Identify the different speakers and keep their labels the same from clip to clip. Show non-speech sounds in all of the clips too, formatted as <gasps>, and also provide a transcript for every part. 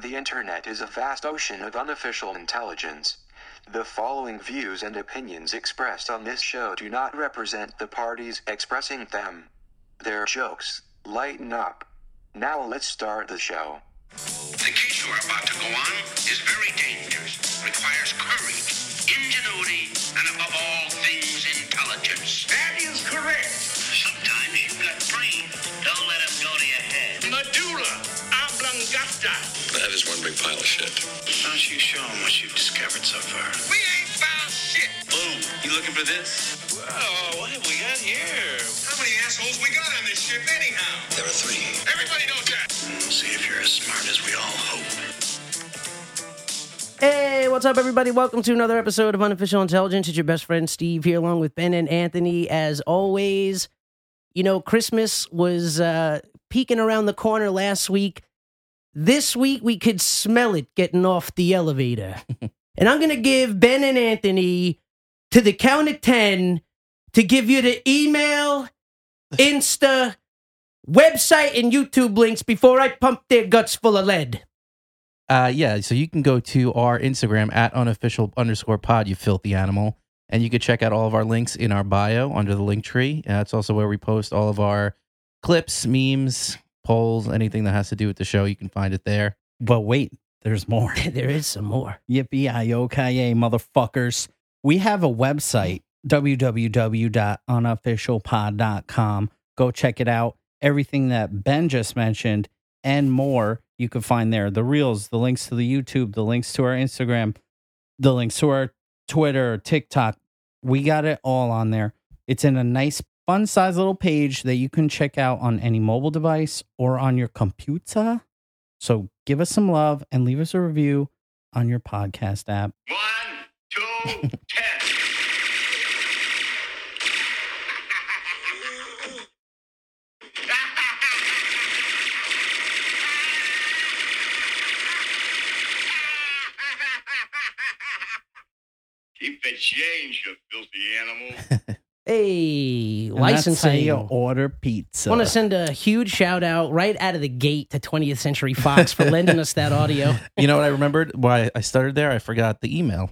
Speaker 1: The internet is a vast ocean of unofficial intelligence. The following views and opinions expressed on this show do not represent the parties expressing them. They're jokes. Lighten up. Now let's start the show.
Speaker 2: The case you are about to go on is very dangerous, requires courage, ingenuity, and above all things, intelligence. That is correct. Sometimes you've got brains. Don't let them go to your head. Medulla oblongata.
Speaker 3: That is one big pile of shit.
Speaker 2: Why don't you show them what you've discovered so far? We ain't found shit.
Speaker 3: Boom. You looking for this? Whoa, what have we got here?
Speaker 2: How many assholes we got on this ship anyhow?
Speaker 3: There are three.
Speaker 2: Everybody knows that. See if you're as smart as we all hope.
Speaker 4: Hey, what's up, everybody? Welcome to another episode of Unofficial Intelligence. It's your best friend Steve here, along with Ben and Anthony, as always. You know, Christmas was uh, peeking around the corner last week. This week, we could smell it getting off the elevator. and I'm going to give Ben and Anthony to the count of 10 to give you the email, Insta, website, and YouTube links before I pump their guts full of lead.
Speaker 5: Uh, yeah, so you can go to our Instagram at unofficial underscore pod, you filthy animal. And you can check out all of our links in our bio under the link tree. Uh, it's also where we post all of our clips, memes, polls, anything that has to do with the show. You can find it there.
Speaker 6: But wait, there's
Speaker 5: <laughs>
Speaker 6: more.
Speaker 4: there is some more.
Speaker 6: Yippee Iyokaye, motherfuckers. We have a website, www.unofficialpod.com. Go check it out. Everything that Ben just mentioned and more you can find there. The reels, the links to the YouTube, the links to our Instagram, the links to our Twitter, TikTok. We got it all on there. It's in a nice, fun size little page that you can check out on any mobile device or on your computer. So give us some love and leave us a review on your podcast app.
Speaker 2: One, two, ten. Keep the change, you filthy animal.
Speaker 4: Hey,
Speaker 6: And that's how
Speaker 4: licensing.
Speaker 6: you order pizza.
Speaker 4: Want to send a huge shout out right out of the gate to 20th Century Fox
Speaker 6: <laughs>
Speaker 4: for lending us that audio.
Speaker 5: You know what I remembered? Why I stuttered there? I forgot the email.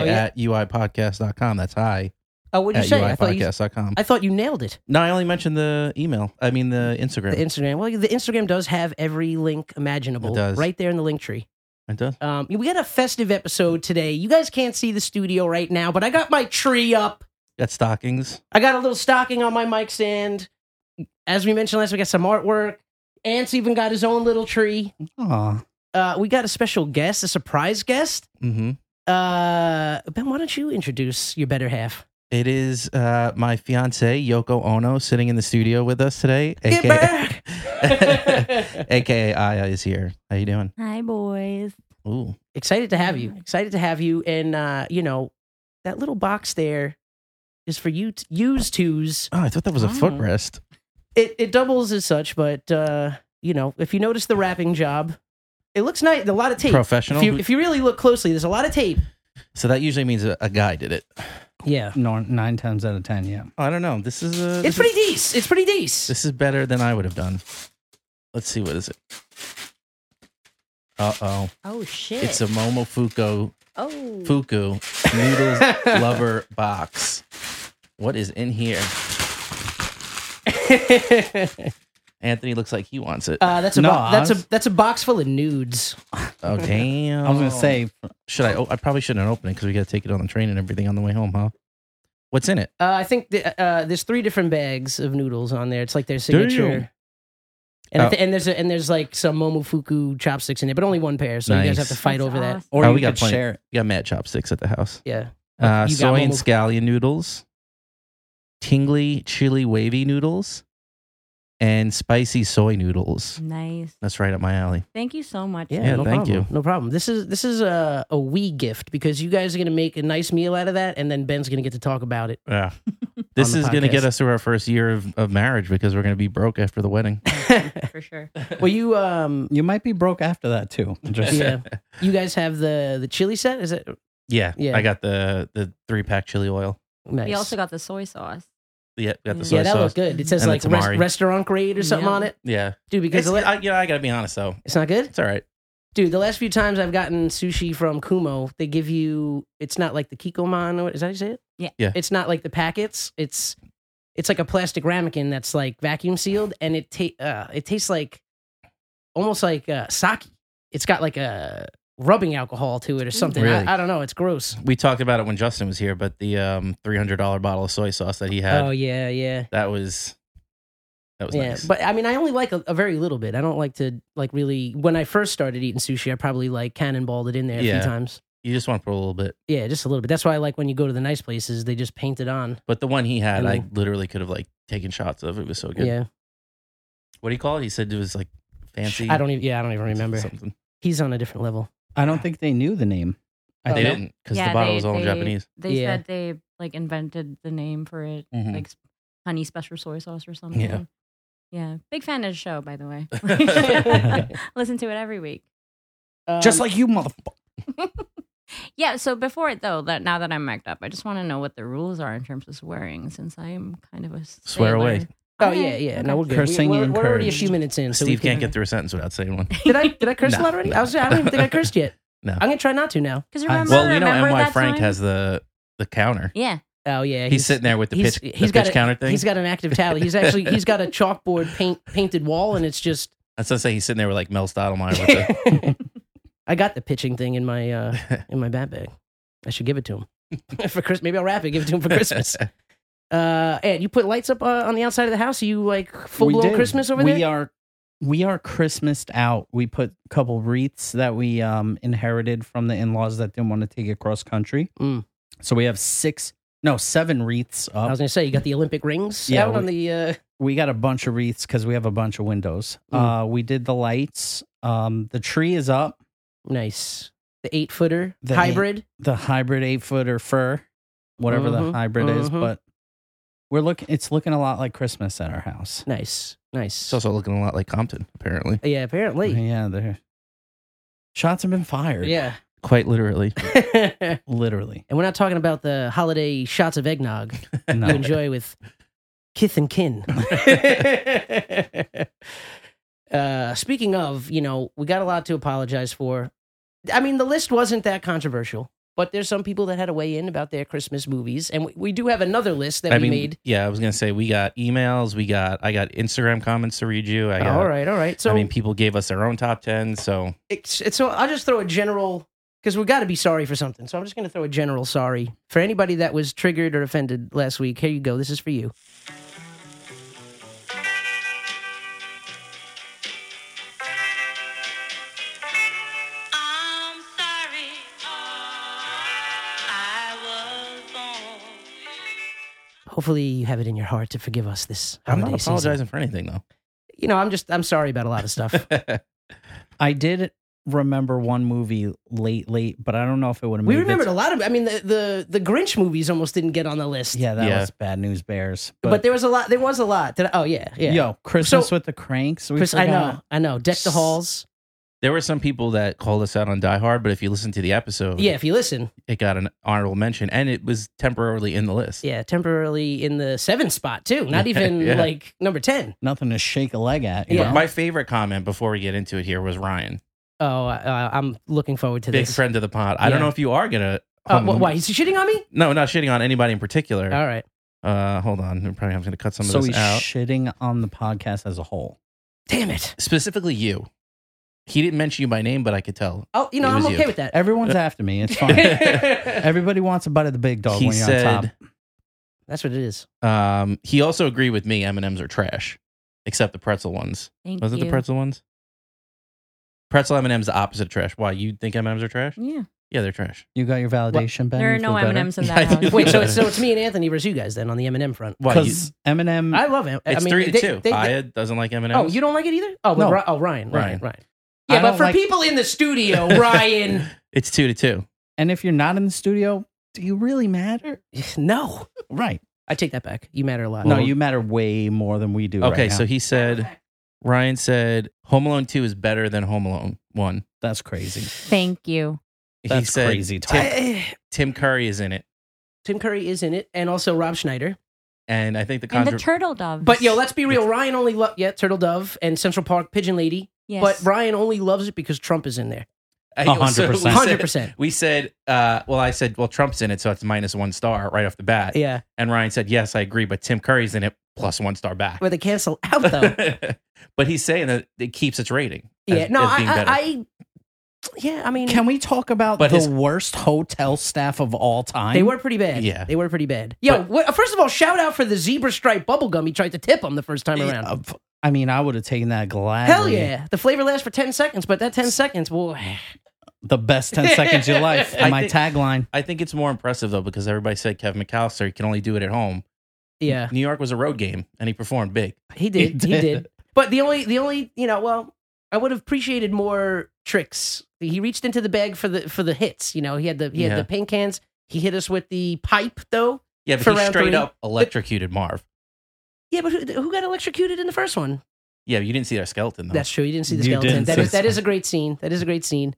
Speaker 4: <laughs> Oh, yeah.
Speaker 5: at uipodcast.com. That's hi
Speaker 4: Oh, what did
Speaker 5: at
Speaker 4: you say? I thought you,
Speaker 5: uipodcast.com.
Speaker 4: I thought you nailed it.
Speaker 5: No, I only mentioned the email. I mean, the Instagram.
Speaker 4: The Instagram. Well, the Instagram does have every link imaginable
Speaker 5: It does.
Speaker 4: right there in the link tree.
Speaker 5: it does.
Speaker 4: Um, we got a festive episode today. You guys can't see the studio right now, but I got my tree up.
Speaker 5: Got stockings.
Speaker 4: I got a little stocking on my mic stand. As we mentioned last week, I got some artwork. Ants even got his own little tree.
Speaker 6: Aw.
Speaker 4: Uh, we got a special guest, a surprise guest.
Speaker 5: Mm-hmm.
Speaker 4: Uh, ben, why don't you introduce your better half?
Speaker 5: It is uh, my fiance Yoko Ono sitting in the studio with us today.
Speaker 4: Get back! <laughs>
Speaker 5: <laughs> AKA Aya is here. How you doing?
Speaker 7: Hi, boys.
Speaker 5: Ooh, Oh,
Speaker 4: Excited to have you. Excited to have you. And uh, you know that little box there is for you t- use twos.
Speaker 5: oh, I thought that was a
Speaker 7: Oh.
Speaker 5: footrest.
Speaker 4: It it doubles as such, but uh, you know if you notice the wrapping job, it looks nice. A lot of tape.
Speaker 5: Professional.
Speaker 4: If you if you really look closely, there's a lot of tape.
Speaker 5: so that usually means a, a guy did it.
Speaker 4: Yeah,
Speaker 6: Nor- nine times out of ten, yeah.
Speaker 5: I don't know. This is a.
Speaker 4: it's pretty decent. It's pretty decent.
Speaker 5: This is better than I would have done. Let's see what is it. Uh oh,
Speaker 7: Oh shit.
Speaker 5: it's a Momofuku
Speaker 7: oh.
Speaker 5: Fuku noodles lover box. What is in here? Anthony looks like he wants it.
Speaker 4: Uh, that's a
Speaker 6: No,
Speaker 4: bo- that's a
Speaker 6: I was-
Speaker 4: that's a box full of nudes.
Speaker 5: oh damn!
Speaker 6: I was going to say,
Speaker 5: Should I? Oh, I probably shouldn't open it because we got to take it on the train and everything on the way home, huh? What's in it?
Speaker 4: Uh, I think the, uh, there's three different bags of noodles on there. It's like their signature. And, I
Speaker 5: Oh.
Speaker 4: thi- and there's a, and there's like some momofuku chopsticks in there, but only one pair, so you guys
Speaker 5: Nice.
Speaker 4: have to fight
Speaker 7: That's
Speaker 4: over that.
Speaker 7: awesome.
Speaker 6: or
Speaker 5: Oh,
Speaker 6: you
Speaker 5: we got
Speaker 6: could
Speaker 5: plenty.
Speaker 6: share it.
Speaker 5: We got mad chopsticks at the house.
Speaker 4: Yeah.
Speaker 5: Uh,
Speaker 4: You got
Speaker 5: soy and
Speaker 4: momo-
Speaker 5: scallion noodles, tingly chili wavy noodles, and spicy soy
Speaker 4: Mm.
Speaker 5: noodles.
Speaker 7: Nice.
Speaker 5: That's right up my alley.
Speaker 7: Thank you so much.
Speaker 4: Yeah,
Speaker 5: Yeah,
Speaker 4: no
Speaker 5: thank
Speaker 4: problem.
Speaker 5: you.
Speaker 4: No problem. This is this is a a we gift because you guys are gonna make a nice meal out of that, and then Ben's gonna get to talk about <laughs> it.
Speaker 5: Yeah. this
Speaker 4: On
Speaker 5: is
Speaker 4: the
Speaker 5: going to get
Speaker 4: podcast.
Speaker 5: us through our first year of, of marriage because we're going to be broke after the
Speaker 7: <laughs>
Speaker 5: wedding.
Speaker 7: For sure.
Speaker 4: well, you um,
Speaker 6: You might be broke after that, <laughs> too. Just,
Speaker 4: yeah, you guys have the the chili set. Is it
Speaker 5: <laughs> Yeah.
Speaker 4: Yeah.
Speaker 5: I got the the three pack chili oil.
Speaker 4: nice?
Speaker 7: We also got the soy sauce.
Speaker 5: Yeah. Got the soy
Speaker 4: Mm. yeah, that
Speaker 5: sauce.
Speaker 4: looked good. It says
Speaker 5: And the
Speaker 4: like res-
Speaker 5: tamari.
Speaker 4: restaurant grade or something
Speaker 7: Yeah.
Speaker 4: on it,
Speaker 5: Yeah.
Speaker 4: dude. Because
Speaker 5: It's-
Speaker 4: the-
Speaker 5: I, you know, I got to be honest though.
Speaker 4: it's not good.
Speaker 5: It's all right.
Speaker 4: Dude, the last few times I've gotten sushi from Kumo, they give you it's not like the Kikoman or is that how you say it?
Speaker 7: Yeah.
Speaker 5: Yeah.
Speaker 4: It's not like the packets. It's it's like a plastic ramekin that's like vacuum sealed and it ta- uh, it tastes like almost like uh, sake. It's got like a rubbing alcohol to it or something.
Speaker 5: Really?
Speaker 4: I, I don't know, it's gross.
Speaker 5: We talked about it when Justin was here, but the um, $300 bottle of soy sauce that he had,
Speaker 4: Oh yeah, yeah.
Speaker 5: that was that was
Speaker 4: yeah,
Speaker 5: nice.
Speaker 4: but I mean, I only like a, a very little bit. I don't like to like really. When I first started eating sushi, I probably like cannonballed it in there a
Speaker 5: Yeah.
Speaker 4: few times.
Speaker 5: you just want to put a little bit.
Speaker 4: Yeah, just a little bit. That's why I like when you go to the nice places, they just paint it on.
Speaker 5: But the one he had, I
Speaker 4: Ooh.
Speaker 5: literally could have like taken shots of. It was so good.
Speaker 4: Yeah,
Speaker 5: What do you call it? He said it was like fancy.
Speaker 4: I don't even. Yeah, I don't even remember.
Speaker 5: Something.
Speaker 4: He's on a different level.
Speaker 6: I don't think they knew the name. I
Speaker 4: Oh,
Speaker 5: They
Speaker 4: no?
Speaker 5: didn't because the bottle was all in Japanese.
Speaker 7: They
Speaker 4: Yeah.
Speaker 7: said they like invented the name for it,
Speaker 4: Mm-hmm.
Speaker 5: Mhm.
Speaker 7: like honey special soy sauce or something.
Speaker 5: Yeah.
Speaker 7: Yeah. Big fan of the show, by the way.
Speaker 5: <laughs>
Speaker 7: <laughs> Listen to it every week.
Speaker 4: <laughs> Um,
Speaker 6: Just like you, motherfucker.
Speaker 7: Yeah. So before it though, that now that I'm mic'd up, I just want to know what the rules are in terms of swearing, since I'm kind of a
Speaker 5: Swear away.
Speaker 7: sailor.
Speaker 4: oh
Speaker 7: Okay,
Speaker 4: yeah, yeah. No,
Speaker 7: okay.
Speaker 4: we're good.
Speaker 6: Cursing
Speaker 4: we,
Speaker 6: you
Speaker 4: we're, we're already a
Speaker 6: encouraged.
Speaker 4: few minutes in, so
Speaker 5: Steve
Speaker 4: we can, <laughs>
Speaker 5: can't get through a sentence without saying one.
Speaker 4: Did I did I curse a
Speaker 5: No,
Speaker 4: lot already? I
Speaker 5: no.
Speaker 4: was. I don't even think I cursed
Speaker 5: <laughs>
Speaker 4: yet.
Speaker 5: No.
Speaker 4: I'm gonna try not to now.
Speaker 7: Because
Speaker 6: I-
Speaker 7: remember,
Speaker 5: well, you know,
Speaker 7: remember
Speaker 5: NY
Speaker 7: that
Speaker 5: Frank
Speaker 7: time?
Speaker 5: has the the counter.
Speaker 7: Yeah.
Speaker 4: Oh yeah,
Speaker 5: he's, sitting there with the
Speaker 4: he's-
Speaker 5: pitch, the
Speaker 4: he's got
Speaker 5: pitch
Speaker 4: a-
Speaker 5: counter thing.
Speaker 4: He's got an active tally. He's actually he's
Speaker 5: <laughs>
Speaker 4: got a chalkboard paint painted wall, and it's just
Speaker 5: That's not saying he's sitting there with like Mel Stottlemyre
Speaker 4: <laughs>
Speaker 5: with the
Speaker 4: I got the pitching thing in my uh,
Speaker 6: <laughs>
Speaker 4: in my bat bag. I should give it to him <laughs> for Christmas. Maybe I'll wrap it, give it to him for
Speaker 6: <laughs>
Speaker 4: Christmas. Uh, and you put lights up uh, on the outside of the house. Are you like full
Speaker 6: We
Speaker 4: blown
Speaker 6: did.
Speaker 4: Christmas over
Speaker 6: we
Speaker 4: there?
Speaker 6: are we are Christmased out. We put a couple wreaths that we um inherited from the in-laws that didn't want to take it cross country.
Speaker 4: Mm.
Speaker 6: So we have six no, seven wreaths
Speaker 4: I
Speaker 6: up.
Speaker 4: was gonna say you got the Olympic rings
Speaker 6: Yeah,
Speaker 4: out on the. Uh,
Speaker 6: we got a bunch of wreaths because we have a bunch of windows.
Speaker 4: Mm.
Speaker 6: Uh we did the lights. Um the tree is up,
Speaker 4: nice, the eight footer
Speaker 6: The
Speaker 4: hybrid.
Speaker 6: the hybrid eight footer fir, whatever the
Speaker 4: Mhm,
Speaker 6: hybrid is,
Speaker 4: mhm.
Speaker 6: but we're looking it's looking a lot like Christmas at our house.
Speaker 4: Nice, nice.
Speaker 5: It's also looking a lot like Compton, apparently.
Speaker 4: yeah, apparently.
Speaker 6: Yeah, they're shots have been fired.
Speaker 4: Yeah,
Speaker 5: Quite literally.
Speaker 4: <laughs> and
Speaker 6: Literally.
Speaker 4: we're not talking about the holiday shots of eggnog you
Speaker 6: No.
Speaker 4: enjoy with kith and
Speaker 5: <laughs>
Speaker 4: kin. <laughs> uh, speaking of, you know, we got a lot to apologize for. I mean, the list wasn't that controversial, but there's some people that had a weigh in about their Christmas movies, and we, we do have another list that
Speaker 5: I
Speaker 4: we
Speaker 5: mean,
Speaker 4: made.
Speaker 5: yeah, I was gonna say we got emails, we got I got Instagram comments to read you. I got,
Speaker 4: all right, all right. So,
Speaker 5: I mean, people gave us their own top ten, so
Speaker 4: it's, it's, so I'll just throw a general because we got to be sorry for something. So I'm just going to throw a general sorry for anybody that was triggered or offended last week. Here you go. This is for you.
Speaker 8: I'm sorry. I was born.
Speaker 4: Hopefully, you have it in your heart to forgive us this
Speaker 5: I'm
Speaker 4: holiday
Speaker 5: not
Speaker 4: season.
Speaker 5: apologizing for anything though.
Speaker 4: You know, I'm just I'm sorry about a lot of stuff.
Speaker 6: I did remember one movie late, late, but I don't know if it would have
Speaker 4: We
Speaker 6: made
Speaker 4: remembered
Speaker 6: it.
Speaker 4: a lot of. I mean, the, the the Grinch movies almost didn't get on the list.
Speaker 6: Yeah, that
Speaker 5: Yeah.
Speaker 6: was Bad News Bears.
Speaker 4: but, there was a lot. There was a lot. Did I, oh yeah, yeah.
Speaker 6: yo, Christmas
Speaker 4: So-
Speaker 6: with the Cranks. We
Speaker 4: Chris, I know,
Speaker 6: forgot.
Speaker 4: I know. Deck the halls.
Speaker 5: <laughs> there were some people that called us out on Die Hard, but if you listen to the episode,
Speaker 4: Yeah, if you listen.
Speaker 5: it got an honorable mention and it was temporarily in the list.
Speaker 4: Yeah, temporarily in the seventh spot too. Not even
Speaker 5: Yeah.
Speaker 4: like number ten.
Speaker 6: Nothing to shake a leg at.
Speaker 5: But
Speaker 6: You
Speaker 4: Yeah.
Speaker 6: know?
Speaker 5: my favorite comment before we get into it here was Ryan,
Speaker 4: Oh, uh, I'm looking forward to
Speaker 5: big
Speaker 4: this.
Speaker 5: friend of the pod. I don't
Speaker 4: Yeah.
Speaker 5: know if you are gonna.
Speaker 4: Uh,
Speaker 5: hold
Speaker 4: wh-
Speaker 5: on.
Speaker 4: why he's shitting on me?
Speaker 5: No, not shitting on anybody in particular.
Speaker 4: All right.
Speaker 5: Uh, hold on, I'm probably going to cut some of
Speaker 6: So
Speaker 5: this
Speaker 6: he's
Speaker 5: out.
Speaker 6: shitting on the podcast as a whole.
Speaker 4: Damn it.
Speaker 5: Specifically, you. He didn't mention you by name, but I could tell.
Speaker 4: Oh, you know
Speaker 5: It
Speaker 4: I'm
Speaker 5: was
Speaker 4: okay
Speaker 5: you.
Speaker 4: with that.
Speaker 6: <laughs>
Speaker 4: <laughs>
Speaker 6: Everyone's after me.
Speaker 5: <laughs>
Speaker 6: It's fine. Everybody wants a bite of the big dog
Speaker 5: he
Speaker 6: when you're on
Speaker 5: said.
Speaker 6: top.
Speaker 4: That's what it is.
Speaker 5: Um, he also agreed with me. M and M's are trash, except the pretzel ones.
Speaker 7: Thank
Speaker 5: Was it
Speaker 7: you.
Speaker 5: the pretzel ones? Pretzel M and M's the opposite of trash. Why you think M and M's are trash?
Speaker 7: Yeah.
Speaker 5: Yeah, they're trash.
Speaker 6: You got your validation, Ben.
Speaker 7: There
Speaker 6: You
Speaker 7: are no
Speaker 6: feel better?
Speaker 7: M&Ms in
Speaker 5: Yeah, <laughs> I
Speaker 7: that house.
Speaker 5: do.
Speaker 4: Wait, so it's, so it's me and Anthony versus you guys then on the Eminem front.
Speaker 5: Why? You, it's
Speaker 6: Because Eminem,
Speaker 4: I love him. I mean,
Speaker 5: three to
Speaker 4: they-
Speaker 5: two.
Speaker 4: they-
Speaker 5: Aya doesn't like M and M's.
Speaker 4: Oh, you don't like it either? Oh, but
Speaker 6: No.
Speaker 4: Ri- oh Ryan, Ryan,
Speaker 5: Ryan.
Speaker 4: Ryan.
Speaker 6: I
Speaker 4: Yeah, but
Speaker 6: don't
Speaker 4: for
Speaker 6: like-
Speaker 4: people in the <laughs> studio, Ryan.
Speaker 5: <laughs> It's two to two.
Speaker 6: and if you're not in the studio, do you
Speaker 5: <laughs>
Speaker 6: really matter?
Speaker 4: No.
Speaker 6: Right.
Speaker 4: I take that back. You matter a lot.
Speaker 6: No,
Speaker 5: Well-
Speaker 6: you matter way more than we do.
Speaker 5: Okay,
Speaker 6: right now.
Speaker 5: so he said Ryan said Home Alone Two is better than Home Alone One.
Speaker 6: that's crazy.
Speaker 7: <laughs> Thank you.
Speaker 5: he
Speaker 6: That's
Speaker 5: said
Speaker 6: crazy talk.
Speaker 5: Tim,
Speaker 4: Eh,
Speaker 5: Tim Curry is in it,
Speaker 4: Tim Curry is in it, and also Rob Schneider.
Speaker 5: and I think the <laughs>
Speaker 7: And
Speaker 5: contra-
Speaker 7: the turtle doves.
Speaker 4: But yo, let's be real. Ryan only loved yeah Turtle Dove and Central Park Pigeon Lady.
Speaker 7: Yes.
Speaker 4: But Ryan only loves it because Trump is in there.
Speaker 5: I-
Speaker 6: A hundred
Speaker 5: so we
Speaker 6: percent.
Speaker 5: said-
Speaker 4: Hundred percent.
Speaker 5: <laughs> We said, uh, well, I said, well, Trump's in it, so it's minus one star right off the bat.
Speaker 4: Yeah.
Speaker 5: And Ryan said, yes, I agree, but Tim Curry's in it, plus one star back.
Speaker 4: Where they cancel out <laughs> though.
Speaker 5: <laughs> but he's saying that it keeps its rating. as-
Speaker 4: yeah. No,
Speaker 5: as
Speaker 4: I,
Speaker 5: being better.
Speaker 4: I, I yeah, I mean
Speaker 6: Can we talk about
Speaker 5: But
Speaker 6: the
Speaker 5: his-
Speaker 6: worst hotel staff of all time?
Speaker 4: they were pretty bad.
Speaker 5: Yeah.
Speaker 4: They were pretty bad. Yo,
Speaker 5: But-
Speaker 4: what, first of all, shout out for the zebra stripe bubblegum he tried to tip him the first time
Speaker 6: Yeah,
Speaker 4: around.
Speaker 6: f- I mean, I would have taken that gladly.
Speaker 4: Hell yeah. The flavor lasts for 10 seconds, but that 10 seconds, well, <sighs>
Speaker 6: The best 10 seconds
Speaker 5: <laughs>
Speaker 6: of your life.
Speaker 5: I
Speaker 6: my
Speaker 5: think-
Speaker 6: tagline.
Speaker 5: I think it's more impressive though because everybody said Kevin McAllister he can only do it at home.
Speaker 4: yeah,
Speaker 5: New York was a road game and he performed big.
Speaker 4: he did. He
Speaker 6: did.
Speaker 4: did. But the only, the only, you know, well, I would have appreciated more tricks. He reached into the bag for the for the hits. You know, he had the he had
Speaker 5: Yeah.
Speaker 4: the paint cans. He hit us with the pipe though.
Speaker 5: Yeah, but
Speaker 4: For
Speaker 5: he
Speaker 4: round
Speaker 5: straight
Speaker 4: three.
Speaker 5: up electrocuted Marv.
Speaker 4: Yeah, but who, who got electrocuted in the first one?
Speaker 5: Yeah, you didn't see that skeleton though.
Speaker 4: That's true. You didn't see the
Speaker 6: You
Speaker 4: skeleton.
Speaker 6: didn't
Speaker 4: That
Speaker 6: see
Speaker 4: is
Speaker 6: the
Speaker 4: that is a great scene. That is a great scene.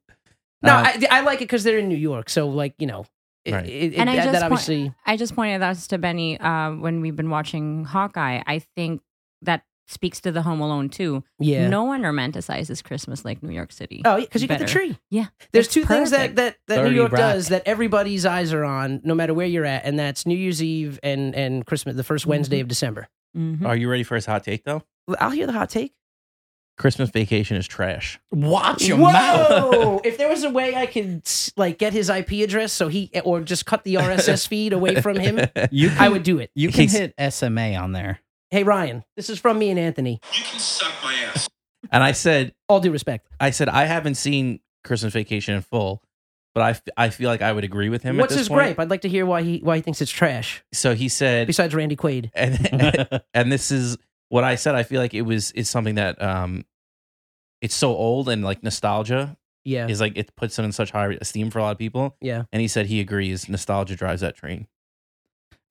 Speaker 4: No,
Speaker 6: Uh,
Speaker 4: I, I like it because they're in New York. So like you know, it,
Speaker 5: Right.
Speaker 4: it,
Speaker 7: And I
Speaker 4: that, that
Speaker 7: just point-
Speaker 4: obviously.
Speaker 7: I just pointed out to Benny uh, when we've been watching Hawkeye. I think that speaks to the Home Alone too.
Speaker 4: Yeah.
Speaker 7: No one romanticizes Christmas like New York City.
Speaker 4: Oh, because you get the
Speaker 7: Better.
Speaker 4: tree.
Speaker 7: Yeah,
Speaker 4: There's
Speaker 7: it's
Speaker 4: two things that
Speaker 7: perfect.
Speaker 4: that, that New
Speaker 6: Thirty
Speaker 4: York
Speaker 6: rack.
Speaker 4: does that everybody's eyes are on, no matter where you're at, and that's New Year's Eve and and Christmas, the 1st
Speaker 7: Mm-hmm.
Speaker 4: Wednesday of December.
Speaker 7: Mhm.
Speaker 5: Are you ready for his hot take though?
Speaker 4: I'll hear the hot take.
Speaker 5: Christmas vacation is trash.
Speaker 6: Watch your
Speaker 4: Whoa!
Speaker 6: mouth.
Speaker 4: if there was a way I could like get his IP address, so he or just cut the RSS feed away from him,
Speaker 6: You can,
Speaker 4: I would do it.
Speaker 6: you can
Speaker 5: He's-
Speaker 6: hit SMA on there.
Speaker 4: Hey Ryan, this is from me and Anthony.
Speaker 3: You can suck my ass.
Speaker 5: <laughs> and I said,
Speaker 4: All due respect.
Speaker 5: I said I haven't seen Christmas Vacation in full, but I, f- I feel like I would agree with him. at
Speaker 4: What's
Speaker 5: this
Speaker 4: his
Speaker 5: point.
Speaker 4: gripe? I'd like to hear why he why he thinks it's trash.
Speaker 5: So he said,
Speaker 4: Besides Randy Quaid, <laughs>
Speaker 5: and and this is what I said. I feel like it was is something that um, it's so old and like nostalgia
Speaker 4: yeah,
Speaker 5: is like it puts it in such high esteem for a lot of people.
Speaker 4: yeah.
Speaker 5: And he said he agrees. Nostalgia drives that train.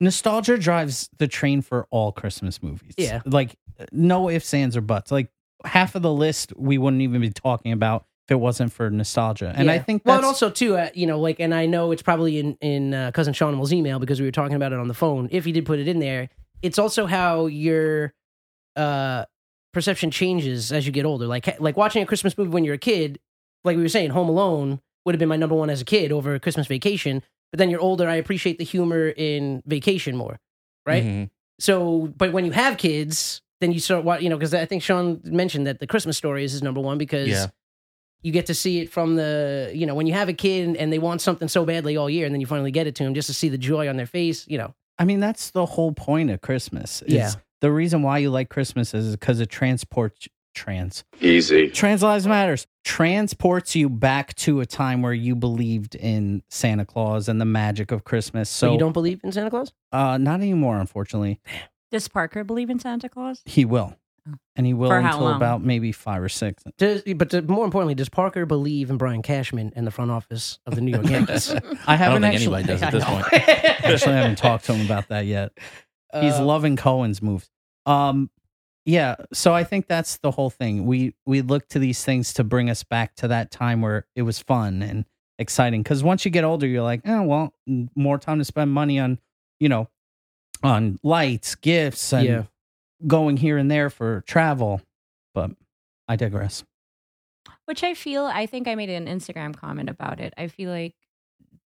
Speaker 6: Nostalgia drives the train for all Christmas movies.
Speaker 4: Yeah.
Speaker 6: Like, no ifs, ands, or buts. Like, half of the list we wouldn't even be talking about if it wasn't for nostalgia. And I
Speaker 4: Yeah.
Speaker 6: think
Speaker 4: well,
Speaker 6: that's
Speaker 4: and also too, uh, you know, like, and I know it's probably in in uh, cousin Seanimals email because we were talking about it on the phone. If he did put it in there, it's also how your uh, perception changes as you get older. Like, like watching a Christmas movie when you're a kid, like we were saying, Home Alone would have been my number one as a kid over Christmas Vacation. But then you're older, I appreciate the humor in Vacation more, right?
Speaker 6: Mm-hmm.
Speaker 5: Mhm.
Speaker 4: So, but when you have kids, then you start, wa- you know, because I think Sean mentioned that the Christmas story is his number one because
Speaker 5: Yeah.
Speaker 4: you get to see it from the, you know, when you have a kid and, and they want something so badly all year and then you finally get it to them just to see the joy on their face, you know.
Speaker 6: I mean, that's the whole point of Christmas. is
Speaker 4: Yeah.
Speaker 6: The reason why you like Christmas is because it transports trans.
Speaker 9: Easy.
Speaker 6: Trans lives matters. Transports you back to a time where you believed in Santa Claus and the magic of Christmas.
Speaker 4: So,
Speaker 6: So,
Speaker 4: you don't believe in Santa Claus?
Speaker 6: uh not anymore, unfortunately.
Speaker 7: Does Parker believe in Santa Claus?
Speaker 6: He will.
Speaker 4: Oh.
Speaker 6: And he will
Speaker 7: For how
Speaker 6: until
Speaker 7: long?
Speaker 6: about maybe five or six.
Speaker 4: Does, but to- more importantly, does Parker believe in Brian Cashman and the front office of the New York
Speaker 6: <laughs>
Speaker 4: Yankees?
Speaker 6: I haven't
Speaker 5: think
Speaker 6: actually,
Speaker 5: <laughs> anybody
Speaker 4: <laughs>
Speaker 5: does at this
Speaker 6: <laughs> I know.
Speaker 5: point.
Speaker 6: actually haven't talked to him about that yet. He's
Speaker 4: Uh,
Speaker 6: loving Cohen's moves. Um, yeah. So I think that's the whole thing. We we look to these things to bring us back to that time where it was fun and exciting. Because once you get older, you're like, oh well, m- more time to spend money on, you know, on lights, gifts, and
Speaker 4: Yeah.
Speaker 6: going here and there for travel. But I digress.
Speaker 7: Which I feel, I think I made an Instagram comment about it. I feel like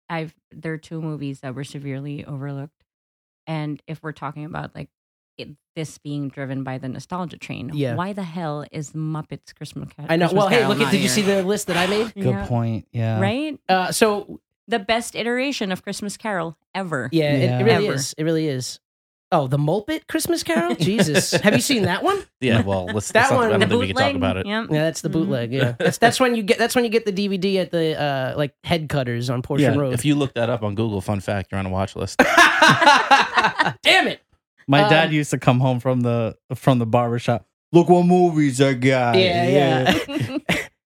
Speaker 7: I've there are two movies that were severely overlooked, and if we're talking about like it, this being driven by the nostalgia train,
Speaker 4: Yeah.
Speaker 7: why the hell is Muppets Christmas? Ca-
Speaker 4: I know.
Speaker 7: Christmas
Speaker 4: Well, hey,
Speaker 7: Carol
Speaker 4: look at,
Speaker 7: not
Speaker 4: did you
Speaker 7: here?
Speaker 4: see the list that I made?
Speaker 6: Good
Speaker 7: Yeah.
Speaker 6: point. Yeah.
Speaker 7: Right,
Speaker 4: Uh, so
Speaker 7: the best iteration of Christmas Carol ever.
Speaker 4: Yeah, It, it
Speaker 6: Yeah.
Speaker 4: really
Speaker 7: Ever.
Speaker 4: is. It really is. Oh, the Mulpit Christmas Carol? Jesus. Have you seen that one? <laughs>
Speaker 5: Yeah. Well, let's.
Speaker 4: That
Speaker 5: let's not-
Speaker 4: one-
Speaker 5: I don't
Speaker 7: the
Speaker 5: think we can talk
Speaker 7: bootleg.
Speaker 5: about it.
Speaker 7: Yep. <laughs>
Speaker 4: Yeah, that's the bootleg. Yeah. That's that's when you get that's when you get the DVD at the uh like head cutters on Portion
Speaker 6: Yeah,
Speaker 4: Road.
Speaker 5: If you look that up on Google, fun fact, you're on a watch
Speaker 4: <laughs>
Speaker 5: list.
Speaker 4: Damn it.
Speaker 6: My
Speaker 4: Um,
Speaker 6: dad used to come home from the from the barbershop. Look what movies I got.
Speaker 4: Yeah, yeah.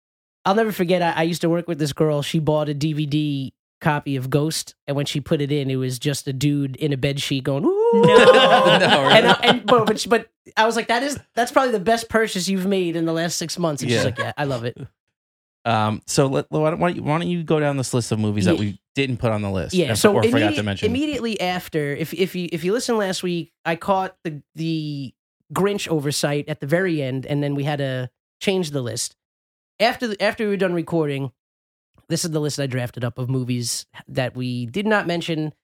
Speaker 4: <laughs> I'll never forget I, I used to work with this girl. She bought a DVD copy of Ghost and when she put it in it was just a dude in a bed sheet going, Ooh <laughs>
Speaker 5: No, really.
Speaker 4: and, I, and but, but but I was like, that is that's probably the best purchase you've made in the last six months. And
Speaker 5: Yeah.
Speaker 4: she's like, Yeah, I love it.
Speaker 5: Um, so let, why, don't, why don't you- why don't you go down this list of movies that
Speaker 4: Yeah.
Speaker 5: we didn't put on the list?
Speaker 4: Yeah.
Speaker 5: or,
Speaker 4: So
Speaker 5: or forgot
Speaker 4: immediate-
Speaker 5: to mention.
Speaker 4: immediately after, if if you if you listen last week, I caught the the Grinch oversight at the very end, and then we had to change the list. after the, after we were done recording, this is the list I drafted up of movies that we did not mention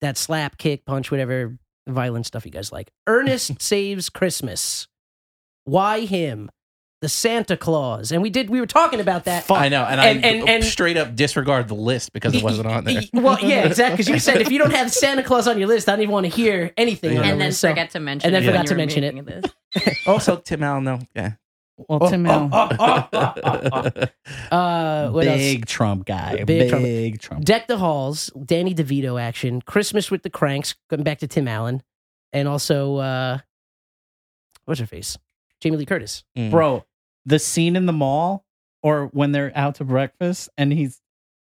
Speaker 4: that slap, kick, punch, whatever violent stuff you guys like.
Speaker 5: <laughs>
Speaker 4: Ernest Saves Christmas. Why him? The Santa Claus. And we did we were talking about that.
Speaker 5: I know, and,
Speaker 4: And-
Speaker 5: I
Speaker 4: and- and-
Speaker 5: straight up disregard the list because it wasn't
Speaker 4: <laughs>
Speaker 5: on there.
Speaker 4: Well, yeah, exactly. Because you said if you don't have Santa Claus on your list, I don't even want to hear anything.
Speaker 5: Yeah.
Speaker 4: on
Speaker 7: and
Speaker 4: the
Speaker 7: then
Speaker 4: list, so-
Speaker 7: forget to mention
Speaker 4: and then
Speaker 7: it when
Speaker 4: forgot
Speaker 7: you
Speaker 4: to
Speaker 7: were
Speaker 4: mention it.
Speaker 7: making this.
Speaker 5: also, Tim Allen, no, yeah. <laughs>
Speaker 6: Well, <laughs> Tim Allen,
Speaker 4: Uh, what else?
Speaker 6: big Trump guy,
Speaker 4: Big
Speaker 6: big,
Speaker 4: Trump.
Speaker 6: Trump.
Speaker 4: Deck the Halls, Danny DeVito action, Christmas with the Cranks, going back to Tim Allen, and also uh what's her face? Jamie Lee
Speaker 5: <laughs>
Speaker 4: Curtis.
Speaker 5: Mm.
Speaker 6: bro the scene in the mall or when they're out to breakfast and he's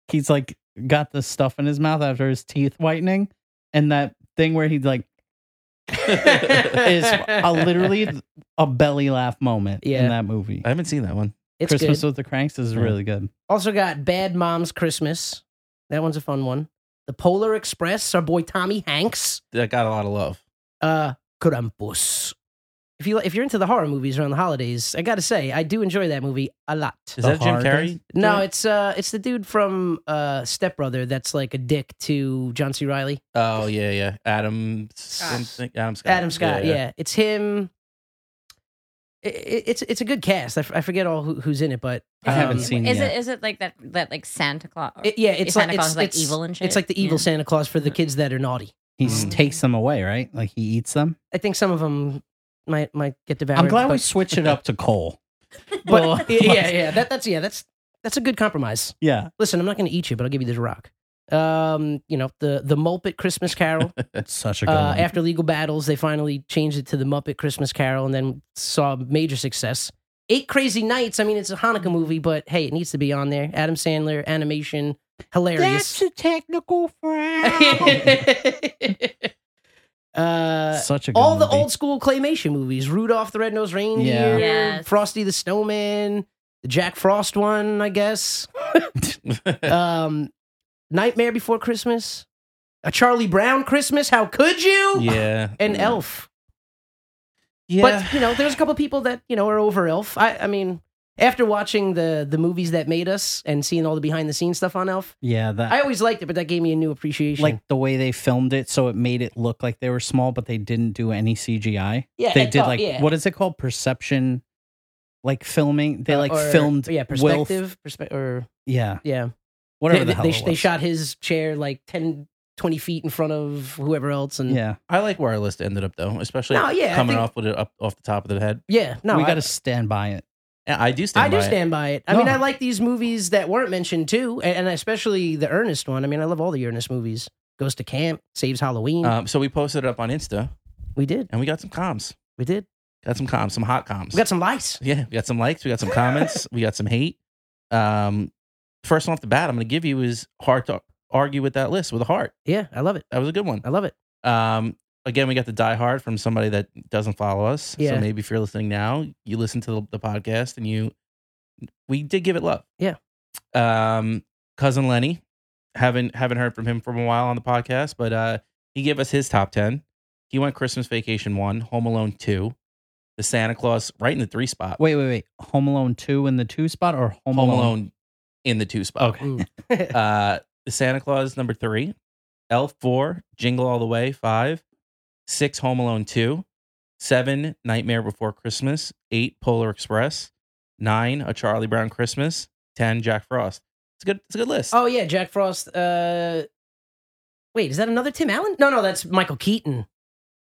Speaker 6: he's like got the stuff in his mouth after his teeth whitening and that thing where he's like is
Speaker 4: <laughs>
Speaker 6: a, literally a belly laugh moment
Speaker 4: Yeah.
Speaker 6: in that movie
Speaker 5: I haven't seen that one.
Speaker 4: It's
Speaker 6: christmas
Speaker 4: good.
Speaker 6: with the cranks is
Speaker 5: Yeah.
Speaker 6: really good
Speaker 4: Also got Bad Moms Christmas. That one's a fun one. The Polar Express, our boy Tommy Hanks.
Speaker 5: That got a lot of love.
Speaker 4: Uh Krampus. If you if you're into the horror movies around the holidays, I gotta say, I do enjoy that movie a lot.
Speaker 5: Is
Speaker 6: The
Speaker 5: that Jim
Speaker 6: hard
Speaker 5: Carrey?
Speaker 4: No,
Speaker 5: doing it?
Speaker 4: it's uh it's the dude from uh Step Brother that's like a dick to John C. Riley.
Speaker 5: oh yeah, yeah. Adam something. Adam
Speaker 6: Uh,
Speaker 5: Scott.
Speaker 4: Adam Scott. Yeah, it's him. I- I- it's it's a good cast. I, f- I forget all who, who's in it, but
Speaker 6: I haven't
Speaker 4: um,
Speaker 6: seen
Speaker 7: Is
Speaker 6: yet.
Speaker 7: it is it like that that like Santa Claus?
Speaker 4: it- yeah, it's
Speaker 7: Santa
Speaker 4: like
Speaker 7: Claus
Speaker 4: it's
Speaker 7: is, like,
Speaker 4: it's-
Speaker 7: evil and shit?
Speaker 4: It's like the evil
Speaker 7: Yeah.
Speaker 4: Santa Claus for the kids that are naughty.
Speaker 6: he
Speaker 5: Mm.
Speaker 6: takes them away right like he eats them
Speaker 4: I think some of them might might get devoured.
Speaker 6: i'm glad
Speaker 4: but,
Speaker 6: we switch
Speaker 4: <laughs>
Speaker 6: it up to cole
Speaker 4: But,
Speaker 6: <laughs>
Speaker 4: yeah, yeah, yeah. That, that's yeah. That's that's a good compromise.
Speaker 6: yeah
Speaker 4: Listen, I'm not going to eat you, but I'll give you this rock. Um, you know the the Muppet Christmas
Speaker 6: <laughs>
Speaker 4: Carol.
Speaker 6: it's such a good
Speaker 4: uh,
Speaker 6: one.
Speaker 4: after legal battles, they finally changed it to the Muppet Christmas Carol, and then saw major success. Eight Crazy Nights. I mean, it's a Hanukkah movie, but hey, it needs to be on there. Adam Sandler animation, hilarious.
Speaker 6: a technical
Speaker 4: <laughs>
Speaker 6: <laughs> frown.
Speaker 4: uh,
Speaker 6: such a good
Speaker 4: all the
Speaker 6: movie.
Speaker 4: old school claymation movies: Rudolph the Red Nosed Reindeer,
Speaker 6: Yeah.
Speaker 7: Yes.
Speaker 4: Frosty the Snowman, the Jack Frost one, I guess. Um, Nightmare Before Christmas, a Charlie Brown Christmas. How could you?
Speaker 5: yeah.
Speaker 4: And Elf.
Speaker 5: <laughs> Yeah.
Speaker 4: But you know, there's a couple people that you know are over Elf. I, I mean, after watching the the movies that made us and seeing all the behind the scenes stuff on Elf,
Speaker 6: yeah that
Speaker 4: I always liked it, but that gave me a new appreciation.
Speaker 6: like the way they filmed it, so it made it look like they were small, but they didn't do any CGI.
Speaker 4: yeah,
Speaker 6: they
Speaker 4: it's
Speaker 6: did
Speaker 4: all-
Speaker 6: like
Speaker 4: yeah.
Speaker 6: what is it called? Perception, like filming. They like
Speaker 4: Uh, Or-
Speaker 6: filmed,
Speaker 4: yeah,
Speaker 6: Will-
Speaker 4: perspective, perspe- or
Speaker 6: yeah,
Speaker 4: yeah,
Speaker 6: whatever
Speaker 4: they,
Speaker 6: the hell
Speaker 4: they,
Speaker 6: it
Speaker 4: sh- they
Speaker 6: was.
Speaker 4: shot his chair like 10, 20 feet in front of whoever else, and yeah,
Speaker 6: Yeah,
Speaker 5: I like where our list ended up though, especially
Speaker 4: No, yeah, I
Speaker 5: coming
Speaker 4: think-
Speaker 5: off with it up off the top of the head.
Speaker 4: no,
Speaker 6: we
Speaker 4: I-
Speaker 6: got to stand by it.
Speaker 5: And I do stand.
Speaker 4: I do
Speaker 5: by it.
Speaker 4: stand by it. I
Speaker 6: No.
Speaker 4: mean, I like these movies that weren't mentioned too, and, and especially the Ernest one. I mean, I love all the Ernest movies. Goes to camp, saves Halloween.
Speaker 5: Um, so we posted it up on Insta,
Speaker 4: we did,
Speaker 5: and we got some comms.
Speaker 4: we did.
Speaker 5: Got some comms, some hot comms.
Speaker 4: We got some lights.
Speaker 5: yeah, we got some likes, we got some comments,
Speaker 4: <laughs>
Speaker 5: we got some hate. Um, first one off the bat, I'm going to give you is hard to argue with that list with a heart.
Speaker 4: Yeah, I love it.
Speaker 5: That was a good one.
Speaker 4: I love it.
Speaker 5: Um, again, we got the Die Hard from somebody that doesn't follow us.
Speaker 4: Yeah.
Speaker 5: So maybe if you're listening now, you listen to the, the podcast and you, we did give it love.
Speaker 4: Yeah.
Speaker 5: Um, cousin Lenny, haven't haven't heard from him for a while on the podcast, but uh, he gave us his top ten. He went Christmas Vacation one, Home Alone two, the Santa Claus right in the three spot.
Speaker 6: Wait, wait, wait. Home Alone two in the two spot or Home,
Speaker 5: Home
Speaker 6: Alone?
Speaker 5: Alone in the two spot.
Speaker 6: Okay.
Speaker 4: Mm.
Speaker 5: Uh, the Santa Claus number three, Elf four, Jingle All the Way five, six Home Alone two, seven Nightmare Before Christmas, eight Polar Express, nine A Charlie Brown Christmas, ten Jack Frost. It's a good. It's a good list.
Speaker 4: Oh yeah, Jack Frost. Uh, wait, is that another Tim Allen? No, no, that's Michael Keaton.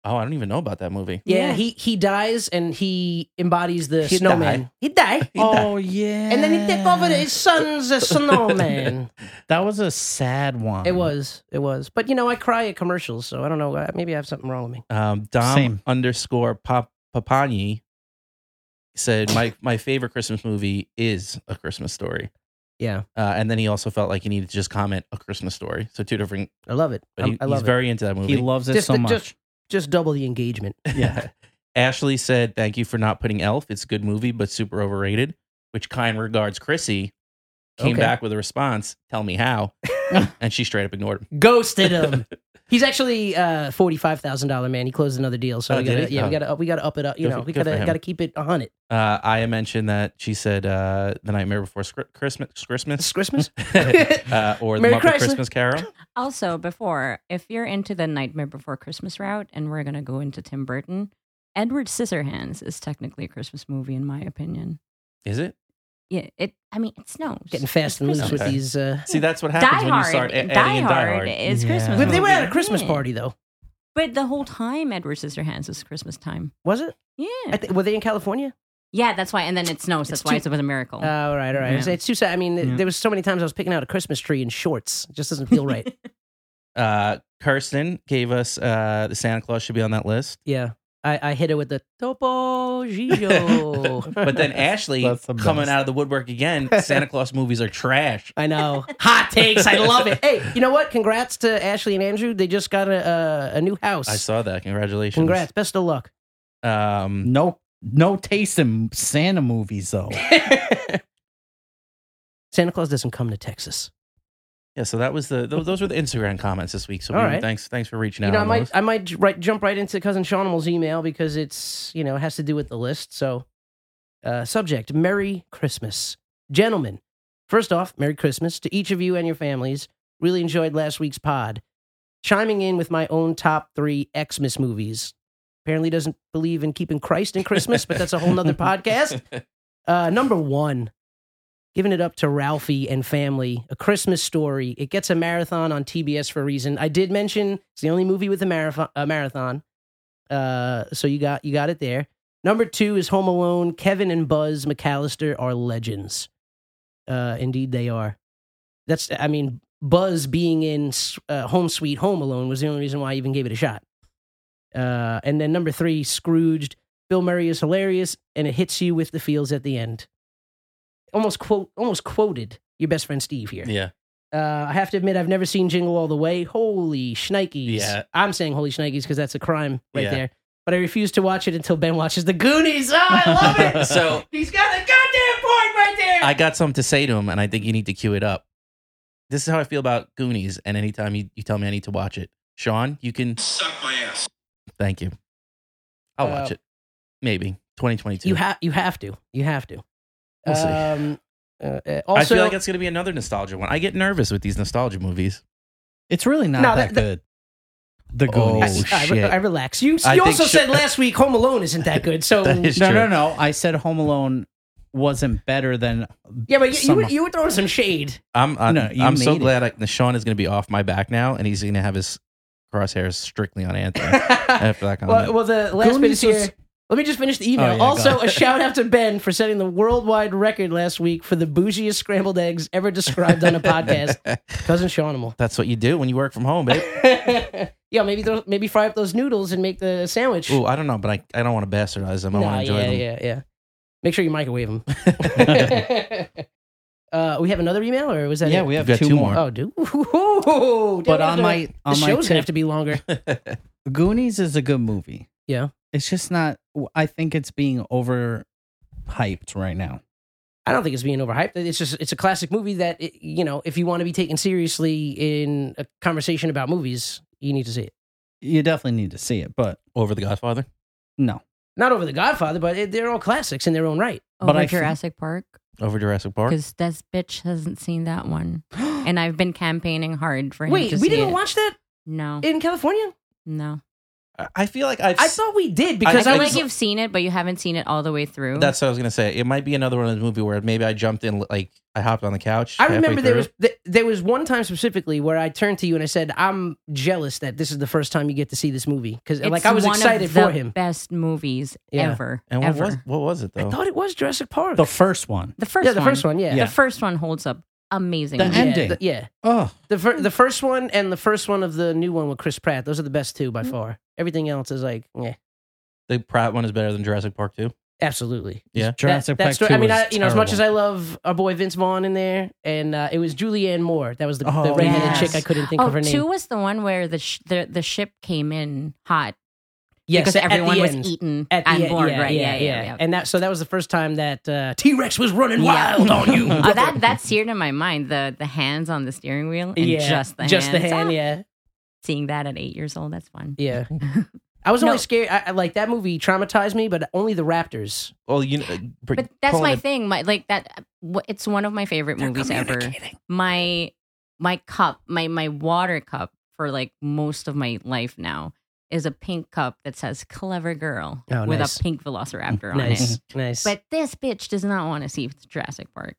Speaker 5: Oh, I don't even know about that movie.
Speaker 4: Yeah,
Speaker 6: Yeah.
Speaker 4: he he dies and he embodies the
Speaker 5: He
Speaker 4: snowman.
Speaker 5: die.
Speaker 4: He die.
Speaker 6: Oh yeah,
Speaker 4: And then he take over his son's a snowman.
Speaker 6: That was a sad one.
Speaker 4: it was, it was. But you know, I cry at commercials, so I don't know. uh, Maybe I have something wrong with me.
Speaker 5: Um, Dom
Speaker 6: Same.
Speaker 5: underscore Pap- Papani said my my favorite Christmas movie is A Christmas Story.
Speaker 4: Yeah,
Speaker 5: Uh, and then he also felt like he needed to just comment a Christmas story. So two different,
Speaker 4: I love it.
Speaker 5: but
Speaker 4: I'm-
Speaker 5: he,
Speaker 4: I
Speaker 5: he's
Speaker 4: love it.
Speaker 5: very into that movie.
Speaker 6: He
Speaker 5: <laughs>
Speaker 6: loves it
Speaker 4: Just
Speaker 6: so
Speaker 4: the-
Speaker 6: much.
Speaker 4: just- Just double the engagement.
Speaker 5: yeah. Ashley said, "Thank you for not putting Elf. It's a good movie, but super overrated." Which kind regards Chrissy came
Speaker 4: Okay.
Speaker 5: back with a response, "Tell me how," and she straight up ignored him.
Speaker 4: Ghosted him. <laughs> He's actually uh, forty five thousand dollar man. He closed another deal, so
Speaker 5: Oh,
Speaker 4: we
Speaker 5: did
Speaker 4: gotta,
Speaker 5: he?
Speaker 4: yeah,
Speaker 5: Oh.
Speaker 4: we gotta up, we gotta up it up. You
Speaker 5: Good
Speaker 4: know,
Speaker 5: for-
Speaker 4: we
Speaker 5: good for
Speaker 4: gotta
Speaker 5: him.
Speaker 4: gotta keep it hundred.
Speaker 5: <laughs> Uh, Aya mentioned that she said uh, the nightmare before Scr- Christmas, Christmas, <laughs>
Speaker 4: It's Christmas.
Speaker 5: uh, or the
Speaker 4: Merry
Speaker 5: Muppet
Speaker 4: Chrysler.
Speaker 5: Christmas Carol.
Speaker 7: Also, before, if you're into the Nightmare Before Christmas route, and we're going to go into Tim Burton, Edward Scissorhands is technically a Christmas movie, in my opinion.
Speaker 5: Is it?
Speaker 7: Yeah, it. I mean, it snows.
Speaker 4: Getting fast
Speaker 7: It's
Speaker 4: and loose
Speaker 7: Christmas.
Speaker 4: with
Speaker 5: Okay.
Speaker 4: these. Uh...
Speaker 5: See, that's what
Speaker 7: Die
Speaker 5: happens when you
Speaker 7: Hard.
Speaker 5: start a- adding
Speaker 7: Die,
Speaker 5: in Die
Speaker 7: Hard
Speaker 5: Hard.
Speaker 7: is
Speaker 6: Yeah.
Speaker 7: Christmas.
Speaker 4: But they were at a
Speaker 5: Oh.
Speaker 7: movie.
Speaker 4: Christmas
Speaker 7: Yeah.
Speaker 4: party though,
Speaker 7: But the whole time, Edward Scissorhands was Christmas time.
Speaker 4: was it?
Speaker 7: Yeah.
Speaker 4: I thi- were they in California?
Speaker 7: yeah, that's why. And then it snows. That's
Speaker 4: It's
Speaker 7: why
Speaker 4: too-
Speaker 7: it's, Uh, it was a miracle.
Speaker 4: Oh, all right, all right.
Speaker 7: Yeah.
Speaker 4: It's, it's too sad. I mean, th-
Speaker 6: Yeah.
Speaker 4: there was so many times I was picking out a Christmas tree in shorts. It just doesn't feel
Speaker 5: <laughs>
Speaker 4: right.
Speaker 5: Uh, Kirsten gave us uh, the Santa Claus should be on that list.
Speaker 4: yeah, I, I hit it with the Topo <laughs> Gigio.
Speaker 5: But then Ashley
Speaker 6: That's the
Speaker 5: coming
Speaker 6: best.
Speaker 5: out of the
Speaker 4: <laughs>
Speaker 5: woodwork again. Santa Claus movies are trash.
Speaker 4: I know. Hot takes. I love it. Hey, you know what? Congrats to Ashley and Andrew. They just got a uh, a new house.
Speaker 5: I saw that. Congratulations.
Speaker 4: Congrats. Best of luck.
Speaker 5: Um,
Speaker 6: No, no taste in Santa movies though.
Speaker 4: Santa Claus doesn't come to Texas.
Speaker 5: yeah. So that was the those, those were the Instagram comments this week. So we,
Speaker 4: All right.
Speaker 5: thanks thanks for reaching
Speaker 4: you
Speaker 5: out.
Speaker 4: know, I
Speaker 5: on
Speaker 4: might
Speaker 5: those.
Speaker 4: I might j- right jump right into cousin Seanimal's email because it's you know it has to do with the list. So, uh, subject: Merry Christmas, gentlemen. First off, Merry Christmas to each of you and your families. Really enjoyed last week's pod. Chiming in with my own top three Xmas movies. Apparently doesn't believe in keeping Christ in Christmas, but that's a whole nother podcast. Uh, number one, giving it up to Ralphie and family. A Christmas Story. It gets a marathon on TBS for a reason. I did mention it's the only movie with a marathon. A marathon. Uh, so you got you got it there. Number two is Home Alone. Kevin and Buzz McAllister are legends. Uh, indeed, they are. That's I mean Buzz being in uh, Home Sweet Home Alone was the only reason why I even gave it a shot. Uh, and then number three, Scrooged. Bill Murray is hilarious, and it hits you with the feels at the end. Almost quote, almost quoted your best friend Steve here.
Speaker 5: yeah.
Speaker 4: Uh, I have to admit, I've never seen Jingle All the Way. Holy shnikes!
Speaker 5: Yeah.
Speaker 4: I'm saying holy shnikes because that's a crime right
Speaker 5: Yeah.
Speaker 4: there. But I refuse to watch it until Ben watches The Goonies. Oh, I love it.
Speaker 5: <laughs> So
Speaker 4: He's got a goddamn point right there.
Speaker 5: I got something to say to him, and I think you need to cue it up. This is how I feel about Goonies, and anytime you, you tell me I need to watch it, Sean, you can
Speaker 3: Suck my ass.
Speaker 5: thank you. I'll watch
Speaker 4: Uh,
Speaker 5: it. Maybe 2022.
Speaker 4: you have you have to you have to.
Speaker 5: We'll see.
Speaker 4: um, uh, uh,
Speaker 5: I
Speaker 4: also,
Speaker 5: feel like it's going to be another nostalgia one. I get nervous with these nostalgia movies.
Speaker 6: It's really not
Speaker 4: No,
Speaker 6: that,
Speaker 4: that- that-
Speaker 6: good. The
Speaker 5: Oh,
Speaker 6: Goonies.
Speaker 4: I, I,
Speaker 5: shit.
Speaker 4: I relax. You,
Speaker 5: I
Speaker 4: you
Speaker 5: think
Speaker 4: also
Speaker 5: sh-
Speaker 4: said last week Home Alone isn't that good. So
Speaker 5: <laughs> That is
Speaker 6: no,
Speaker 5: true.
Speaker 6: no, no. I said Home Alone wasn't better than
Speaker 4: yeah, but you, you, were-
Speaker 6: Some-
Speaker 4: you were throwing some shade.
Speaker 5: I'm I'm,
Speaker 6: No, you
Speaker 5: I'm so
Speaker 6: made it.
Speaker 5: glad I, Sean is going to be off my back now, and he's going to have his crosshairs strictly
Speaker 4: <laughs>
Speaker 5: on Anthony after that
Speaker 4: well,
Speaker 5: comment.
Speaker 4: well, the last bit is
Speaker 6: Goonies
Speaker 4: here.
Speaker 6: was-
Speaker 4: Let me just finish the email.
Speaker 6: Oh, yeah, go
Speaker 4: also,
Speaker 6: on.
Speaker 4: a shout out to Ben for setting the worldwide record last week for the bougiest scrambled eggs ever described on a
Speaker 6: <laughs>
Speaker 4: podcast. Cousin Seanimal.
Speaker 5: That's what you do when you work from home,
Speaker 4: <laughs>
Speaker 5: babe.
Speaker 4: yeah, maybe throw, maybe fry up those noodles and make the sandwich.
Speaker 5: Ooh, I don't know, but I, I don't want to bastardize them. I
Speaker 4: Nah,
Speaker 5: want to enjoy
Speaker 4: yeah,
Speaker 5: them.
Speaker 4: yeah, yeah. Make sure you microwave
Speaker 6: <laughs>
Speaker 4: them. uh, we have another email, or was that
Speaker 6: yeah.
Speaker 4: it?
Speaker 6: We have
Speaker 5: got
Speaker 6: two,
Speaker 5: two
Speaker 6: more.
Speaker 5: more.
Speaker 4: Oh, do. <laughs> Ooh,
Speaker 6: But
Speaker 4: damn,
Speaker 6: on my
Speaker 4: the
Speaker 6: on
Speaker 4: show's
Speaker 6: my
Speaker 4: gonna
Speaker 6: tip,
Speaker 4: have to be longer.
Speaker 6: Goonies is a good movie.
Speaker 4: Yeah.
Speaker 6: It's just not. I think it's being overhyped right now.
Speaker 4: I don't think it's being overhyped. It's just it's a classic movie that it, you know if you want to be taken seriously in a conversation about movies, you need to see it.
Speaker 6: You definitely need to see it, but
Speaker 5: Over the Godfather.
Speaker 6: no.
Speaker 4: Not over The Godfather, but it, they're all classics in their own right.
Speaker 7: Over
Speaker 6: but I feel-
Speaker 7: Jurassic Park,
Speaker 5: Over Jurassic Park.
Speaker 7: because this bitch hasn't seen that one, <gasps> and I've been campaigning
Speaker 4: <gasps>
Speaker 7: hard for him
Speaker 4: Wait,
Speaker 7: to
Speaker 4: we
Speaker 7: see
Speaker 4: didn't
Speaker 7: it.
Speaker 4: watch that
Speaker 7: No,
Speaker 4: in California?
Speaker 7: no.
Speaker 5: I- I feel like I've.
Speaker 4: I
Speaker 5: s-
Speaker 4: thought we did because
Speaker 7: I
Speaker 4: I,
Speaker 7: feel
Speaker 5: think
Speaker 4: was.
Speaker 7: like
Speaker 5: so.
Speaker 7: you've seen it, but you haven't seen it all the way through.
Speaker 5: that's what I was gonna say. It might be another one of those movie where maybe I jumped in, like I hopped on the couch.
Speaker 4: I
Speaker 5: halfway
Speaker 4: remember there
Speaker 5: through.
Speaker 4: was th- there was one time specifically where I turned to you and I said, "I'm jealous that this is the first time you get to see this movie because
Speaker 7: It's
Speaker 4: like I was
Speaker 7: one of
Speaker 4: excited
Speaker 7: the
Speaker 4: for him.
Speaker 7: Best movies
Speaker 4: Yeah.
Speaker 7: ever,
Speaker 5: And what
Speaker 7: ever.
Speaker 5: was what was it
Speaker 4: I
Speaker 5: though?
Speaker 4: thought it was Jurassic Park.
Speaker 6: The first one.
Speaker 7: the first
Speaker 4: yeah, the
Speaker 7: one.
Speaker 4: first one. Yeah,
Speaker 6: Yeah.
Speaker 7: The first one holds up amazing.
Speaker 6: The
Speaker 4: yeah,
Speaker 6: ending.
Speaker 4: the- yeah.
Speaker 6: Oh,
Speaker 4: The fir-
Speaker 7: Hmm.
Speaker 4: the first one and the first one of the new one with Chris Pratt. Those are the best two by
Speaker 7: Hmm.
Speaker 4: far. Everything else is like, yeah,
Speaker 5: the Pratt one is better than Jurassic Park two.
Speaker 4: absolutely.
Speaker 5: Yeah.
Speaker 4: That-
Speaker 6: Jurassic
Speaker 4: that
Speaker 6: Park.
Speaker 4: story-
Speaker 6: 2
Speaker 4: I mean,
Speaker 6: was
Speaker 4: I, you know, as much as
Speaker 6: terrible.
Speaker 4: I love our boy Vince Vaughn in there, and uh, it was Julianne Moore. That was the, the
Speaker 6: Oh,
Speaker 4: redheaded
Speaker 7: yes.
Speaker 4: chick. I couldn't think
Speaker 7: oh,
Speaker 4: of her name.
Speaker 7: two was the one where the sh- the the ship came in hot
Speaker 4: yes,
Speaker 7: because
Speaker 4: at the
Speaker 7: everyone was
Speaker 4: end.
Speaker 7: eaten
Speaker 4: At the
Speaker 7: on
Speaker 4: end,
Speaker 7: board,
Speaker 4: yeah,
Speaker 7: right?
Speaker 4: Yeah yeah, And that so that was the first time that uh, T Rex was running
Speaker 7: Yeah.
Speaker 4: wild on you.
Speaker 7: <laughs> Oh, that that seared in my mind the the hands on the steering wheel
Speaker 4: <laughs>
Speaker 7: and
Speaker 4: yeah,
Speaker 7: just the
Speaker 4: just the
Speaker 7: hands.
Speaker 4: hand.
Speaker 7: Ah.
Speaker 4: Yeah,
Speaker 7: seeing that at eight years old. That's fun.
Speaker 4: Yeah.
Speaker 7: <laughs>
Speaker 4: I was only
Speaker 7: No.
Speaker 4: scared. I, I- like that movie traumatized me, but only the Raptors.
Speaker 5: Well, you know, uh, br-
Speaker 7: But that's
Speaker 5: pulling
Speaker 7: my
Speaker 5: it-
Speaker 7: thing. My like that. wh- It's one of my favorite movies ever. My my cup, my my water cup for like most of my life now is a pink cup that says "clever girl"
Speaker 4: Oh,
Speaker 7: with
Speaker 4: nice.
Speaker 7: a pink Velociraptor on it.
Speaker 4: Nice, nice.
Speaker 7: But this bitch does not want to see Jurassic Park.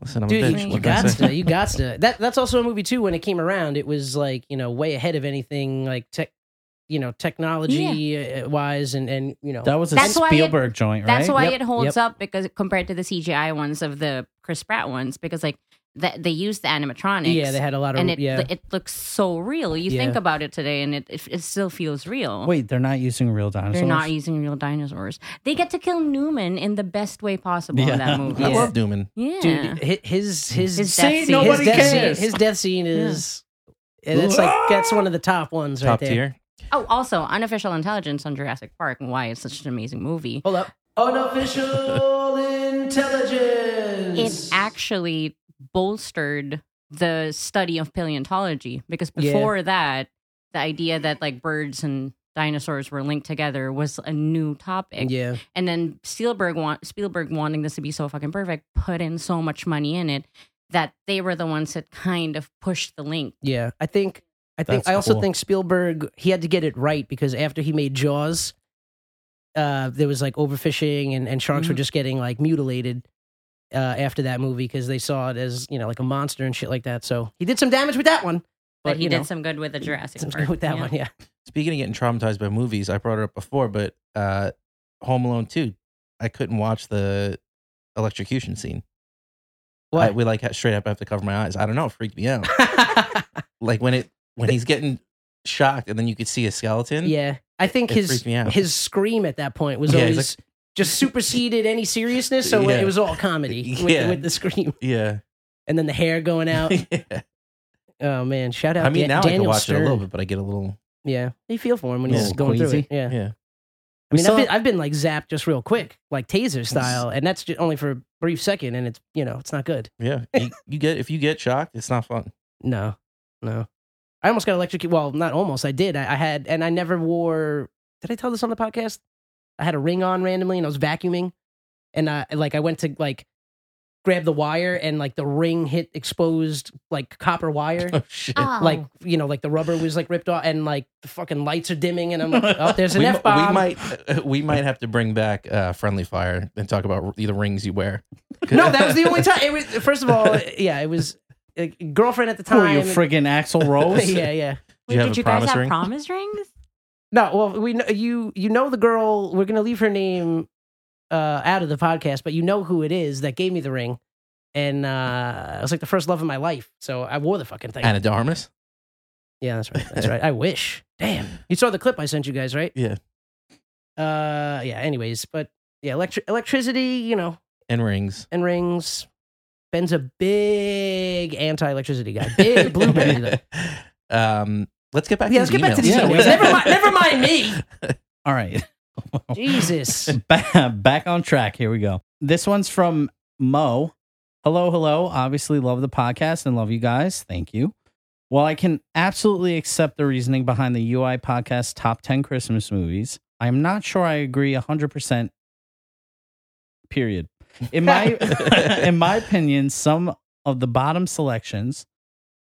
Speaker 5: Listen, I'm a
Speaker 4: Dude,
Speaker 5: bitch.
Speaker 4: you,
Speaker 5: What
Speaker 4: you
Speaker 5: can I
Speaker 4: got
Speaker 5: say?
Speaker 4: to, you got to. That that's also a movie too. When it came around, it was like you know way ahead of anything like tech, you know technology uh wise, and and you know
Speaker 6: That was a
Speaker 7: That's why it-
Speaker 6: Spielberg joint, right?
Speaker 7: That's why
Speaker 4: Yep,
Speaker 7: it holds up because compared to the CGI ones of the Chris Pratt ones, because like that they use the animatronics.
Speaker 4: yeah, they had a lot of
Speaker 7: and it
Speaker 4: yeah.
Speaker 7: it looks so real. You
Speaker 4: Yeah.
Speaker 7: think about it today, and it it, it still feels real.
Speaker 6: Wait, they're not using real dinosaurs.
Speaker 7: They're not using real dinosaurs. They get to kill Newman in the best way possible
Speaker 6: Yeah.
Speaker 7: in
Speaker 5: <laughs>
Speaker 7: that movie.
Speaker 5: I
Speaker 4: <laughs> Yeah.
Speaker 5: love Newman.
Speaker 7: Yeah.
Speaker 4: Dude, hi- his his
Speaker 7: His
Speaker 4: his
Speaker 7: death
Speaker 4: death,
Speaker 7: See,
Speaker 4: scene,
Speaker 7: scene. nobody cares.
Speaker 4: his death scene is and that's like that's one of the top ones right
Speaker 5: Top
Speaker 4: there.
Speaker 5: tier.
Speaker 7: Oh, also, Unofficial Intelligence on Jurassic Park and why it's such an amazing movie.
Speaker 4: Hold
Speaker 7: <laughs>
Speaker 4: up, unofficial intelligence.
Speaker 7: It actually bolstered the study of paleontology because before that, the idea that like birds and dinosaurs were linked together was a new topic.
Speaker 4: yeah,
Speaker 7: and then Spielberg want Spielberg wanting this to be so fucking perfect put in so much money in it that they were the ones that kind of pushed the link.
Speaker 4: yeah. I think I think
Speaker 6: That's
Speaker 4: I also
Speaker 6: cool.
Speaker 4: think Spielberg he had to get it right because after he made Jaws, uh, there was like overfishing and and sharks were
Speaker 5: Mm-hmm.
Speaker 4: just getting like mutilated. Uh, after that movie, because they saw it as you know like a monster and shit like that, so he did some damage with that one.
Speaker 7: But,
Speaker 4: But,
Speaker 7: he
Speaker 4: you
Speaker 7: did
Speaker 4: know,
Speaker 7: some good with the Jurassic
Speaker 4: some
Speaker 7: Park.
Speaker 4: with that
Speaker 7: yeah.
Speaker 4: one, yeah.
Speaker 5: Speaking of getting traumatized by movies, I brought it up before, but uh, Home Alone 2, I couldn't watch the electrocution scene. I, we like had- straight up have to cover my eyes. I don't know, it freaked
Speaker 4: <laughs>
Speaker 5: me out. like when it when he's getting shocked and then you could see a skeleton.
Speaker 4: Yeah, I think
Speaker 5: It
Speaker 4: his
Speaker 5: freaked me out.
Speaker 4: his scream at that point was
Speaker 5: <laughs> Yeah, he's
Speaker 4: always just superseded any seriousness. So
Speaker 5: Yeah.
Speaker 4: it was all comedy with,
Speaker 5: Yeah.
Speaker 4: with the scream
Speaker 5: Yeah.
Speaker 4: and then the hair going out.
Speaker 5: <laughs> Yeah.
Speaker 4: oh man, shout out!
Speaker 5: I
Speaker 4: Dan-
Speaker 5: mean, now I
Speaker 4: Daniel
Speaker 5: can watch
Speaker 4: Stern.
Speaker 5: it a little bit, but I get a little.
Speaker 4: Yeah, you feel for him when
Speaker 5: A
Speaker 4: he's
Speaker 5: little
Speaker 4: going through
Speaker 6: queasy.
Speaker 4: it. Yeah,
Speaker 5: Yeah.
Speaker 4: I
Speaker 6: We
Speaker 4: mean,
Speaker 6: saw-
Speaker 4: I've, been, I've been like zapped just real quick, like taser style, and that's just only for a brief second, and it's you know it's not good.
Speaker 5: Yeah. You, you get if you get shocked, it's not fun. <laughs>
Speaker 4: No, no. I almost got electrocuted. Well, not almost. I did. I, I had, and I never wore. Did I tell this on the podcast? I had a ring on randomly, and I was vacuuming, and I like I went to like grab the wire, and like the ring hit exposed like copper
Speaker 5: <laughs>
Speaker 4: wire.
Speaker 5: Oh shit.
Speaker 7: Oh.
Speaker 4: Like you know, like the rubber was like ripped off, and like the fucking lights are dimming,
Speaker 5: <laughs>
Speaker 4: and I'm like, oh, there's an
Speaker 5: we, mi-
Speaker 4: F bomb.
Speaker 5: we might we might <laughs> have to bring back uh, friendly fire and talk about the rings you wear.
Speaker 4: <laughs> No, that was the
Speaker 5: <laughs>
Speaker 6: <laughs>
Speaker 4: only time. It was first of all, yeah, it was a girlfriend at the
Speaker 6: Who
Speaker 4: time.
Speaker 6: are you, friggin' Axel
Speaker 7: <laughs>
Speaker 4: <laughs>
Speaker 6: Rose?
Speaker 4: yeah, yeah.
Speaker 5: Do
Speaker 7: Wait,
Speaker 5: you have a
Speaker 7: did you guys
Speaker 5: promise
Speaker 7: have
Speaker 5: ring?
Speaker 7: promise rings?
Speaker 4: No, well, we know you. You know the girl. We're gonna leave her name uh, out of the podcast, but you know who it is that gave me the ring, and uh, it was like the first love of my life. So I wore the fucking thing.
Speaker 5: Anadarmus.
Speaker 4: yeah, that's
Speaker 6: <laughs>
Speaker 4: right. That's right. I wish. Damn, you saw the clip I sent you guys, right?
Speaker 5: Yeah.
Speaker 4: Uh, yeah. Anyways, but yeah, electri- electricity, you know,
Speaker 5: and rings.
Speaker 4: and rings. Ben's a big anti-electricity guy.
Speaker 6: <laughs>
Speaker 4: Big blueberry though.
Speaker 5: <laughs> um, let's get back.
Speaker 4: Yeah,
Speaker 5: to
Speaker 4: let's get back to these
Speaker 6: Yeah,
Speaker 4: emails.
Speaker 6: we-
Speaker 4: Never mind. Never mind me.
Speaker 6: All right. <laughs> Oh.
Speaker 4: Jesus.
Speaker 6: back, back on track. Here we go. This one's from Mo. Hello, hello. Obviously, love the podcast and love you guys. Thank you. While I can absolutely accept the reasoning behind the UI podcast top 10 Christmas movies, I'm not sure I agree 100%. Period. In my <laughs> in my opinion, some of the bottom selections,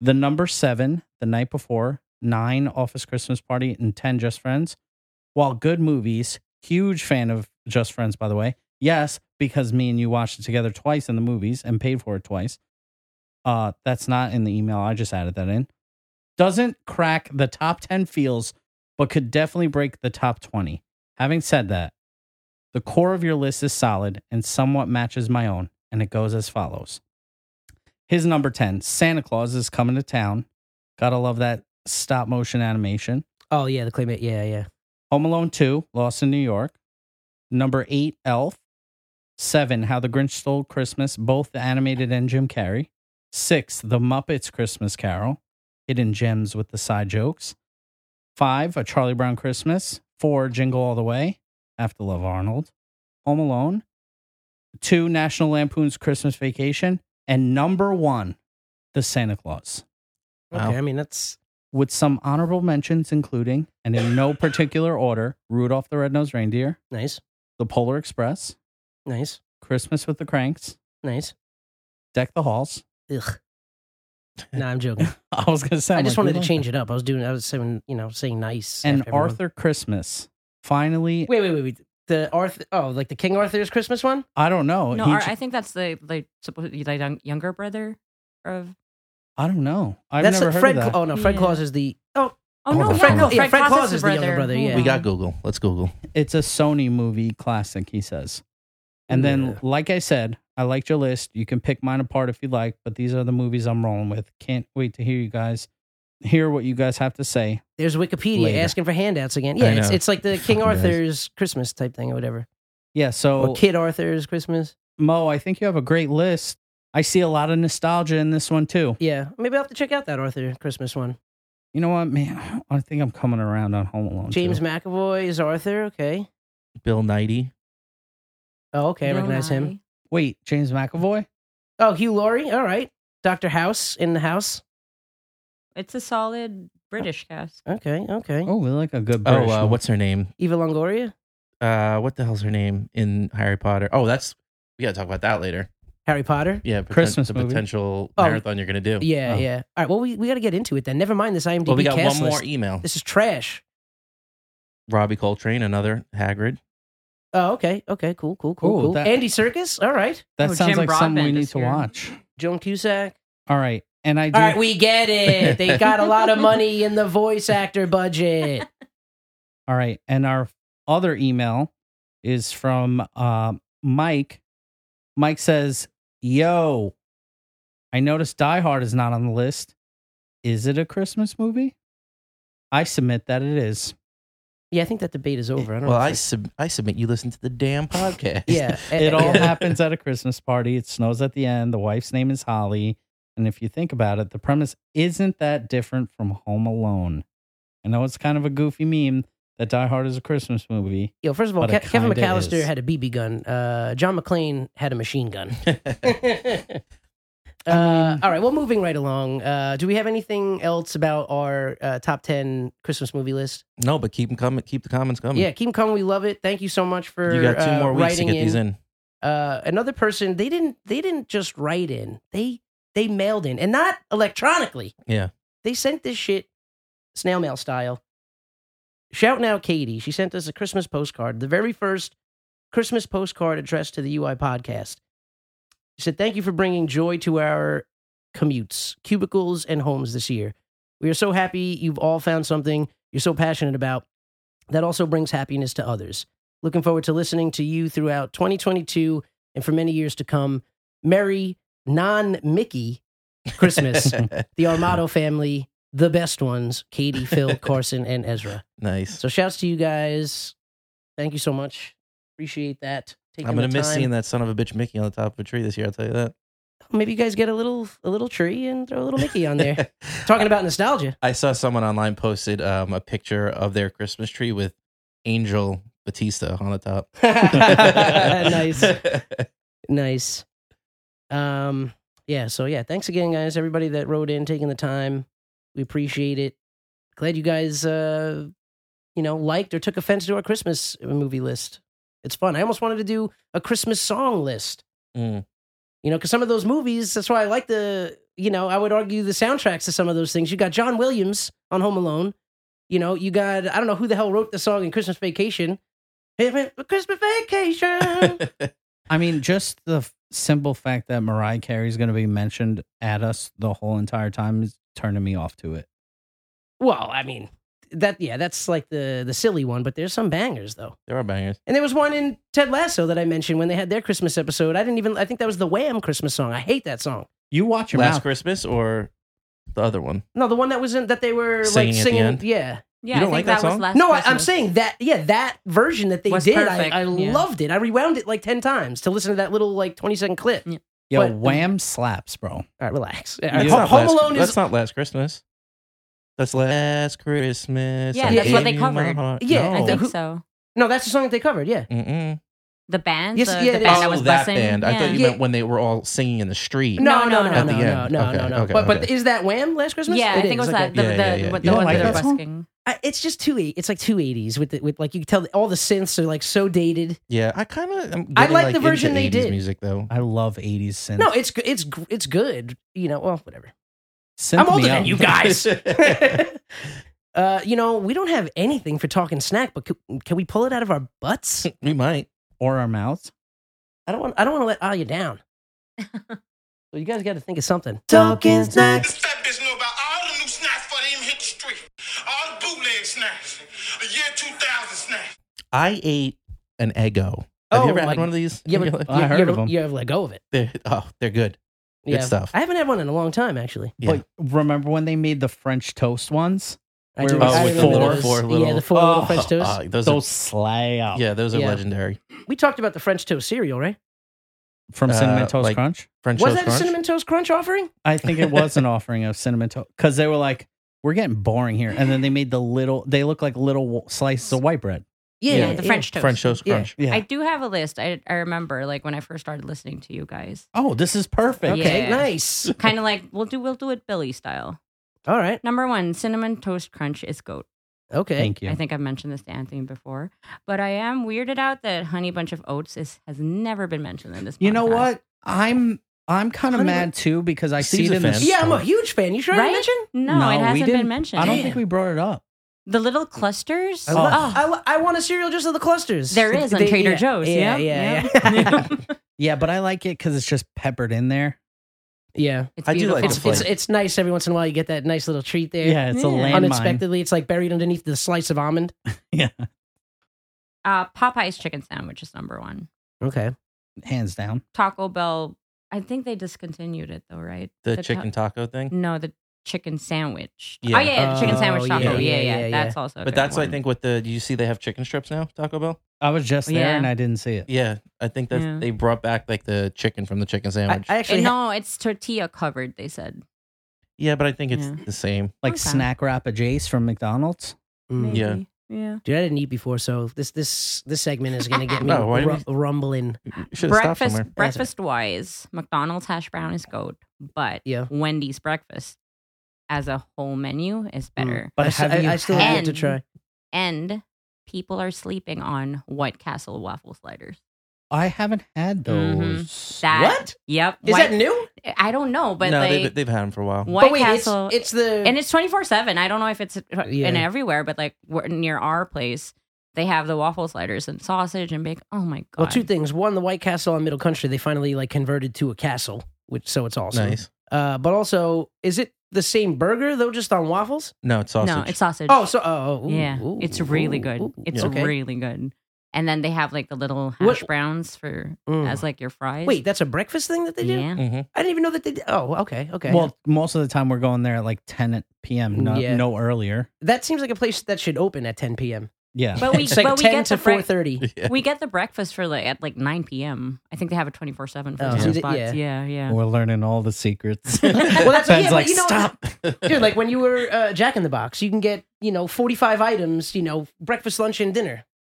Speaker 6: the number 7, The Night Before, 9 Office Christmas Party and 10 Just Friends, while good movies, huge fan of Just Friends, by the way. Yes, because me and you watched it together twice in the movies and paid for it twice. Uh, that's not in the email. I just added that in. Doesn't crack the top 10 feels, but could definitely break the top 20. Having said that, the core of your list is solid and somewhat matches my own, and it goes as follows. His number 10, Santa Claus is coming to town. Gotta love that stop motion animation.
Speaker 4: Oh yeah, the claimant. Yeah, yeah.
Speaker 6: Home Alone 2, Lost in New York. Number 8, Elf. 7, How the Grinch Stole Christmas, both the animated and Jim Carrey. 6, The Muppets Christmas Carol, hidden gems with the side jokes. 5, A Charlie Brown Christmas. 4, Jingle All the Way, have to love Arnold. Home Alone. 2, National Lampoon's Christmas Vacation. And number 1, The Santa Claus.
Speaker 4: Okay,
Speaker 5: Wow.
Speaker 4: I mean that's
Speaker 6: with some honorable mentions, including, and in no particular order, Rudolph the Red-Nosed Reindeer,
Speaker 4: Nice.
Speaker 6: The Polar Express,
Speaker 4: Nice.
Speaker 6: Christmas with the Cranks,
Speaker 4: Nice.
Speaker 6: Deck the Halls. <laughs>
Speaker 4: Ugh. No, I'm joking.
Speaker 6: I was gonna say,
Speaker 4: I
Speaker 6: I'm
Speaker 4: just
Speaker 6: like,
Speaker 4: wanted
Speaker 6: we
Speaker 4: to
Speaker 6: like
Speaker 4: change it up. I was doing. I was saying, you know, saying nice.
Speaker 6: that. And
Speaker 4: after everyone.
Speaker 6: Arthur Christmas. Finally,
Speaker 4: Wait, wait, wait, wait. The Arthur. Oh, like the King Arthur's Christmas one.
Speaker 6: I don't know.
Speaker 7: No,
Speaker 6: Oh, He
Speaker 7: Ar-
Speaker 6: j-
Speaker 7: I think that's the like supposed the young, younger brother of.
Speaker 6: I don't know. I've
Speaker 4: That's
Speaker 6: never heard
Speaker 4: Fred.
Speaker 6: of that.
Speaker 4: Cla- oh no, Fred
Speaker 7: Yeah.
Speaker 4: Claus is the. Oh,
Speaker 7: Oh
Speaker 5: Hold
Speaker 7: no,
Speaker 5: on.
Speaker 7: yeah, no,
Speaker 5: Fred-
Speaker 4: yeah, Fred Claus
Speaker 7: his
Speaker 4: is the younger brother,
Speaker 7: Hold
Speaker 4: yeah.
Speaker 5: <laughs> We
Speaker 7: on.
Speaker 5: got Google. Let's Google.
Speaker 4: oh.
Speaker 6: it's a Sony movie classic, he says. And then,
Speaker 4: Yeah.
Speaker 6: like I said, I liked your list. You can pick mine apart if you like, but these are the movies I'm rolling with. Can't wait to hear you guys hear what you guys have to say.
Speaker 4: there's Wikipedia
Speaker 6: Later.
Speaker 4: asking for handouts again.
Speaker 5: I
Speaker 4: Yeah, it's,
Speaker 5: know.
Speaker 4: it's like the King
Speaker 5: Fucking guys.
Speaker 4: Arthur's Christmas type thing or whatever,
Speaker 6: Yeah, so
Speaker 4: or Kid Arthur's Christmas.
Speaker 6: Mo, I think you have a great list. I see a lot of nostalgia in this one too.
Speaker 4: Yeah, maybe I'll have to check out that Arthur Christmas one.
Speaker 6: You know what, man? I think I'm coming around on Home Alone.
Speaker 4: James
Speaker 6: too.
Speaker 4: McAvoy is Arthur. Okay.
Speaker 5: Bill Knighty.
Speaker 4: Oh, okay. I
Speaker 7: Bill
Speaker 4: recognize him.
Speaker 7: Nye.
Speaker 6: Wait, James McAvoy?
Speaker 4: Oh, Hugh Laurie. All right. Doctor House in the house.
Speaker 7: It's a solid British cast.
Speaker 4: Okay. Okay.
Speaker 6: Oh, we like a good British.
Speaker 5: oh, uh,
Speaker 6: one.
Speaker 5: what's her name?
Speaker 4: Eva Longoria.
Speaker 5: Uh, what the hell's her name in Harry Potter? Oh, that's we gotta talk about that later.
Speaker 4: Harry Potter.
Speaker 5: Yeah, poten-
Speaker 6: Christmas
Speaker 5: the
Speaker 6: movie.
Speaker 5: potential
Speaker 4: Oh.
Speaker 5: marathon you're gonna do.
Speaker 4: Yeah.
Speaker 6: Oh.
Speaker 4: Yeah. All right. Well, we, we got to get into it then. Never mind this IMDb
Speaker 5: Well, we got
Speaker 4: cast
Speaker 5: one more
Speaker 4: list.
Speaker 5: email.
Speaker 4: This is trash.
Speaker 5: Robbie Coltrane, another Hagrid.
Speaker 4: Oh, okay. Okay. Cool. Cool. Cool.
Speaker 6: Ooh,
Speaker 4: cool.
Speaker 6: that-
Speaker 4: Andy Circus. All right.
Speaker 6: that
Speaker 7: Oh,
Speaker 6: sounds
Speaker 7: Jim
Speaker 6: like something we
Speaker 7: Broadbent
Speaker 6: need
Speaker 7: is
Speaker 6: to
Speaker 7: here.
Speaker 6: watch.
Speaker 4: Joan Cusack.
Speaker 6: All right, and I do.
Speaker 4: All right, we get it. They got a lot of money in the voice actor budget.
Speaker 6: All right. And our other email is from uh, Mike. Mike says, Yo, I noticed Die Hard is not on the list. Is it a Christmas movie? I submit that it is.
Speaker 4: Yeah, I think that debate is over. I don't
Speaker 5: well,
Speaker 4: know.
Speaker 5: I
Speaker 4: if
Speaker 5: sub- I submit you listen to the damn
Speaker 4: it-
Speaker 5: podcast. <laughs>
Speaker 4: yeah,
Speaker 6: It
Speaker 4: uh,
Speaker 6: all
Speaker 4: yeah. <laughs>
Speaker 6: happens at a Christmas party. It snows at the end. The wife's name is Holly. And if you think about it, the premise isn't that different from Home Alone. I know it's kind of a goofy meme that Die Hard is a Christmas movie.
Speaker 4: Yo, first of all,
Speaker 6: But it
Speaker 4: Ke- Kevin
Speaker 6: kinda
Speaker 4: McAllister
Speaker 6: is.
Speaker 4: had a BB gun. Uh, John McClane had a machine gun. <laughs> Uh, all right, well, moving right along. Uh, do we have anything else about our uh, top 10 Christmas movie list?
Speaker 5: no, but keep 'em coming. Keep the comments coming.
Speaker 4: yeah, keep 'em coming. We love it. Thank you so much for
Speaker 5: Um, you got two
Speaker 4: uh,
Speaker 5: more weeks to
Speaker 4: writing
Speaker 5: get these in.
Speaker 4: uh, another person they didn't they didn't just write in they they mailed in and not electronically
Speaker 5: Yeah.
Speaker 4: they sent this shit snail mail style shouting out katie she sent us a christmas postcard the very first christmas postcard addressed to the ui podcast she said thank you for bringing joy to our commutes cubicles and homes this year we are so happy you've all found something you're so passionate about that also brings happiness to others Looking forward to listening to you throughout 2022 and for many years to come. Merry non Mickey
Speaker 5: <laughs>
Speaker 4: Christmas. the Armado family, the best ones Katie,
Speaker 5: <laughs>
Speaker 4: Phil, Carson, and Ezra.
Speaker 5: nice.
Speaker 4: So shouts to you guys. Thank you so much. Appreciate that. Taking
Speaker 5: I'm gonna miss seeing
Speaker 4: that.
Speaker 5: that son of a bitch Mickey on the top of a tree this year. I'll tell you that.
Speaker 4: Maybe you guys get a little a little tree and throw a little Mickey on
Speaker 5: <laughs>
Speaker 4: there. Talking about nostalgia.
Speaker 5: I saw someone online posted um, a picture of their Christmas tree with Angel Batista on the top. <laughs>
Speaker 4: nice. Nice. Um, yeah, so yeah, thanks again, guys. Everybody that wrote in, taking the time. We appreciate it. Glad you guys uh you know, liked or took offense to our Christmas movie list. It's fun. I almost wanted to do a Christmas song list.
Speaker 5: Mm.
Speaker 4: You know, because some of those movies, that's why I like the, you know, I would argue the soundtracks to some of those things. You got John Williams on Home Alone. You know, you got, I don't know who the hell wrote the song in Christmas Vacation. Christmas Vacation.
Speaker 5: <laughs>
Speaker 6: I mean, just the f- simple fact that Mariah Carey is going to be mentioned at us the whole entire time is turning me off to it.
Speaker 4: Well, I mean that yeah, that's like the the silly one, but there's some bangers though.
Speaker 5: there are bangers.
Speaker 4: And there was one in Ted Lasso that I mentioned when they had their Christmas episode. I didn't even I think that was the Wham Christmas song. I hate that song.
Speaker 6: You watch your
Speaker 5: Last
Speaker 6: mouth.
Speaker 5: Christmas or the other one?
Speaker 4: No, the one that was in that they were
Speaker 5: Singing at
Speaker 4: like
Speaker 5: the
Speaker 4: singing.
Speaker 5: end?
Speaker 4: Yeah.
Speaker 7: Yeah,
Speaker 5: You don't
Speaker 7: I
Speaker 5: like
Speaker 7: think
Speaker 5: that
Speaker 7: that, was
Speaker 5: song?
Speaker 7: last.
Speaker 4: No, I, I'm
Speaker 7: Christmas.
Speaker 4: saying that yeah, that version that they
Speaker 7: Was
Speaker 4: did, I,
Speaker 7: perfect,
Speaker 4: I
Speaker 7: yeah.
Speaker 4: loved it. I rewound it like ten times to listen to that little like twenty second clip.
Speaker 7: Yeah.
Speaker 6: Yo,
Speaker 4: But- um,
Speaker 6: wham slaps, bro.
Speaker 4: All right, relax. All right,
Speaker 5: That's
Speaker 4: Uh, Ho-
Speaker 5: not
Speaker 4: Home
Speaker 5: last-
Speaker 4: Alone
Speaker 5: That's
Speaker 4: is
Speaker 5: not last Christmas. That's last Christmas.
Speaker 7: Yeah,
Speaker 5: I
Speaker 7: that's what they
Speaker 5: gave you my
Speaker 7: covered.
Speaker 5: heart.
Speaker 4: Yeah,
Speaker 5: No.
Speaker 7: I think
Speaker 4: Who-
Speaker 7: so.
Speaker 4: no, that's the song that they covered. Yeah,
Speaker 5: Mm-mm.
Speaker 7: The band?
Speaker 4: Yes,
Speaker 7: the,
Speaker 4: yeah,
Speaker 7: the
Speaker 4: it
Speaker 7: band
Speaker 4: is.
Speaker 7: I
Speaker 5: oh,
Speaker 7: was
Speaker 5: that
Speaker 7: bussing?
Speaker 5: band. I thought you
Speaker 7: Yeah.
Speaker 5: meant when they were all singing in the street.
Speaker 4: No, no, no, no,
Speaker 7: At
Speaker 4: no,
Speaker 7: the
Speaker 4: no,
Speaker 5: end.
Speaker 4: no,
Speaker 5: Okay,
Speaker 4: no,
Speaker 5: okay,
Speaker 4: But but
Speaker 5: okay.
Speaker 4: is that Wham? Last Christmas?
Speaker 7: Yeah, I
Speaker 4: It
Speaker 7: think it was
Speaker 4: is,
Speaker 7: that.
Speaker 4: okay.
Speaker 7: The,
Speaker 5: Yeah, yeah,
Speaker 7: the,
Speaker 5: yeah.
Speaker 7: What,
Speaker 5: You
Speaker 7: the one
Speaker 5: like
Speaker 7: that
Speaker 5: that
Speaker 7: they're
Speaker 4: song?
Speaker 7: busking.
Speaker 4: I- It's just too eight. It's like two eighties with the, with like you can tell all the synths are like so dated.
Speaker 5: Yeah, I kind of.
Speaker 4: I like the version they did.
Speaker 5: Music though.
Speaker 6: I love 80s synth.
Speaker 4: No, it's g- it's g- it's good. You know, well, whatever.
Speaker 6: Synth
Speaker 4: I'm
Speaker 6: me
Speaker 4: older than
Speaker 6: up.
Speaker 4: you guys. <laughs> uh, you know, we don't have anything for talking snack, but can, can we pull it out of our butts?
Speaker 5: <laughs> we might.
Speaker 6: <laughs> or our mouths.
Speaker 4: I don't want I don't want to let Alia
Speaker 7: <laughs>
Speaker 4: down. so you guys got to think of something. Talking snack.
Speaker 2: This fat bitch know about all the new snacks before they even hit the street. All the bootleg snacks. The year 2000 snacks.
Speaker 5: I ate an Eggo. Have
Speaker 4: Oh,
Speaker 5: <laughs> you ever
Speaker 4: my-
Speaker 5: had one of these?
Speaker 4: You ever,
Speaker 5: You're like,
Speaker 6: I
Speaker 4: you-
Speaker 6: heard
Speaker 4: you
Speaker 6: of
Speaker 4: ever-
Speaker 6: them.
Speaker 4: You ever let go of it?
Speaker 5: they're, oh, they're good. Good stuff.
Speaker 4: I haven't had one in a long time, actually.
Speaker 5: Yeah.
Speaker 6: But remember when they made the French toast ones?
Speaker 4: I
Speaker 6: Where
Speaker 4: do-
Speaker 6: it was
Speaker 4: I
Speaker 6: with
Speaker 4: remember
Speaker 6: four-
Speaker 4: those.
Speaker 5: four
Speaker 4: yeah, the
Speaker 5: little-
Speaker 4: four little
Speaker 6: Oh,
Speaker 4: French toast.
Speaker 5: Ah, those,
Speaker 6: Those slay
Speaker 5: are,
Speaker 6: out
Speaker 5: yeah, those are
Speaker 4: Yeah.
Speaker 5: legendary.
Speaker 4: we talked about the French toast cereal, right?
Speaker 6: from
Speaker 5: Uh,
Speaker 6: Cinnamon Toast
Speaker 5: like-
Speaker 6: Crunch.
Speaker 5: French
Speaker 4: Was
Speaker 5: toast
Speaker 4: that a
Speaker 5: crunch.
Speaker 4: cinnamon toast crunch offering?
Speaker 6: I think it was an <laughs> offering of Cinnamon Toast because they were like, we're getting boring here. And then they made the little, they look like little wo- slices of white bread.
Speaker 4: Yeah,
Speaker 5: Yeah,
Speaker 7: the French toast.
Speaker 5: French toast
Speaker 4: Yeah.
Speaker 5: crunch.
Speaker 6: Yeah.
Speaker 7: I do have a list. I, I remember like when I first started listening to you guys.
Speaker 6: oh, this is perfect.
Speaker 7: Yeah.
Speaker 4: Okay, nice.
Speaker 7: Kind of like we'll do we'll do it Billy style.
Speaker 4: All right.
Speaker 7: Number one, cinnamon toast crunch is goat.
Speaker 4: Okay.
Speaker 6: Thank you.
Speaker 7: I think I've mentioned this to Anthony before, but I am weirded out that honey bunch of oats is has never been mentioned in this.
Speaker 6: You know
Speaker 7: podcast.
Speaker 6: what? I'm I'm kind of
Speaker 4: Honey,
Speaker 6: mad too because I see
Speaker 5: Steve's
Speaker 6: it
Speaker 5: a
Speaker 6: in the
Speaker 5: fan.
Speaker 6: store.
Speaker 4: Yeah, I'm a huge fan. You sure I
Speaker 7: Right?
Speaker 4: didn't mention?
Speaker 7: No,
Speaker 6: No,
Speaker 7: it
Speaker 6: we
Speaker 7: hasn't
Speaker 6: didn't-
Speaker 7: been mentioned.
Speaker 6: I don't think we brought it up.
Speaker 7: the little clusters. Oh,
Speaker 4: I, love, I, lo- I want a cereal just of the clusters.
Speaker 7: There is on
Speaker 4: They-
Speaker 7: Trader
Speaker 4: yeah,
Speaker 7: Joe's,
Speaker 4: Yeah,
Speaker 7: yeah,
Speaker 4: yeah,
Speaker 7: <laughs>
Speaker 4: yeah. <laughs>
Speaker 6: Yeah, but I like it because it's just peppered in there.
Speaker 4: Yeah.
Speaker 7: It's
Speaker 5: I do like
Speaker 7: beautiful.
Speaker 5: the
Speaker 4: It's,
Speaker 5: flavor.
Speaker 4: it's it's nice every once in a while you get that nice little treat there.
Speaker 6: Yeah, it's a
Speaker 7: Yeah.
Speaker 6: landmine.
Speaker 4: Unexpectedly, it's like buried underneath the slice of almond.
Speaker 7: uh, Popeye's chicken sandwich is number one.
Speaker 4: Okay.
Speaker 6: hands down.
Speaker 7: Taco Bell. I think they discontinued it though, right?
Speaker 5: The
Speaker 7: ta- Mm,
Speaker 5: chicken taco thing.
Speaker 7: no, the chicken sandwich.
Speaker 5: Yeah.
Speaker 7: Oh yeah, the chicken
Speaker 4: Oh,
Speaker 7: sandwich taco.
Speaker 5: yeah,
Speaker 7: Yeah, yeah,
Speaker 4: yeah, yeah.
Speaker 7: that's also. a
Speaker 5: But
Speaker 7: good
Speaker 5: that's
Speaker 7: one.
Speaker 5: I think what the do you see they have chicken strips now Taco Bell.
Speaker 6: I was just there
Speaker 7: Yeah.
Speaker 6: and I didn't see it.
Speaker 5: Yeah, I think that
Speaker 7: Yeah.
Speaker 5: they brought back like the chicken from the chicken
Speaker 4: I,
Speaker 5: sandwich.
Speaker 4: I
Speaker 7: And
Speaker 4: actually ha-
Speaker 7: no, it's tortilla covered. They said.
Speaker 5: yeah, but I think it's
Speaker 7: Yeah.
Speaker 5: the same.
Speaker 6: Like
Speaker 7: Okay.
Speaker 6: snack wrap a Jace from McDonald's.
Speaker 4: Mm.
Speaker 5: Yeah.
Speaker 7: Maybe. Yeah.
Speaker 4: Dude, I didn't eat before, so this this this segment is gonna get me
Speaker 5: No, why do
Speaker 4: ru-
Speaker 5: you-
Speaker 4: rumbling.
Speaker 5: You should have stopped
Speaker 7: breakfast
Speaker 5: somewhere.
Speaker 7: breakfast wise, McDonald's hash brown is goat, but
Speaker 4: Yeah.
Speaker 7: Wendy's breakfast as a whole menu is
Speaker 4: Hmm.
Speaker 7: better.
Speaker 6: But
Speaker 4: Mm. I, s-
Speaker 6: have
Speaker 4: I-
Speaker 6: you
Speaker 4: I still
Speaker 6: had-
Speaker 4: have to try.
Speaker 7: And people are sleeping on White Castle waffle sliders.
Speaker 6: I haven't had
Speaker 7: Mhm.
Speaker 4: Mm-hmm.
Speaker 6: those.
Speaker 7: That-
Speaker 4: What?
Speaker 7: Yep.
Speaker 4: Is
Speaker 7: White-
Speaker 4: that new?
Speaker 7: I don't know, but
Speaker 5: no,
Speaker 7: like
Speaker 5: they've, they've had them for a while.
Speaker 7: White
Speaker 4: but wait,
Speaker 7: Castle
Speaker 4: it's it's the
Speaker 7: and it's 24/7. I don't know if it's in
Speaker 4: Yeah.
Speaker 7: everywhere, but like we're near our place, they have the waffle sliders and sausage and bacon. Oh my god.
Speaker 4: well, two things. One, the White Castle on Middle Country, they finally like converted to a castle, which so it's awesome.
Speaker 5: Nice.
Speaker 4: Uh, but also, is it the same burger though, just on waffles?
Speaker 5: No, it's sausage.
Speaker 7: No, it's sausage.
Speaker 4: Oh, so oh, ooh,
Speaker 7: yeah,
Speaker 4: ooh,
Speaker 7: it's really
Speaker 4: ooh,
Speaker 7: good.
Speaker 4: ooh.
Speaker 7: It's
Speaker 4: Okay.
Speaker 7: really good. And then they have like the little hash
Speaker 4: What-
Speaker 7: browns for
Speaker 4: Mm.
Speaker 7: as like your fries.
Speaker 4: Wait, that's a breakfast thing that they do?
Speaker 7: yeah.
Speaker 5: hmm
Speaker 4: I didn't even know that they did. Oh, okay, okay.
Speaker 6: Well, most of the time we're going there at like 10 at p.m. No,
Speaker 4: Yeah.
Speaker 6: no earlier.
Speaker 4: that seems like a place that should open at 10 p.m.
Speaker 6: Yeah.
Speaker 7: But we,
Speaker 4: it's like
Speaker 7: but we
Speaker 4: 10
Speaker 7: get
Speaker 4: to
Speaker 7: the
Speaker 6: <laughs>
Speaker 7: break-
Speaker 4: 4.30.
Speaker 5: Yeah.
Speaker 7: We get the breakfast for like at like 9 p.m. I think they have a 24 seven for
Speaker 4: Oh,
Speaker 7: some
Speaker 4: so they-
Speaker 7: spots.
Speaker 4: yeah.
Speaker 7: Yeah, yeah.
Speaker 6: We're learning all the secrets.
Speaker 4: <laughs>
Speaker 6: <laughs>
Speaker 4: Well, that's
Speaker 6: Ben's
Speaker 4: yeah,
Speaker 6: like,
Speaker 4: but you know,
Speaker 6: stop.
Speaker 4: Dude, like when you were uh, Jack in the Box, you can get, you know, 45 items, you know, breakfast, lunch, and dinner.
Speaker 6: <laughs>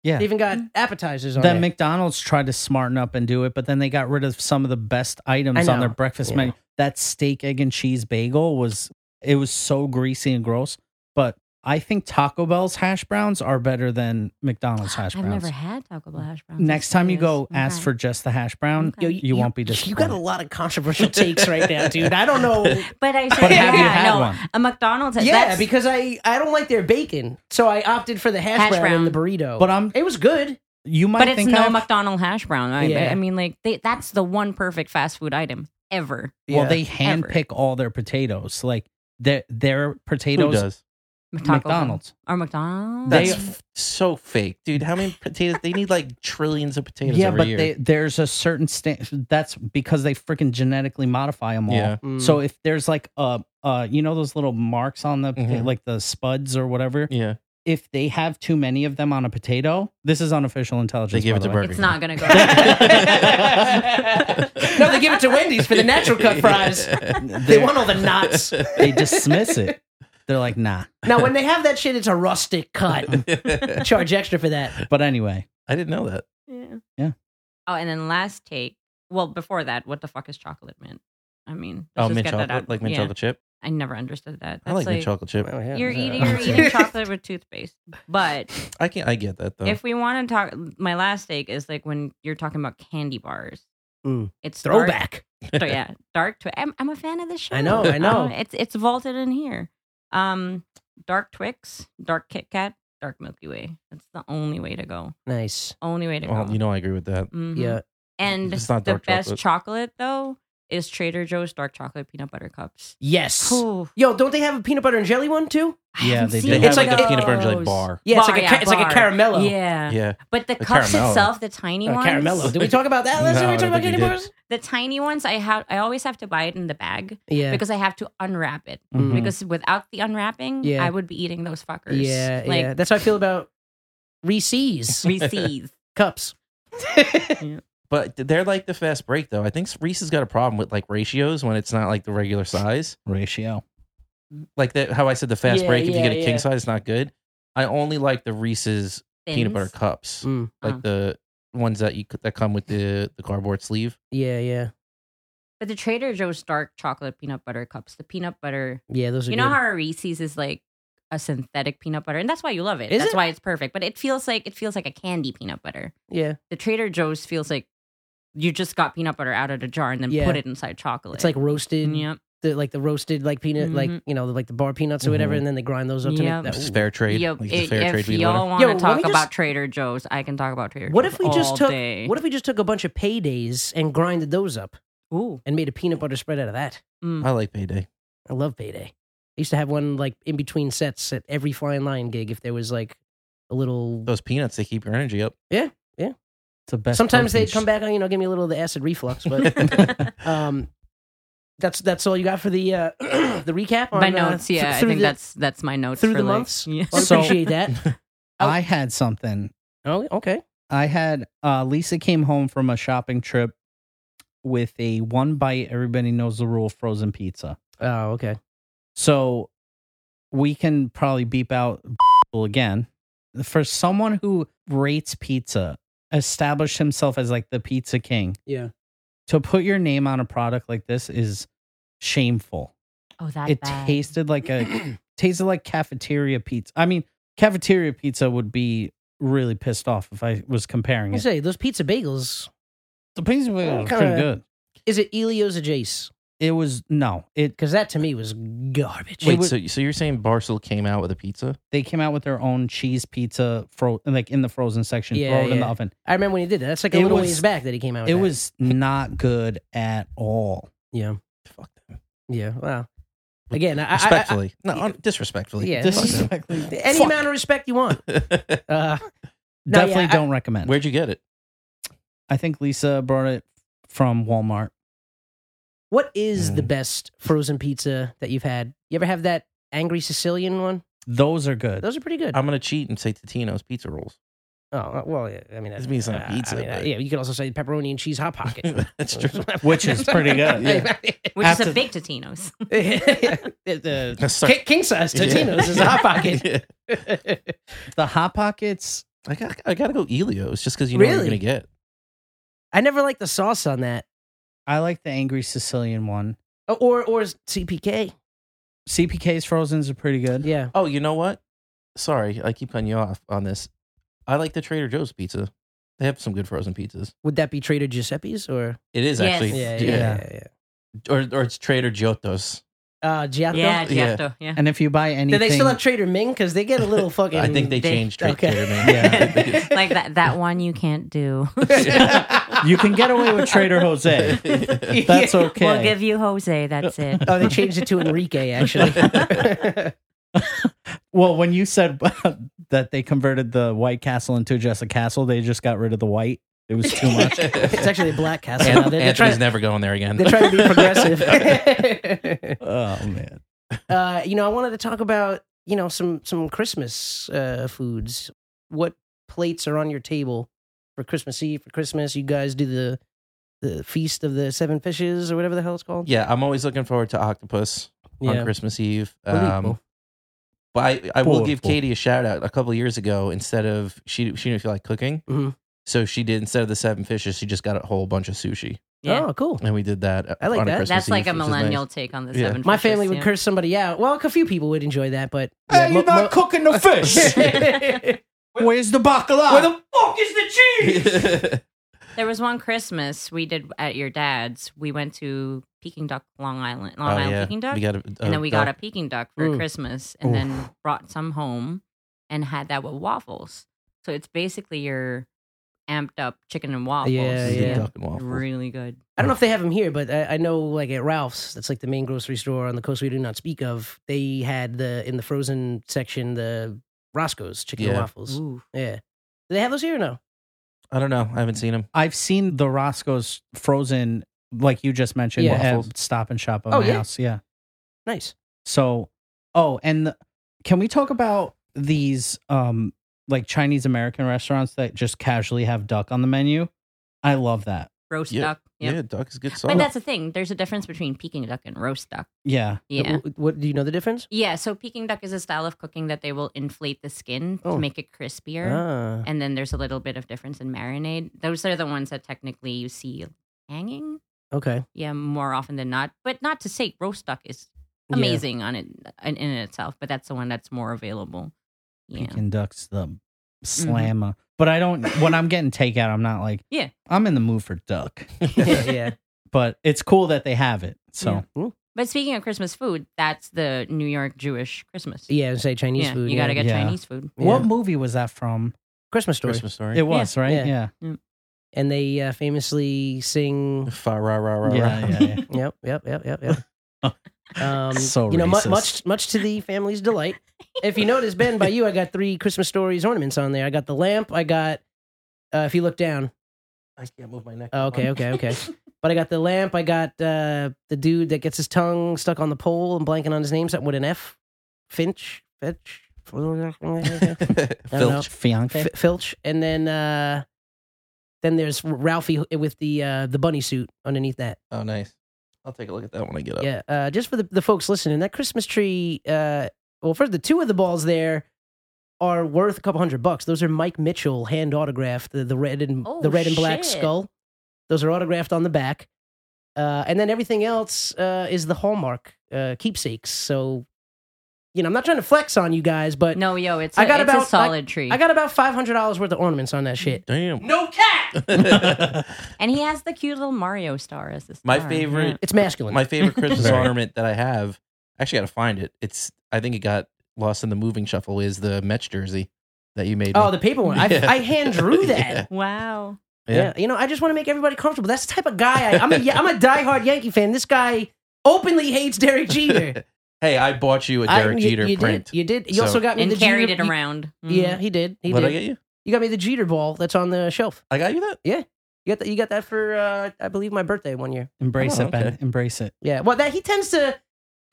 Speaker 6: Yeah.
Speaker 4: They even got appetizers on
Speaker 6: Then
Speaker 4: there.
Speaker 6: McDonald's tried to smarten up and do it, but then they got rid of some of the best items
Speaker 4: I
Speaker 6: on their
Speaker 4: know.
Speaker 6: breakfast
Speaker 4: Yeah.
Speaker 6: menu. That steak, egg, and cheese bagel was it was so greasy and gross. But I think Taco Bell's hash browns are better than
Speaker 4: <gasps>
Speaker 6: McDonald's hash
Speaker 7: I've
Speaker 6: browns.
Speaker 7: never had Taco Bell hash browns.
Speaker 6: Next time you go,
Speaker 7: Okay.
Speaker 6: ask for just the hash brown.
Speaker 7: Okay. Yo,
Speaker 6: you, won't be disappointed.
Speaker 4: You got a lot of controversial takes right now, dude. I don't
Speaker 7: <laughs>
Speaker 4: know.
Speaker 7: But I said,
Speaker 6: But have
Speaker 7: yeah,
Speaker 6: you had
Speaker 7: no,
Speaker 6: one?
Speaker 7: a McDonald's.
Speaker 4: Yeah,
Speaker 7: that's,
Speaker 4: because I, I don't like their bacon, so I opted for the hash,
Speaker 7: Hash
Speaker 4: brown, and the
Speaker 7: brown.
Speaker 5: Oh.
Speaker 4: burrito.
Speaker 6: But I'm-
Speaker 4: it was good.
Speaker 6: You might
Speaker 7: but it's
Speaker 6: think
Speaker 7: no
Speaker 6: I've-
Speaker 7: McDonald hash brown. I,
Speaker 4: Yeah.
Speaker 7: I mean, like they, that's the one perfect fast food item ever.
Speaker 6: Well,
Speaker 4: Yeah.
Speaker 6: they
Speaker 7: Ever.
Speaker 6: handpick all their potatoes. Like their their
Speaker 5: Who
Speaker 6: potatoes,
Speaker 5: does?
Speaker 7: Taco Bell.
Speaker 6: McDonald's.
Speaker 7: or McDonald's.
Speaker 5: That's
Speaker 6: They-
Speaker 5: f- so fake, dude. How many potatoes? They need like trillions of potatoes
Speaker 6: Yeah,
Speaker 5: every
Speaker 6: but
Speaker 5: year.
Speaker 6: they, there's a certain stand. That's because they freaking genetically modify them all.
Speaker 5: yeah, Hmm.
Speaker 4: Mm. <laughs>
Speaker 6: So if there's like uh uh you know those little marks on the
Speaker 5: Mhm.
Speaker 6: like the spuds or whatever,
Speaker 5: yeah.
Speaker 6: if they have too many of them on a potato, this is unofficial intelligence.
Speaker 5: They give
Speaker 6: by
Speaker 5: it
Speaker 6: the
Speaker 5: to
Speaker 6: way.
Speaker 5: Burger.
Speaker 7: it's
Speaker 5: King.
Speaker 7: not
Speaker 6: <laughs>
Speaker 7: gonna go.
Speaker 4: no, they give it to Wendy's for the natural
Speaker 5: <laughs>
Speaker 4: cut
Speaker 6: <laughs>
Speaker 4: fries. They
Speaker 6: They're-
Speaker 4: want all the knots.
Speaker 6: They dismiss it. They're like, nah.
Speaker 4: Now, when they have that shit, it's a rustic cut.
Speaker 5: I
Speaker 4: Charge extra for that.
Speaker 6: But anyway,
Speaker 5: didn't know that.
Speaker 7: Yeah.
Speaker 6: Yeah.
Speaker 7: Oh, and then last take. Well, before that, what the fuck is chocolate mint? I mean,
Speaker 5: Oh,
Speaker 7: let's just
Speaker 5: mint
Speaker 7: get that
Speaker 5: chocolate,
Speaker 7: out.
Speaker 5: like mint
Speaker 7: Yeah,
Speaker 5: chocolate chip.
Speaker 7: I never understood that. That's
Speaker 5: I like, mint chocolate chip.
Speaker 9: Oh, yeah.
Speaker 7: You're
Speaker 9: Yeah.
Speaker 7: eating, you're eating chocolate with toothpaste. But
Speaker 5: I can I get that though.
Speaker 7: if we want to talk, my last take is like when you're talking about candy bars.
Speaker 4: Mm.
Speaker 7: It's dark-
Speaker 4: Throwback.
Speaker 7: so yeah, dark twix. I'm, I'm a fan of this show.
Speaker 4: I know, I know.
Speaker 7: Uh, it's it's vaulted in here. Um, dark Twix, dark Kit Kat, dark Milky Way. That's the only way to go.
Speaker 4: Nice.
Speaker 7: Only way to
Speaker 5: well,
Speaker 7: go.
Speaker 5: Oh, you know I agree with that.
Speaker 7: Mhm.
Speaker 4: Yeah.
Speaker 7: And
Speaker 5: It's not
Speaker 7: the
Speaker 5: dark
Speaker 7: best
Speaker 5: chocolate.
Speaker 7: chocolate though is Trader Joe's dark chocolate peanut butter cups.
Speaker 4: Yes.
Speaker 7: Ooh,
Speaker 4: Yo, don't they have a peanut butter and jelly one too?
Speaker 7: I
Speaker 6: Yeah,
Speaker 7: haven't
Speaker 6: they do.
Speaker 7: seen
Speaker 5: It's like a
Speaker 7: those.
Speaker 5: peanut butter and jelly bar.
Speaker 4: Yeah, it's
Speaker 7: Bar,
Speaker 4: like a
Speaker 7: yeah,
Speaker 4: ca- it's like a
Speaker 7: bar.
Speaker 4: caramello.
Speaker 7: Yeah.
Speaker 5: Yeah.
Speaker 7: But the
Speaker 5: The
Speaker 7: cups
Speaker 5: caramello.
Speaker 7: itself, the tiny
Speaker 4: Uh,
Speaker 7: ones,
Speaker 4: caramello. Did we talk about that last
Speaker 5: No,
Speaker 4: time we
Speaker 5: I
Speaker 4: talked
Speaker 5: don't
Speaker 4: about
Speaker 5: think
Speaker 4: candy
Speaker 5: we did.
Speaker 4: bars?
Speaker 7: the tiny ones, I have, I always have to buy it in the bag
Speaker 4: Yeah.
Speaker 7: because I have to unwrap it.
Speaker 4: Mhm.
Speaker 7: Because without the unwrapping,
Speaker 4: Yeah.
Speaker 7: I would be eating those fuckers.
Speaker 4: yeah,
Speaker 7: like <laughs>
Speaker 4: yeah. That's how I feel about Reese's
Speaker 7: Reese's. <laughs>
Speaker 4: cups.
Speaker 5: But they're like the fast break though. I think Reese's got a problem with like ratios when it's not like the regular size.
Speaker 6: ratio.
Speaker 5: Like that how I said the fast
Speaker 4: Yeah,
Speaker 5: break, if
Speaker 4: yeah,
Speaker 5: you get a
Speaker 4: yeah.
Speaker 5: king size, it's not good. I only like the Reese's peanut butter
Speaker 7: Thins.
Speaker 5: cups.
Speaker 4: Mm.
Speaker 5: Like
Speaker 7: Oh.
Speaker 5: the ones that you c- that come with the, the cardboard sleeve.
Speaker 4: Yeah, yeah,
Speaker 7: But the Trader Joe's dark chocolate peanut butter cups, the peanut butter.
Speaker 4: yeah. Those are
Speaker 7: you know
Speaker 4: good.
Speaker 7: how a Reese's is like a synthetic peanut butter, and that's why you love it.
Speaker 4: Is
Speaker 7: that's
Speaker 4: it?
Speaker 7: why it's perfect. But it feels like it feels like a candy peanut butter.
Speaker 4: yeah,
Speaker 7: The Trader Joe's feels like you just got peanut butter out of the jar and then
Speaker 4: Yeah.
Speaker 7: put it inside chocolate.
Speaker 4: it's like roasted,
Speaker 7: yep,
Speaker 4: the, like the roasted like peanut,
Speaker 7: Mhm.
Speaker 4: like you know, like the bar peanuts or whatever,
Speaker 5: Mhm.
Speaker 4: and then they grind those up
Speaker 7: Yep.
Speaker 4: to make
Speaker 5: This is
Speaker 4: that.
Speaker 5: fair trade.
Speaker 7: yep.
Speaker 5: Like, it's a
Speaker 7: If,
Speaker 5: fair trade
Speaker 7: if
Speaker 5: we love.
Speaker 7: y'all want
Speaker 4: Yo,
Speaker 7: to
Speaker 4: let
Speaker 7: talk
Speaker 4: me
Speaker 7: about
Speaker 4: just-
Speaker 7: Trader Joe's, I can talk about Trader
Speaker 4: What
Speaker 7: Joe's
Speaker 4: if we just
Speaker 7: all
Speaker 4: took?
Speaker 7: day.
Speaker 4: What if we just took a bunch of paydays and grinded those up
Speaker 7: Ooh,
Speaker 4: <laughs> and made a peanut butter spread out of that?
Speaker 7: mm.
Speaker 5: I like payday.
Speaker 4: I love payday. I used to have one like in between sets at every flying lion gig if there was like a little.
Speaker 5: Those peanuts, they keep your energy
Speaker 4: <laughs>
Speaker 5: up.
Speaker 6: It's the best.
Speaker 4: Sometimes they
Speaker 6: protein
Speaker 4: come back on, you know, give me a little of the acid reflux, but
Speaker 7: <laughs>
Speaker 4: um, that's that's all you got for the uh, <clears throat> the recap. On,
Speaker 7: my
Speaker 4: uh,
Speaker 7: notes.
Speaker 4: th-
Speaker 7: Yeah, I
Speaker 4: through
Speaker 7: think
Speaker 4: the-
Speaker 7: that's that's my notes
Speaker 4: through
Speaker 7: for
Speaker 4: the
Speaker 7: like-
Speaker 4: months?
Speaker 7: Yeah.
Speaker 4: I
Speaker 6: So-
Speaker 4: appreciate that.
Speaker 6: I had something.
Speaker 4: Oh, okay.
Speaker 6: I had uh, Lisa came home from a shopping trip with a one bite. Everybody knows the rule: frozen pizza.
Speaker 4: Oh, okay.
Speaker 6: So we can probably beep out <laughs> again. For someone who rates pizza, established himself as like the pizza king.
Speaker 4: Yeah.
Speaker 6: To put your name on a product like this is shameful.
Speaker 7: Oh, that
Speaker 6: it
Speaker 7: bad.
Speaker 6: tasted like a tasted like cafeteria pizza. I mean, cafeteria pizza would be really pissed off if I was comparing
Speaker 4: I
Speaker 6: it.
Speaker 4: say those pizza bagels.
Speaker 6: The pizza was
Speaker 4: Mm,
Speaker 6: pretty
Speaker 4: kinda-
Speaker 6: good.
Speaker 4: Is it Elio's or Jace?
Speaker 6: It was no. It
Speaker 4: Because that to me was garbage.
Speaker 5: <laughs> Wait,
Speaker 6: would-
Speaker 5: so so you're saying Barcel came out with a pizza?
Speaker 6: they came out with their own cheese pizza, fro- like in the frozen section,
Speaker 4: Yeah,
Speaker 6: throw it in the
Speaker 4: yeah. Oh,
Speaker 6: oven.
Speaker 4: I remember when he did that. That's like a
Speaker 6: It
Speaker 4: little
Speaker 6: was-
Speaker 4: ways back that he came out. With
Speaker 6: It
Speaker 4: that.
Speaker 6: was not good at all.
Speaker 4: Yeah.
Speaker 5: Fuck them.
Speaker 4: Yeah. Wow. Again, I, I, I,
Speaker 5: Respectfully, no, un- disrespectfully.
Speaker 4: Yeah,
Speaker 5: Fuck them.
Speaker 4: any amount of respect you want. Uh, No, yeah,
Speaker 6: Definitely
Speaker 4: I-
Speaker 6: don't
Speaker 5: <laughs>
Speaker 6: recommend.
Speaker 5: Where'd you
Speaker 4: <laughs>
Speaker 5: get it?
Speaker 6: I think Lisa brought it from Walmart.
Speaker 4: what is the
Speaker 5: Mm.
Speaker 4: best frozen pizza that you've had? You ever have that angry Sicilian one?
Speaker 6: Those are good.
Speaker 4: Those are pretty good.
Speaker 5: I'm gonna cheat and say Totino's pizza rolls.
Speaker 4: oh uh, well, yeah, I mean, uh,
Speaker 5: Doesn't mean it's not pizza, but-
Speaker 4: yeah, you could also say pepperoni and cheese hot pocket,
Speaker 5: <laughs> That's
Speaker 4: <laughs>
Speaker 5: true.
Speaker 6: Which is pretty good, yeah.
Speaker 7: which is
Speaker 6: After-
Speaker 7: a big Totino's.
Speaker 4: <laughs> the,
Speaker 5: Sorry.
Speaker 4: ki- king size
Speaker 5: Yeah.
Speaker 4: Totino's is a hot pocket.
Speaker 5: <laughs> Yeah.
Speaker 6: The hot pockets.
Speaker 5: I got I gotta go Elio's just because you know what
Speaker 4: Really?
Speaker 5: you're gonna get.
Speaker 4: <laughs> I never liked the sauce on that,
Speaker 6: I like the angry Sicilian one.
Speaker 4: O- or or CPK.
Speaker 6: CPK's frozen's are pretty good.
Speaker 4: Yeah,
Speaker 5: Oh, you know what? Sorry, I keep cutting you off on this. I like the Trader Joe's pizza. They have some good frozen pizzas.
Speaker 4: would that be Trader Giuseppe's or
Speaker 5: It is
Speaker 7: Yes.
Speaker 5: actually,
Speaker 4: yeah, yeah,
Speaker 6: Yeah.
Speaker 4: yeah, yeah.
Speaker 5: Or, or it's Trader Giotto's.
Speaker 4: Uh, Giotto?
Speaker 7: Yeah,
Speaker 5: Yeah.
Speaker 7: Giotto.
Speaker 4: <laughs>
Speaker 7: Yeah.
Speaker 6: And if you buy anything,
Speaker 4: Do they still have Trader Ming? Because they get a little fucking.
Speaker 5: <laughs> I think
Speaker 4: <laughs>
Speaker 5: they,
Speaker 7: they-
Speaker 5: changed Trader
Speaker 4: okay.
Speaker 5: Trader
Speaker 4: <laughs>
Speaker 5: Ming.
Speaker 6: Yeah.
Speaker 7: like that that one you
Speaker 5: <laughs>
Speaker 7: can't do.
Speaker 6: you can get away with Trader Jose.
Speaker 5: <laughs>
Speaker 6: That's okay.
Speaker 7: We'll give you Jose. That's it. <laughs>
Speaker 4: Oh, they changed it to Enrique. Actually,
Speaker 6: Well, when you said <laughs> that they converted the White Castle into just a castle, they just got rid of the white. It was too
Speaker 5: <laughs>
Speaker 6: much.
Speaker 4: it's actually a black castle.
Speaker 5: An-
Speaker 4: now. They're, they're,
Speaker 5: Anthony's
Speaker 4: trying,
Speaker 5: never going there again.
Speaker 4: they're trying to be
Speaker 5: <laughs>
Speaker 7: <laughs>
Speaker 4: progressive. <laughs>
Speaker 6: oh man.
Speaker 4: uh, you know, I wanted to talk about you know some some Christmas uh, foods. What plates are on your table for Christmas Eve? For Christmas, you guys do the the feast of the seven fishes or whatever the hell it's called.
Speaker 5: yeah, I'm always looking forward to octopus on Christmas Eve. Um,
Speaker 4: Unbelievable.
Speaker 5: but I, I will
Speaker 6: Poor
Speaker 5: give
Speaker 6: people.
Speaker 5: Katie a shout out. A couple of years ago, instead of she she didn't feel like cooking,
Speaker 4: Mhm.
Speaker 5: So she did instead of the seven fishes, she just got a whole bunch of sushi,
Speaker 7: Yeah. Mm-hmm.
Speaker 4: Oh, cool.
Speaker 5: and we did that. uh,
Speaker 4: I like
Speaker 5: on
Speaker 4: that.
Speaker 5: Christmas
Speaker 7: That's like
Speaker 5: Eve,
Speaker 7: a
Speaker 5: which was <laughs>
Speaker 7: millennial
Speaker 5: nice.
Speaker 7: take on the
Speaker 5: Yeah.
Speaker 7: seven.
Speaker 4: My family
Speaker 7: fishes,
Speaker 4: would
Speaker 7: yeah.
Speaker 4: curse somebody out. Well, a few people would enjoy that, but
Speaker 6: Hey,
Speaker 4: yeah,
Speaker 6: you're
Speaker 4: mo-
Speaker 6: not cooking the
Speaker 4: <laughs>
Speaker 6: fish.
Speaker 7: <laughs>
Speaker 4: mo-
Speaker 6: Where's the bacala?
Speaker 4: Where the
Speaker 6: fuck is the cheese?
Speaker 5: Oh,
Speaker 7: There was one Christmas we did at your dad's. We went to Peking duck, Long Island, Long
Speaker 5: Oh,
Speaker 7: Island
Speaker 5: yeah.
Speaker 7: Peking duck,
Speaker 5: We got a, a
Speaker 7: and then we got a Peking duck for
Speaker 4: Mm.
Speaker 7: Christmas, and then brought some home and had that with waffles. So it's basically your amped up chicken and waffles.
Speaker 4: Yeah,
Speaker 5: Peking
Speaker 4: yeah.
Speaker 5: duck and waffles.
Speaker 7: really good.
Speaker 4: I don't know if they have them here, but I, I know like at Ralph's, that's like the main grocery store on the coast we do not speak of. They had the in the frozen section the Roscoe's chicken and
Speaker 5: Yeah.
Speaker 4: waffles.
Speaker 7: Ooh.
Speaker 4: Yeah, do they have those here or no?
Speaker 5: I don't know. I haven't seen them.
Speaker 6: I've seen the Roscoe's frozen, like you just mentioned,
Speaker 4: Yeah.
Speaker 6: at
Speaker 5: Waffles.
Speaker 6: Stop and Shop on
Speaker 4: Oh,
Speaker 6: my
Speaker 4: yeah.
Speaker 6: house. Yeah.
Speaker 4: Nice.
Speaker 6: So, oh, and the, can we talk about these um like Chinese American restaurants that just casually have duck on the menu? I love that.
Speaker 7: Roast
Speaker 5: Yeah.
Speaker 7: duck. Yep.
Speaker 5: Yeah, duck is good
Speaker 7: But
Speaker 5: sauce.
Speaker 7: that's the thing. There's a difference between Peking duck and roast duck.
Speaker 6: Yeah.
Speaker 7: Yeah.
Speaker 4: What, do you know the difference?
Speaker 7: Yeah, so Peking duck is a style of cooking that they will inflate the skin
Speaker 4: Oh.
Speaker 7: to make it crispier.
Speaker 4: Ah.
Speaker 7: And then there's a little bit of difference in marinade. Those are the ones that technically you see hanging. <laughs>
Speaker 4: Okay.
Speaker 7: Yeah, more often than not. But not to say roast duck is
Speaker 4: Yeah.
Speaker 7: amazing on it in, in itself, but that's the one that's more available. Yeah. Mm-hmm.
Speaker 6: Peking ducks the slammer. But I don't when I'm getting takeout, I'm not like
Speaker 7: Yeah.
Speaker 6: I'm in the mood for
Speaker 7: <laughs>
Speaker 6: duck.
Speaker 4: yeah.
Speaker 6: but it's cool that they have it. So
Speaker 7: Yeah. But speaking of Christmas food, that's the New York Jewish Christmas.
Speaker 4: Yeah. and Say Chinese
Speaker 7: Yeah,
Speaker 4: food.
Speaker 7: you got to get
Speaker 6: Yeah.
Speaker 7: Chinese food.
Speaker 4: Yeah.
Speaker 6: what movie was that from?
Speaker 4: Christmas story.
Speaker 5: Christmas story.
Speaker 6: It was, right?
Speaker 4: Yeah.
Speaker 6: Yeah.
Speaker 4: And they uh, famously sing.
Speaker 5: <laughs> Fa ra ra ra
Speaker 6: Yeah, <laughs>
Speaker 5: ra. <laughs>
Speaker 4: <laughs>
Speaker 6: yeah, yeah.
Speaker 4: Yep. Yep. Yep. Yep.
Speaker 6: <laughs>
Speaker 4: Yep. Um,
Speaker 6: So
Speaker 4: you know, mu-
Speaker 6: racist.
Speaker 4: much much to the family's delight. If you notice, Ben, by you, I got three Christmas stories ornaments on there. I got the lamp. I got. Uh, if you look down,
Speaker 5: I can't move my neck.
Speaker 4: Oh, okay, okay,
Speaker 5: <laughs>
Speaker 4: okay. But I got the lamp. I got uh, the dude that gets his tongue stuck on the pole and blanking on his name, something with an F. Finch?
Speaker 5: <laughs>
Speaker 4: Fetch? F-
Speaker 5: Filch.
Speaker 6: Fiance.
Speaker 4: Filch. And then uh, then there's Ralphie with the uh, the bunny suit underneath that.
Speaker 5: Oh, nice. I'll take a look at that when I get
Speaker 7: Oh.
Speaker 5: up.
Speaker 4: Yeah. Uh, just for the, the folks listening, that Christmas tree, uh, well, first, the two of the balls there are worth a couple hundred bucks. Those are Mike Mitchell hand autographed, the, the red and
Speaker 7: Oh,
Speaker 4: the red and black
Speaker 7: shit.
Speaker 4: skull. Those are autographed on the back. Uh, and then everything else uh, is the Hallmark uh, keepsakes. So, you know, I'm not trying to flex on you guys, but
Speaker 7: No, yo, it's
Speaker 4: I
Speaker 7: a
Speaker 4: got
Speaker 7: it's
Speaker 4: about-
Speaker 7: a solid tree.
Speaker 4: I got about $500 worth of ornaments
Speaker 7: Mm.
Speaker 4: on that shit.
Speaker 5: Damn.
Speaker 4: No cap!
Speaker 5: <laughs>
Speaker 7: and he has the cute little Mario star as the star.
Speaker 5: My favorite-
Speaker 4: It's masculine.
Speaker 5: My favorite Christmas
Speaker 6: Right.
Speaker 5: ornament that I have, I actually got to find it. It's I think it got lost in the moving shuffle. Is the Mets jersey that you made?
Speaker 4: oh,
Speaker 5: me.
Speaker 4: the paper
Speaker 7: <laughs>
Speaker 4: one. I,
Speaker 5: <laughs> Yeah.
Speaker 4: I hand drew that.
Speaker 5: Yeah.
Speaker 7: Yeah. Wow.
Speaker 4: Yeah.
Speaker 5: Yeah.
Speaker 4: You know, I just want to make everybody comfortable. That's the type of guy I, I'm. A, I'm a diehard Yankee fan. This guy openly hates Derek Jeter.
Speaker 5: <laughs> hey, I bought you a
Speaker 4: I-
Speaker 5: Derek
Speaker 4: you-
Speaker 5: Jeter
Speaker 4: you,
Speaker 5: print.
Speaker 4: Did, you did. You
Speaker 5: So-
Speaker 4: also got me
Speaker 7: And
Speaker 4: the
Speaker 7: carried
Speaker 4: Jeter,
Speaker 7: it around. Mhm.
Speaker 4: Yeah, he did. He
Speaker 5: what did I
Speaker 4: did.
Speaker 5: get you?
Speaker 4: you got me the Jeter ball that's on the shelf.
Speaker 5: I got you that.
Speaker 4: You got that. You got that for uh, I believe my birthday one year.
Speaker 6: Embrace
Speaker 5: Oh,
Speaker 6: it, Ben.
Speaker 5: okay.
Speaker 6: Embrace it.
Speaker 4: Yeah. Well, that he tends to.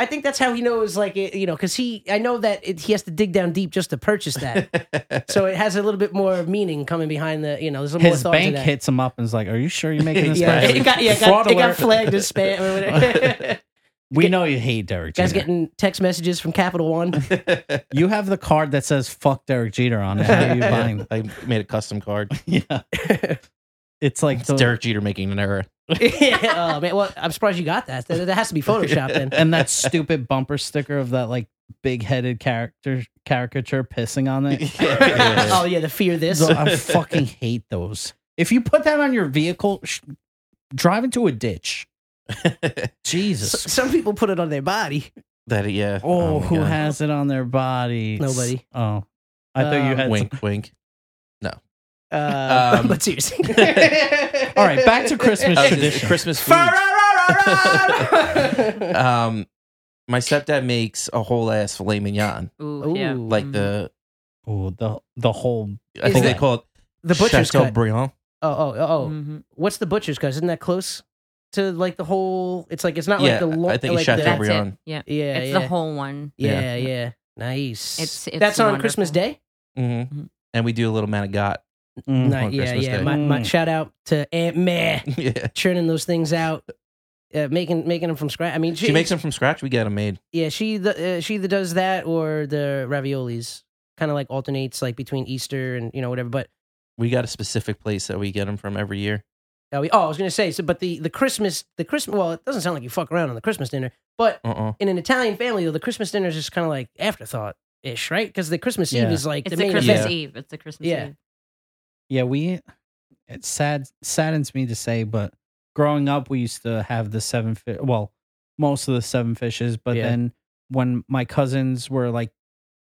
Speaker 4: I think that's how he knows, like it, you know, because he. I know that it, he has to dig down deep just to purchase
Speaker 5: <laughs>
Speaker 4: that. <laughs> so it has a little bit more meaning coming behind the. You know, there's a little
Speaker 6: His
Speaker 4: more thought to
Speaker 6: bank
Speaker 4: that.
Speaker 6: hits him up and is like, "Are you sure you're
Speaker 4: <laughs>
Speaker 6: making this?"
Speaker 4: Yeah,
Speaker 6: right?"
Speaker 4: it got, yeah, it got,
Speaker 6: Fraud
Speaker 4: it got
Speaker 6: alert.
Speaker 4: flagged as spam or whatever.
Speaker 6: We know you hate Derek
Speaker 4: Guys
Speaker 6: Jeter.
Speaker 4: getting text messages from Capital
Speaker 5: <laughs>
Speaker 4: One. <laughs>
Speaker 6: you have the card that says "fuck Derek Jeter" on it. How
Speaker 5: <laughs>
Speaker 6: are you buying?
Speaker 5: I made a custom card.
Speaker 6: yeah, <laughs> it's like
Speaker 5: It's
Speaker 6: the,
Speaker 5: Derek Jeter making an error. <laughs>
Speaker 4: oh man, well, I'm surprised you got that. That, that has to be Photoshop
Speaker 5: <laughs>
Speaker 4: then.
Speaker 6: and that stupid bumper sticker of that like big-headed character caricature pissing
Speaker 5: <laughs>
Speaker 6: on it.
Speaker 4: oh yeah, the fear this.
Speaker 6: So I fucking hate those. If you put that on your vehicle, sh- drive into a ditch.
Speaker 4: Oh.
Speaker 6: Jesus.
Speaker 4: S- Some people put it on their body.
Speaker 5: <laughs> that yeah.
Speaker 6: oh,
Speaker 5: my
Speaker 6: who
Speaker 5: God.
Speaker 6: has it on their body?
Speaker 4: Nobody.
Speaker 6: Oh, I thought you
Speaker 4: Um,
Speaker 6: had.
Speaker 5: wink wink.
Speaker 4: Uh, <laughs>
Speaker 5: Um,
Speaker 4: but seriously.
Speaker 5: <laughs>
Speaker 6: All right, back to Christmas
Speaker 5: Oh,
Speaker 6: tradition.
Speaker 5: Christmas food.
Speaker 4: Fa-ra-ra-ra-ra!
Speaker 5: <laughs> um, my stepdad makes a whole ass filet mignon,
Speaker 7: Ooh, yeah.
Speaker 4: Ooh.
Speaker 5: like
Speaker 7: Mhm.
Speaker 5: the
Speaker 6: Oh, the the whole
Speaker 5: I
Speaker 4: Mm. Is
Speaker 5: think they
Speaker 4: that-
Speaker 5: call it
Speaker 4: the butcher's cut.
Speaker 5: Chateaubriand.
Speaker 4: oh, oh, oh, oh.
Speaker 7: Mhm.
Speaker 4: What's the butcher's cut? Isn't that close to like the whole? It's like it's not
Speaker 5: Yeah,
Speaker 4: like the. Lo-
Speaker 5: I think
Speaker 4: like
Speaker 5: it's
Speaker 4: the-
Speaker 7: That's
Speaker 5: Chateaubriand.
Speaker 7: it. Yeah.
Speaker 4: Yeah,
Speaker 7: it's
Speaker 4: yeah,
Speaker 7: the whole one.
Speaker 4: yeah, yeah. Nice.
Speaker 7: It's- it's
Speaker 4: that's on Christmas
Speaker 7: wonderful.
Speaker 4: Day.
Speaker 5: Mm-hmm. And we do a little manigot.
Speaker 6: Mm.
Speaker 4: Night,
Speaker 5: on
Speaker 4: yeah,
Speaker 5: Christmas
Speaker 4: yeah.
Speaker 5: Day.
Speaker 4: My, my
Speaker 6: Mm.
Speaker 4: shout out to Aunt Meh
Speaker 5: <laughs> yeah.
Speaker 4: churning those things out, uh, making making them from scratch. I mean, she,
Speaker 5: She makes them from scratch. We get them made.
Speaker 4: Yeah, she the, uh, she either does that or the raviolis. Kind of like alternates like between Easter and you know whatever. But
Speaker 5: We got a specific place that we get them from every year.
Speaker 4: Oh, we- oh, I was gonna say. So, but the the Christmas, the Christmas. Well, it doesn't sound like you fuck around on the Christmas dinner, but
Speaker 5: Uh uh
Speaker 4: in an Italian family, though, the Christmas dinner is just kind of like afterthought ish, right? Because the Christmas Eve
Speaker 6: Yeah.
Speaker 4: is like
Speaker 7: It's
Speaker 4: the
Speaker 7: the
Speaker 4: main
Speaker 7: Christmas
Speaker 4: event.
Speaker 5: Yeah.
Speaker 7: Eve. It's the Christmas
Speaker 4: Yeah.
Speaker 7: Eve.
Speaker 6: Yeah, we it sad saddens me to say, but growing up we used to have the seven fish well, most of the seven fishes, but
Speaker 4: Yeah.
Speaker 6: then when my cousins were like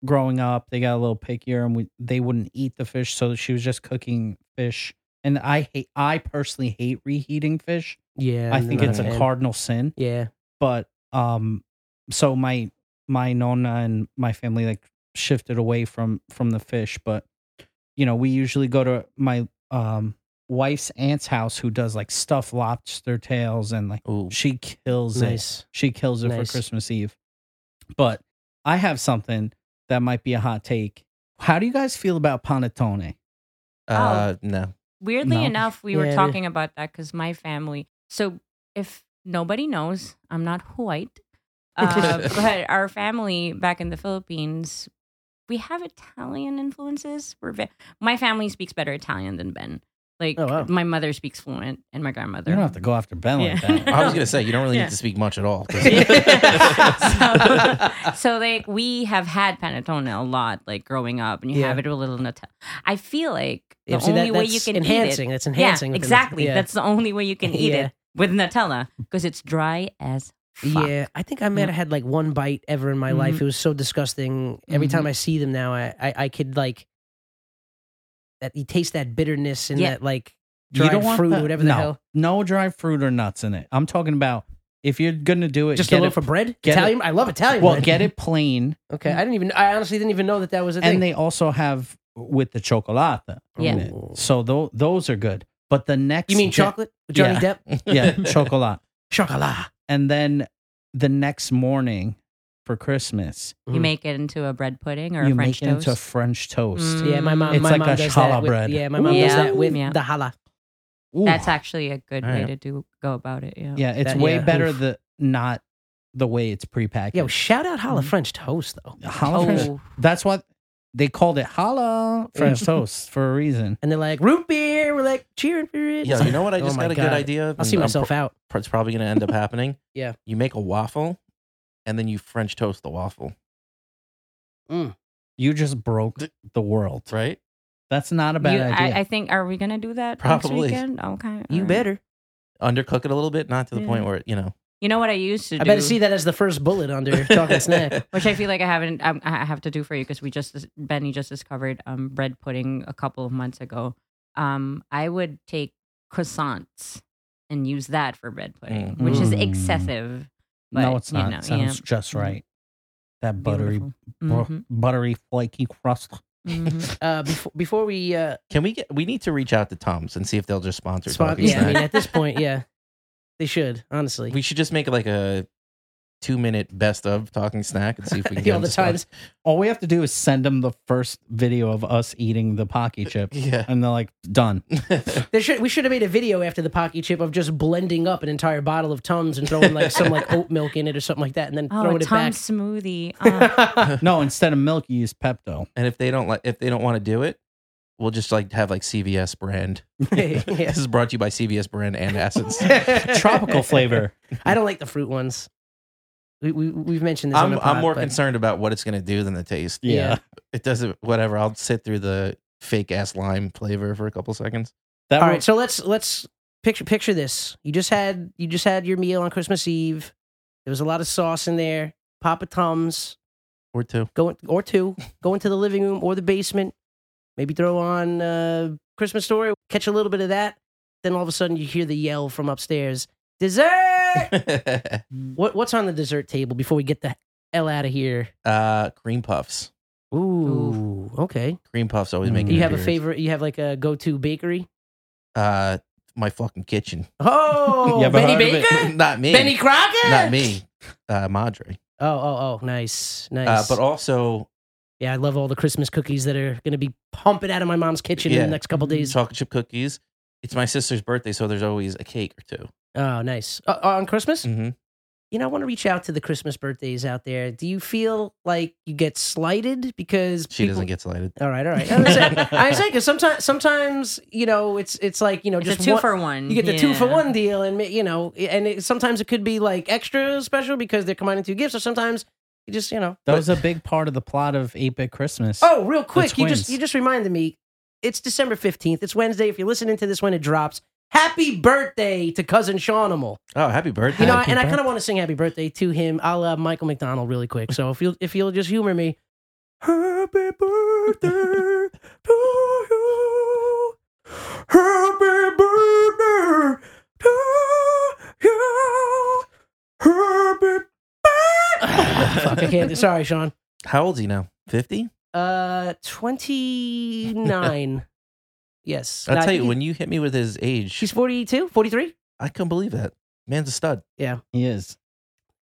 Speaker 6: growing up, they got a little pickier and we they wouldn't eat the fish, so she was just cooking fish. And I hate I personally hate reheating fish.
Speaker 4: Yeah,
Speaker 6: I
Speaker 4: I'm
Speaker 6: think
Speaker 4: not
Speaker 6: it's a
Speaker 4: fan.
Speaker 6: cardinal sin.
Speaker 4: Yeah,
Speaker 6: But um so my my nonna and my family like shifted away from from the fish but you know we usually go to my um wife's aunt's house who does like stuffed lobster tails and like
Speaker 5: Ooh.
Speaker 6: she kills it
Speaker 4: nice.
Speaker 6: she kills it
Speaker 4: Nice.
Speaker 6: for christmas eve but i have something that might be a hot take how do you guys feel about panettone
Speaker 5: Uh,
Speaker 4: oh.
Speaker 5: no.
Speaker 7: Weirdly
Speaker 6: No.
Speaker 7: enough, we
Speaker 4: Yeah,
Speaker 7: were
Speaker 4: it
Speaker 7: talking about that because my family. So if nobody knows, I'm not
Speaker 4: <laughs>
Speaker 7: white, uh, but our family back in the Philippines, we have Italian influences. We're ve- my family speaks better Italian than Ben. Like
Speaker 4: Oh, wow.
Speaker 7: my mother speaks fluent, and my grandmother.
Speaker 6: you don't have to go after ben like
Speaker 7: Yeah.
Speaker 4: <laughs>
Speaker 6: that
Speaker 5: I was going to say, you don't really
Speaker 7: Yeah.
Speaker 5: need to speak much at all. <laughs>
Speaker 7: Yeah. <laughs> so like we have had panettone a lot like growing up and you
Speaker 4: Yeah.
Speaker 7: have it with a little nutella i feel like the
Speaker 4: Yeah, see, that-
Speaker 7: only way
Speaker 4: that's
Speaker 7: you can
Speaker 4: enhancing.
Speaker 7: eat it
Speaker 4: That's enhancing.
Speaker 7: yeah,
Speaker 4: with the-
Speaker 7: exactly
Speaker 4: yeah.
Speaker 7: that's the only way you can eat
Speaker 4: Yeah.
Speaker 7: it with nutella because it's dry as fuck.
Speaker 4: Yeah, I think I might have had like one bite ever in my
Speaker 6: Mm-hmm.
Speaker 4: life. It was so disgusting. Every
Speaker 7: Mhm.
Speaker 4: time I see them now, I, I, I could like that you taste that bitterness and
Speaker 7: Yeah.
Speaker 4: that like
Speaker 6: you don't
Speaker 4: dried
Speaker 6: want
Speaker 4: fruit,
Speaker 6: that-
Speaker 4: or whatever the
Speaker 6: no,
Speaker 4: hell.
Speaker 6: no dried fruit or nuts in it i'm talking about if you're gonna do it
Speaker 4: Just
Speaker 6: get
Speaker 4: a
Speaker 6: it
Speaker 4: loaf of bread.
Speaker 6: get it-
Speaker 4: Italian. I love Italian.
Speaker 6: well
Speaker 4: bread.
Speaker 6: get it plain
Speaker 4: Okay, I didn't even. I honestly didn't even know that that was a thing.
Speaker 6: and they also have with the chocolata.
Speaker 7: Yeah.
Speaker 6: in
Speaker 4: Ooh.
Speaker 6: it. So tho- those are good. But the next
Speaker 4: you mean
Speaker 6: da-
Speaker 4: chocolate? with Johnny
Speaker 6: Yeah.
Speaker 4: Depp.
Speaker 6: <laughs>
Speaker 4: <laughs>
Speaker 6: Yeah, chocolate.
Speaker 4: Chocolat.
Speaker 6: And then the next morning for Christmas,
Speaker 7: you make it into a bread pudding or
Speaker 6: you
Speaker 7: a french
Speaker 6: make it
Speaker 7: toast Mm.
Speaker 6: into French toast.
Speaker 4: Yeah, my mom.
Speaker 6: Mm. It's
Speaker 4: my
Speaker 6: like
Speaker 4: mom
Speaker 6: a
Speaker 4: does
Speaker 6: challah
Speaker 4: that with,
Speaker 6: bread.
Speaker 4: Yeah, my mom does
Speaker 7: Yeah.
Speaker 4: that with
Speaker 7: Yeah.
Speaker 4: the challah.
Speaker 6: Ooh.
Speaker 7: that's actually a good way
Speaker 5: Alright.
Speaker 7: to do go about it yeah,
Speaker 6: yeah, it's
Speaker 4: that-
Speaker 6: way
Speaker 4: yeah.
Speaker 6: better
Speaker 4: Oof.
Speaker 6: the not the way it's prepackaged.
Speaker 4: Yo, shout out challah French toast though.
Speaker 6: Mm-hmm. Challah French-
Speaker 7: oh
Speaker 6: That's what they called it, challah
Speaker 4: <laughs>
Speaker 6: French toast for a reason.
Speaker 4: And they're like root beer. We're like cheering for it.
Speaker 5: Yeah, you know what? I
Speaker 4: Oh
Speaker 5: just
Speaker 4: my
Speaker 5: got a
Speaker 4: God.
Speaker 5: good idea.
Speaker 4: <laughs>
Speaker 5: of,
Speaker 4: I'll see
Speaker 5: and I'm
Speaker 4: myself out.
Speaker 5: pro- It's probably going
Speaker 4: <laughs>
Speaker 5: to end up happening.
Speaker 4: Yeah.
Speaker 5: You make a waffle and then you French toast the waffle,
Speaker 6: You just broke the world.
Speaker 5: right?
Speaker 6: That's not a bad
Speaker 7: you,
Speaker 6: idea.
Speaker 7: I, I think are we gonna do that
Speaker 5: Probably.
Speaker 7: next weekend okay
Speaker 4: You
Speaker 6: Mm.
Speaker 7: alright.
Speaker 4: better.
Speaker 5: Undercook it a little bit, not to the
Speaker 7: Yeah.
Speaker 5: point where, it,
Speaker 4: <laughs>
Speaker 5: you know.
Speaker 7: you know what i used to
Speaker 4: I
Speaker 7: do
Speaker 4: better see that as the first bullet under
Speaker 5: <laughs>
Speaker 4: talking snack.
Speaker 7: which I feel like I haven't. I, I have to do for you because we just Benny just discovered um, bread pudding a couple of months ago. Um, I would take croissants and use that for bread pudding,
Speaker 5: Mm.
Speaker 7: which is
Speaker 6: Mm.
Speaker 7: excessive. But,
Speaker 6: no, it's
Speaker 7: you
Speaker 6: not.
Speaker 7: know,
Speaker 6: Sounds just
Speaker 4: Mm-hmm.
Speaker 7: Mhm.
Speaker 6: right. That buttery bro-
Speaker 7: Beautiful.
Speaker 6: buttery flaky crust. <laughs>
Speaker 7: Mhm, mhm.
Speaker 4: Uh, before, before we uh,
Speaker 5: Can we get, we need to reach out to Tom's and see if they'll just sponsor
Speaker 4: spot,
Speaker 5: Talking
Speaker 4: yeah, I
Speaker 5: Snack.
Speaker 4: mean, at this point, yeah, they should honestly.
Speaker 5: We should just make like a two minute best of Talking Snack and
Speaker 4: <laughs>
Speaker 5: see if we can get
Speaker 4: all
Speaker 5: him
Speaker 4: the
Speaker 5: to sponsor-
Speaker 4: times.
Speaker 6: All we have to do is send them the first video of us eating
Speaker 4: <laughs>
Speaker 6: the pocky chip,
Speaker 5: <laughs> Yeah.
Speaker 6: and they're like, "Done."
Speaker 4: There should we should have made a video after the pocky chip of just blending up an entire bottle of Tums and throwing like some like oat milk in it or something like that, and then
Speaker 7: Oh,
Speaker 4: throwing
Speaker 7: a
Speaker 4: it <laughs>
Speaker 7: Tom
Speaker 4: back.
Speaker 7: <laughs> smoothie. Uh,
Speaker 6: No, instead of milk, you use Pepto.
Speaker 5: and if they don't like, if they don't want to do it, we'll just like have like CVS brand.
Speaker 4: <laughs> Yeah.
Speaker 5: This is brought to you by CVS brand
Speaker 4: <laughs>
Speaker 5: and acids.
Speaker 6: Tropical flavor.
Speaker 4: I don't like the fruit ones. We, we we've mentioned this. on
Speaker 5: I'm
Speaker 4: the pod,
Speaker 5: I'm more
Speaker 4: but-
Speaker 5: concerned about what it's going to do than the taste.
Speaker 4: Yeah.
Speaker 5: It doesn't. Whatever. I'll sit through the fake ass lime flavor for a couple seconds.
Speaker 6: That
Speaker 4: All
Speaker 6: one-
Speaker 4: right, so let's let's picture picture this. You just had you just had your meal on Christmas Eve. There was a lot of sauce in there. Papa Tums.
Speaker 5: Or two.
Speaker 4: go in- or two, go into the living room or the basement, maybe throw on uh, Christmas Story, catch a little bit of that. Then all of a sudden you hear the yell from upstairs,
Speaker 5: <laughs>
Speaker 4: dessert.
Speaker 5: Mm-hmm.
Speaker 4: what what's on the dessert table before we get the hell out of here?
Speaker 5: uh, cream puffs.
Speaker 4: Ooh, okay.
Speaker 5: Cream puffs always make.
Speaker 6: Mm.
Speaker 5: an
Speaker 4: You have a
Speaker 5: appearance.
Speaker 4: favorite? You have like a go-to
Speaker 5: <laughs>
Speaker 4: bakery?
Speaker 5: Uh, my
Speaker 4: <laughs>
Speaker 5: fucking kitchen.
Speaker 4: Oh,
Speaker 6: You ever
Speaker 4: Benny
Speaker 6: heard of it?
Speaker 4: Baker,
Speaker 5: Not <laughs> me.
Speaker 4: Benny Crocker,
Speaker 5: Not me. Uh, Madre.
Speaker 4: Oh, oh, oh, nice, nice.
Speaker 5: Uh, but also
Speaker 4: yeah, I love all the Christmas cookies that are going to be pumping out of my mom's kitchen in
Speaker 5: Yeah. Mm-hmm.
Speaker 4: the next couple days.
Speaker 5: chocolate chip cookies. It's my sister's birthday, so there's always a cake or 2
Speaker 4: Oh, nice. Uh, on Christmas?
Speaker 5: Mm-hmm.
Speaker 4: you know, I want to reach out to the Christmas birthdays out there. Do you feel like you get slighted because
Speaker 5: She doesn't
Speaker 4: people-
Speaker 5: get slighted.
Speaker 4: All right, all
Speaker 5: <laughs>
Speaker 4: right. I'm saying, I'm saying because sometimes, sometimes you know, it's it's like you know,
Speaker 7: It's
Speaker 4: just
Speaker 7: a two
Speaker 4: one-
Speaker 7: for one.
Speaker 4: You get the two for
Speaker 7: Yeah.
Speaker 4: one deal, and ma- you know, and it, sometimes it could be like extra special because they're combining two gifts, or sometimes you just you know.
Speaker 6: That
Speaker 4: but-
Speaker 6: was a big part of the plot of 8 Bit Christmas.
Speaker 4: Oh, real quick, you just
Speaker 6: twins.
Speaker 4: you just reminded me. It's December fifteenth. It's Wednesday. If you're listening to this when it drops, happy birthday to cousin Seanimal.
Speaker 5: Oh, happy birthday!
Speaker 4: You know,
Speaker 5: Happy
Speaker 4: and I
Speaker 5: birthday.
Speaker 4: kind of want to sing happy birthday to him, a la Michael McDonald, really quick. So if you will if you'll just humor me, happy birthday to you, happy birthday to you, happy. birthday. Fuck, <laughs> I can't. do- Sorry, Sean.
Speaker 5: <laughs> How old's he now? Fifty.
Speaker 4: Uh, 29. yes.
Speaker 5: I'll
Speaker 4: Nah, I
Speaker 5: tell
Speaker 4: think
Speaker 5: you,
Speaker 4: he-
Speaker 5: when you hit me with his age,
Speaker 4: She's 42, 43.
Speaker 5: I couldn't believe that. Man's a stud.
Speaker 6: He is.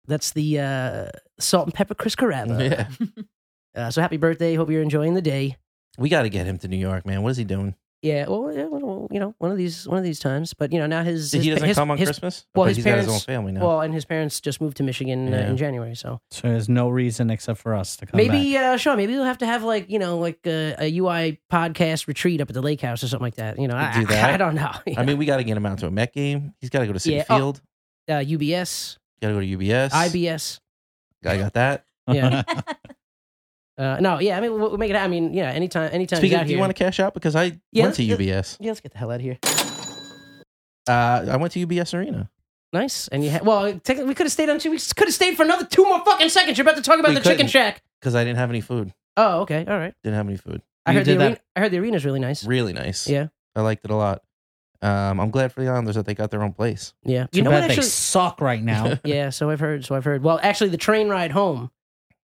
Speaker 4: That's the uh, salt and pepper Chris Carrabba.
Speaker 5: <laughs> Yeah.
Speaker 4: Uh, so happy birthday. Hope you're enjoying the day.
Speaker 5: We got to get him to New York, man. What is he doing?
Speaker 4: Yeah, well, yeah, well, well, you know, one of these, one of these times. But you know, now his, his
Speaker 5: he doesn't
Speaker 4: his-
Speaker 5: come on
Speaker 4: his-
Speaker 5: Christmas.
Speaker 4: well,
Speaker 5: But
Speaker 4: his
Speaker 5: he's got his
Speaker 4: parents-
Speaker 5: own family now.
Speaker 4: Well, and his parents just moved to Michigan uh,
Speaker 5: Yeah.
Speaker 4: in January, so
Speaker 6: So there's no reason except for us to come back.
Speaker 4: maybe uh, Sean, maybe we'll have to have like you know, like uh, a, a UI podcast retreat up at the lake house or something like that. You know, <laughs> I,
Speaker 5: Could do that.
Speaker 4: I don't know.
Speaker 5: I mean, we got to get him out to a Met game. He's got to go to City
Speaker 4: Yeah, oh.
Speaker 5: Field.
Speaker 4: <laughs> uh, UBS,
Speaker 5: Got to go to UBS. <laughs>
Speaker 4: IBS.
Speaker 5: I got that.
Speaker 6: <laughs>
Speaker 4: yeah. Uh, no, yeah, I mean, we'll, we'll make it. I mean, yeah, anytime, anytime.
Speaker 5: Speaking
Speaker 4: he's out
Speaker 5: of, do you
Speaker 4: here-
Speaker 5: want to cash out? Because I
Speaker 4: Yeah,
Speaker 5: went to
Speaker 4: let's-
Speaker 5: UBS.
Speaker 4: Yeah, let's get the hell out of here.
Speaker 5: Uh, I went to UBS Arena.
Speaker 4: Nice. And you ha- well, technically, we could have stayed on two. We could have stayed for another two more fucking seconds. You're about to talk about
Speaker 5: We
Speaker 4: the Chicken
Speaker 5: couldn't.
Speaker 4: Shack.
Speaker 5: because I didn't have any food.
Speaker 4: Oh, okay, all right.
Speaker 5: Didn't have any food.
Speaker 4: I
Speaker 6: You
Speaker 4: heard the
Speaker 6: did that-
Speaker 4: arena, I heard the arena's really nice.
Speaker 5: Really nice.
Speaker 4: Yeah.
Speaker 5: I liked it a lot. Um, I'm glad for the Islanders that they got their own place.
Speaker 4: Yeah,
Speaker 6: Too
Speaker 4: you know
Speaker 6: bad
Speaker 4: what?
Speaker 6: they
Speaker 4: Actually,
Speaker 6: suck
Speaker 4: <laughs>
Speaker 6: right now.
Speaker 4: yeah. So I've heard. So I've heard. Well, actually, the train ride home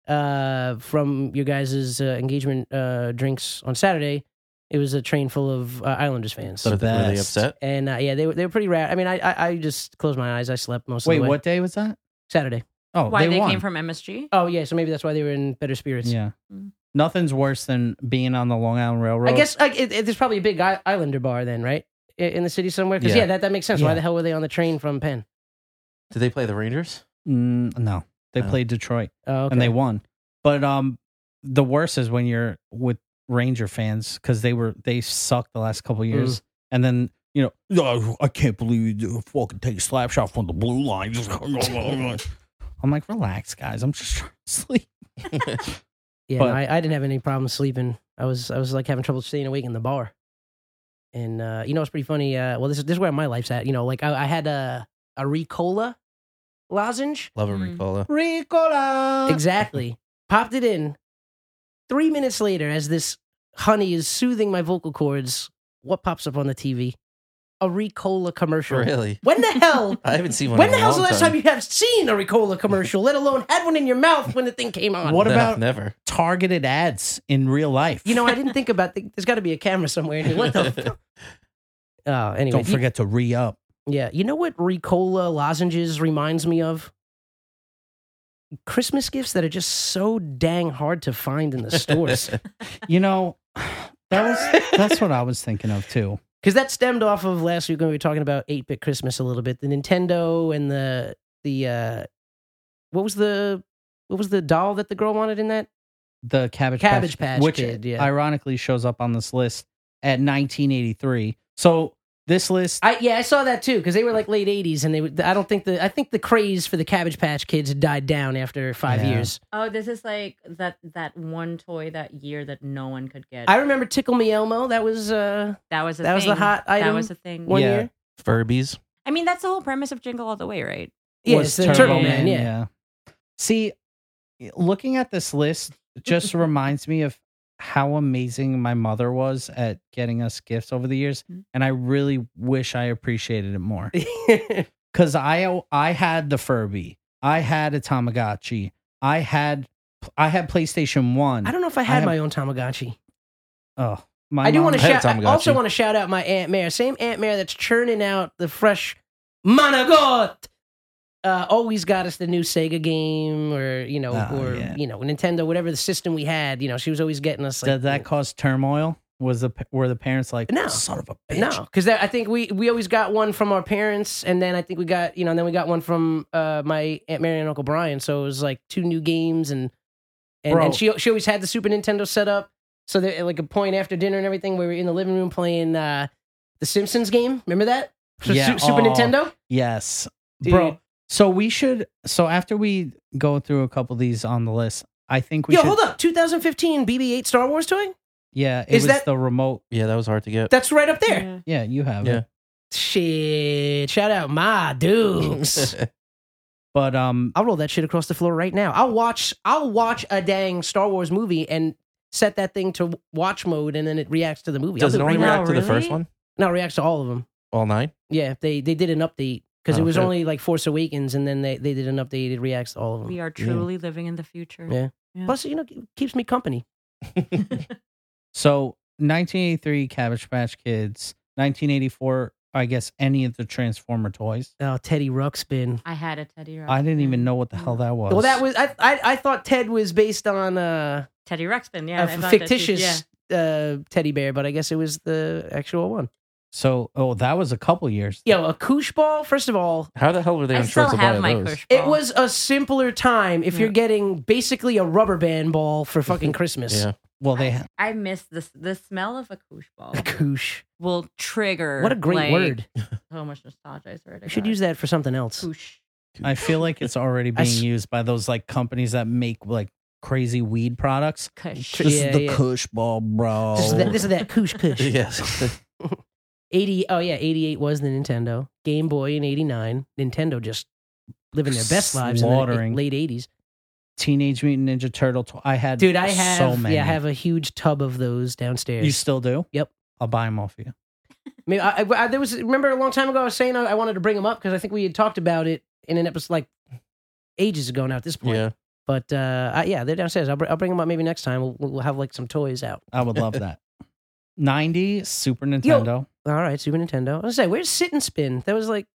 Speaker 4: uh, from your guys' uh, engagement uh, drinks on Saturday, it was a train full of uh, Islanders fans.
Speaker 5: Were they- were they
Speaker 6: best.
Speaker 5: upset?
Speaker 4: and uh, yeah, they were they were pretty rad. I mean, I, I I just closed my eyes. I slept most
Speaker 6: Wait,
Speaker 4: of the way.
Speaker 6: what day was that?
Speaker 4: Saturday?
Speaker 6: Oh,
Speaker 7: Why
Speaker 6: they,
Speaker 7: they
Speaker 6: won.
Speaker 7: came from MSG?
Speaker 4: Oh yeah, so maybe that's why they were in better spirits.
Speaker 6: Yeah.
Speaker 7: Mm.
Speaker 6: Nothing's worse than being on the Long Island Railroad.
Speaker 4: I guess like, it, it, there's probably a big I- Islander bar then, right? I- In the city somewhere. Because yeah.
Speaker 5: Yeah.
Speaker 4: that, that makes sense. Why
Speaker 6: Yeah.
Speaker 4: the hell were they on the train from Penn?
Speaker 5: Did they play the Rangers?
Speaker 6: Mm, no, they
Speaker 5: No.
Speaker 6: played Detroit
Speaker 4: Oh, okay.
Speaker 6: and they won. But um, the worst is when you're with Ranger fans because they were they sucked the last couple
Speaker 4: Mm.
Speaker 6: years, and then you know "Oh, I can't believe you fucking take a slap shot from the blue line. <laughs> I'm like, relax, guys. I'm just trying to <laughs>
Speaker 4: <laughs>
Speaker 6: sleep.
Speaker 4: yeah, no,
Speaker 6: but-
Speaker 4: I, I didn't have any problem sleeping. I was I was like having trouble staying awake in the bar. And uh, you know it's pretty funny. Uh, well, this is this is where my life's at. You know, like I, I had a a Ricola lozenge.
Speaker 5: Love a
Speaker 7: Mm.
Speaker 5: Ricola.
Speaker 6: Ricola.
Speaker 4: Exactly. Popped it in. Three minutes later, as this honey is soothing my vocal cords, what pops up on the TV? A Ricola commercial.
Speaker 5: Really?
Speaker 4: When the
Speaker 5: <laughs>
Speaker 4: hell?
Speaker 5: I haven't seen one.
Speaker 4: when
Speaker 5: in a
Speaker 4: the hell's the
Speaker 5: long
Speaker 4: last time.
Speaker 5: time
Speaker 4: you have seen a Ricola commercial, let alone had one in your mouth when the thing came on?
Speaker 6: What
Speaker 5: No,
Speaker 6: about
Speaker 5: never?
Speaker 6: targeted ads in real life?
Speaker 4: You know, I didn't think about. The, there's got to be a camera somewhere. in here. <laughs>
Speaker 5: <laughs>
Speaker 4: What the? F- oh, anyway,
Speaker 6: don't forget to re up.
Speaker 4: yeah, you know what Ricola lozenges reminds me of? Christmas gifts that are just so dang hard to find in the
Speaker 6: <laughs>
Speaker 4: stores.
Speaker 6: You know, <sighs> that was that's what I was thinking of too.
Speaker 4: because that stemmed off of last week when we were talking about 8-bit christmas a little bit the nintendo and the the uh what was the what was the doll that the girl wanted in that
Speaker 6: The Cabbage,
Speaker 4: Cabbage Patch
Speaker 6: which
Speaker 4: Kid, yeah.
Speaker 6: ironically shows up on this list at 1983. So this list,
Speaker 4: i yeah i saw that too because they were like late 80s and they were- i don't think the i think the craze for the cabbage patch kids died down after five
Speaker 6: Yeah.
Speaker 4: years
Speaker 7: Oh, this is like that that one toy that year that no one could get.
Speaker 4: i remember tickle me elmo that was uh
Speaker 7: that was a
Speaker 4: that was the
Speaker 7: thing.
Speaker 4: hot item
Speaker 7: That was a thing.
Speaker 4: one
Speaker 6: Yeah.
Speaker 4: year
Speaker 5: Furbies.
Speaker 7: I mean, that's the whole premise of Jingle All the Way, right?
Speaker 4: yeah
Speaker 6: was
Speaker 4: it's the turbo,
Speaker 7: Man,
Speaker 4: man, yeah.
Speaker 6: See, looking at this list
Speaker 4: <laughs>
Speaker 6: just reminds me of how amazing my mother was at getting us gifts over the years,
Speaker 4: Mm.
Speaker 7: Mhm.
Speaker 6: and I really wish I appreciated it more. because I I had the Furby, I had a Tamagotchi, I had I had PlayStation
Speaker 4: <laughs>
Speaker 6: One.
Speaker 4: i don't know if i had
Speaker 6: have-
Speaker 4: my own tamagotchi
Speaker 6: Oh, my
Speaker 4: I do
Speaker 6: mom-
Speaker 4: want to
Speaker 5: had a
Speaker 4: shout. I
Speaker 5: Tamagotchi.
Speaker 4: also want to shout out my Aunt Mare, same Aunt Mare that's churning out the fresh Monagot. Uh, always got us the new Sega game, or you know,
Speaker 6: Oh,
Speaker 4: or
Speaker 6: yeah.
Speaker 4: you know, Nintendo, whatever the system we had. You know, she was always getting us. Like,
Speaker 6: Did that cause turmoil? Was the pa- were the parents like
Speaker 4: No.
Speaker 6: son of a bitch?
Speaker 4: No, because I think we we always got one from our parents, and then I think we got you know, and then we got one from uh, my aunt Mary and Uncle Brian. So it was like two new games, and and,
Speaker 6: Bro.
Speaker 4: and she she always had the Super Nintendo set up. So that like a point after dinner and everything, we were in the living room playing uh, the Simpsons game. Remember that? Su-
Speaker 6: Yeah.
Speaker 4: Su- Super
Speaker 6: Aw.
Speaker 4: Nintendo.
Speaker 6: Yes,
Speaker 4: Dude.
Speaker 6: bro. So we should. So after we go through a couple of these on the list, I think we
Speaker 4: Yo,
Speaker 6: should.
Speaker 4: hold up, 2015 BB-8 Star Wars toy.
Speaker 6: Yeah, it
Speaker 4: Is
Speaker 6: was
Speaker 4: that-
Speaker 6: the remote.
Speaker 5: Yeah, that was hard to get.
Speaker 4: That's right up there.
Speaker 7: Yeah.
Speaker 6: Yeah, you have
Speaker 5: Yeah.
Speaker 6: it.
Speaker 4: Shit! Shout out my
Speaker 5: <laughs>
Speaker 6: <laughs>
Speaker 4: dudes.
Speaker 6: But um,
Speaker 4: I'll roll that shit across the floor right now. I'll watch I'll watch a dang Star Wars movie and set that thing to watch mode and then it reacts to the movie.
Speaker 5: Does
Speaker 4: I'll
Speaker 5: it
Speaker 4: do
Speaker 5: only
Speaker 4: right now.
Speaker 5: react to the first
Speaker 7: really?
Speaker 5: one?
Speaker 4: No, it reacts to all of them.
Speaker 5: All nine?
Speaker 4: Yeah, they they did an update because it
Speaker 5: Oh,
Speaker 4: was
Speaker 5: good.
Speaker 4: only like Force Awakens and then they, they did an update. It reacts to all of them.
Speaker 7: We are truly living in the future.
Speaker 4: Oh, Yeah. Plus, you know, it keeps me company.
Speaker 6: so 1983 Cabbage Patch Kids, 1984. I guess any of the Transformer toys.
Speaker 4: Oh, Teddy Ruxpin.
Speaker 7: I had a Teddy Ruxpin.
Speaker 6: I didn't even know what the hell that was.
Speaker 4: Well, that was I, I I thought Ted was based on uh,
Speaker 7: Teddy Ruxpin.
Speaker 4: a
Speaker 7: Yeah, I thought that too.
Speaker 4: fictitious uh, teddy bear, but I guess it was the actual one.
Speaker 6: So, oh, that was a couple years.
Speaker 4: Yo, a koosh ball. First of all,
Speaker 5: How the hell were they
Speaker 7: Yeah. I
Speaker 5: on short
Speaker 7: still
Speaker 5: supply
Speaker 7: have
Speaker 5: of
Speaker 7: my
Speaker 5: those?
Speaker 7: Kush
Speaker 4: It
Speaker 7: ball.
Speaker 4: was a simpler time if you're
Speaker 7: Oh. Yeah.
Speaker 4: getting basically a rubber band ball for fucking Christmas.
Speaker 5: Yeah.
Speaker 6: Well, they ha-
Speaker 7: I miss this. The smell of a koosh ball
Speaker 4: A koosh.
Speaker 7: will trigger.
Speaker 4: What a great
Speaker 7: like,
Speaker 4: word.
Speaker 7: So much nostalgia. I swear to
Speaker 4: You should
Speaker 7: God.
Speaker 4: use that for something else.
Speaker 7: koosh.
Speaker 6: I feel like it's already
Speaker 4: I
Speaker 6: being
Speaker 4: s-
Speaker 6: used by those like companies that make like crazy weed products.
Speaker 7: Kush.
Speaker 6: This
Speaker 4: Yeah,
Speaker 6: is the
Speaker 4: yeah.
Speaker 6: Kush ball, bro.
Speaker 4: This is that, this is that koosh koosh.
Speaker 7: <laughs>
Speaker 5: Yes.
Speaker 4: 80, oh yeah, 88 was the Nintendo. Game Boy in 89. Nintendo just living their best lives in the
Speaker 6: Slaughtering.
Speaker 4: late 80s.
Speaker 6: Teenage Mutant Ninja Turtle. To- I had
Speaker 4: Dude, I have,
Speaker 6: so many.
Speaker 4: yeah, I have a huge tub of those downstairs.
Speaker 6: You still do?
Speaker 4: Yep.
Speaker 6: I'll buy them off you.
Speaker 4: I mean, I, I- I- there was remember a long time ago I was saying I, I wanted to bring them up because I think we had talked about it in an episode like ages ago now at this point.
Speaker 5: <laughs>
Speaker 4: <laughs>
Speaker 5: yeah.
Speaker 4: But uh, I, yeah, they're downstairs. I'll, br- I'll bring them up maybe next time. We'll, we'll have like some toys out.
Speaker 6: I would
Speaker 4: <laughs>
Speaker 6: love that. 90 Super Nintendo.
Speaker 4: All right, Super Nintendo. I was gonna say, where's Sit and Spin? That was like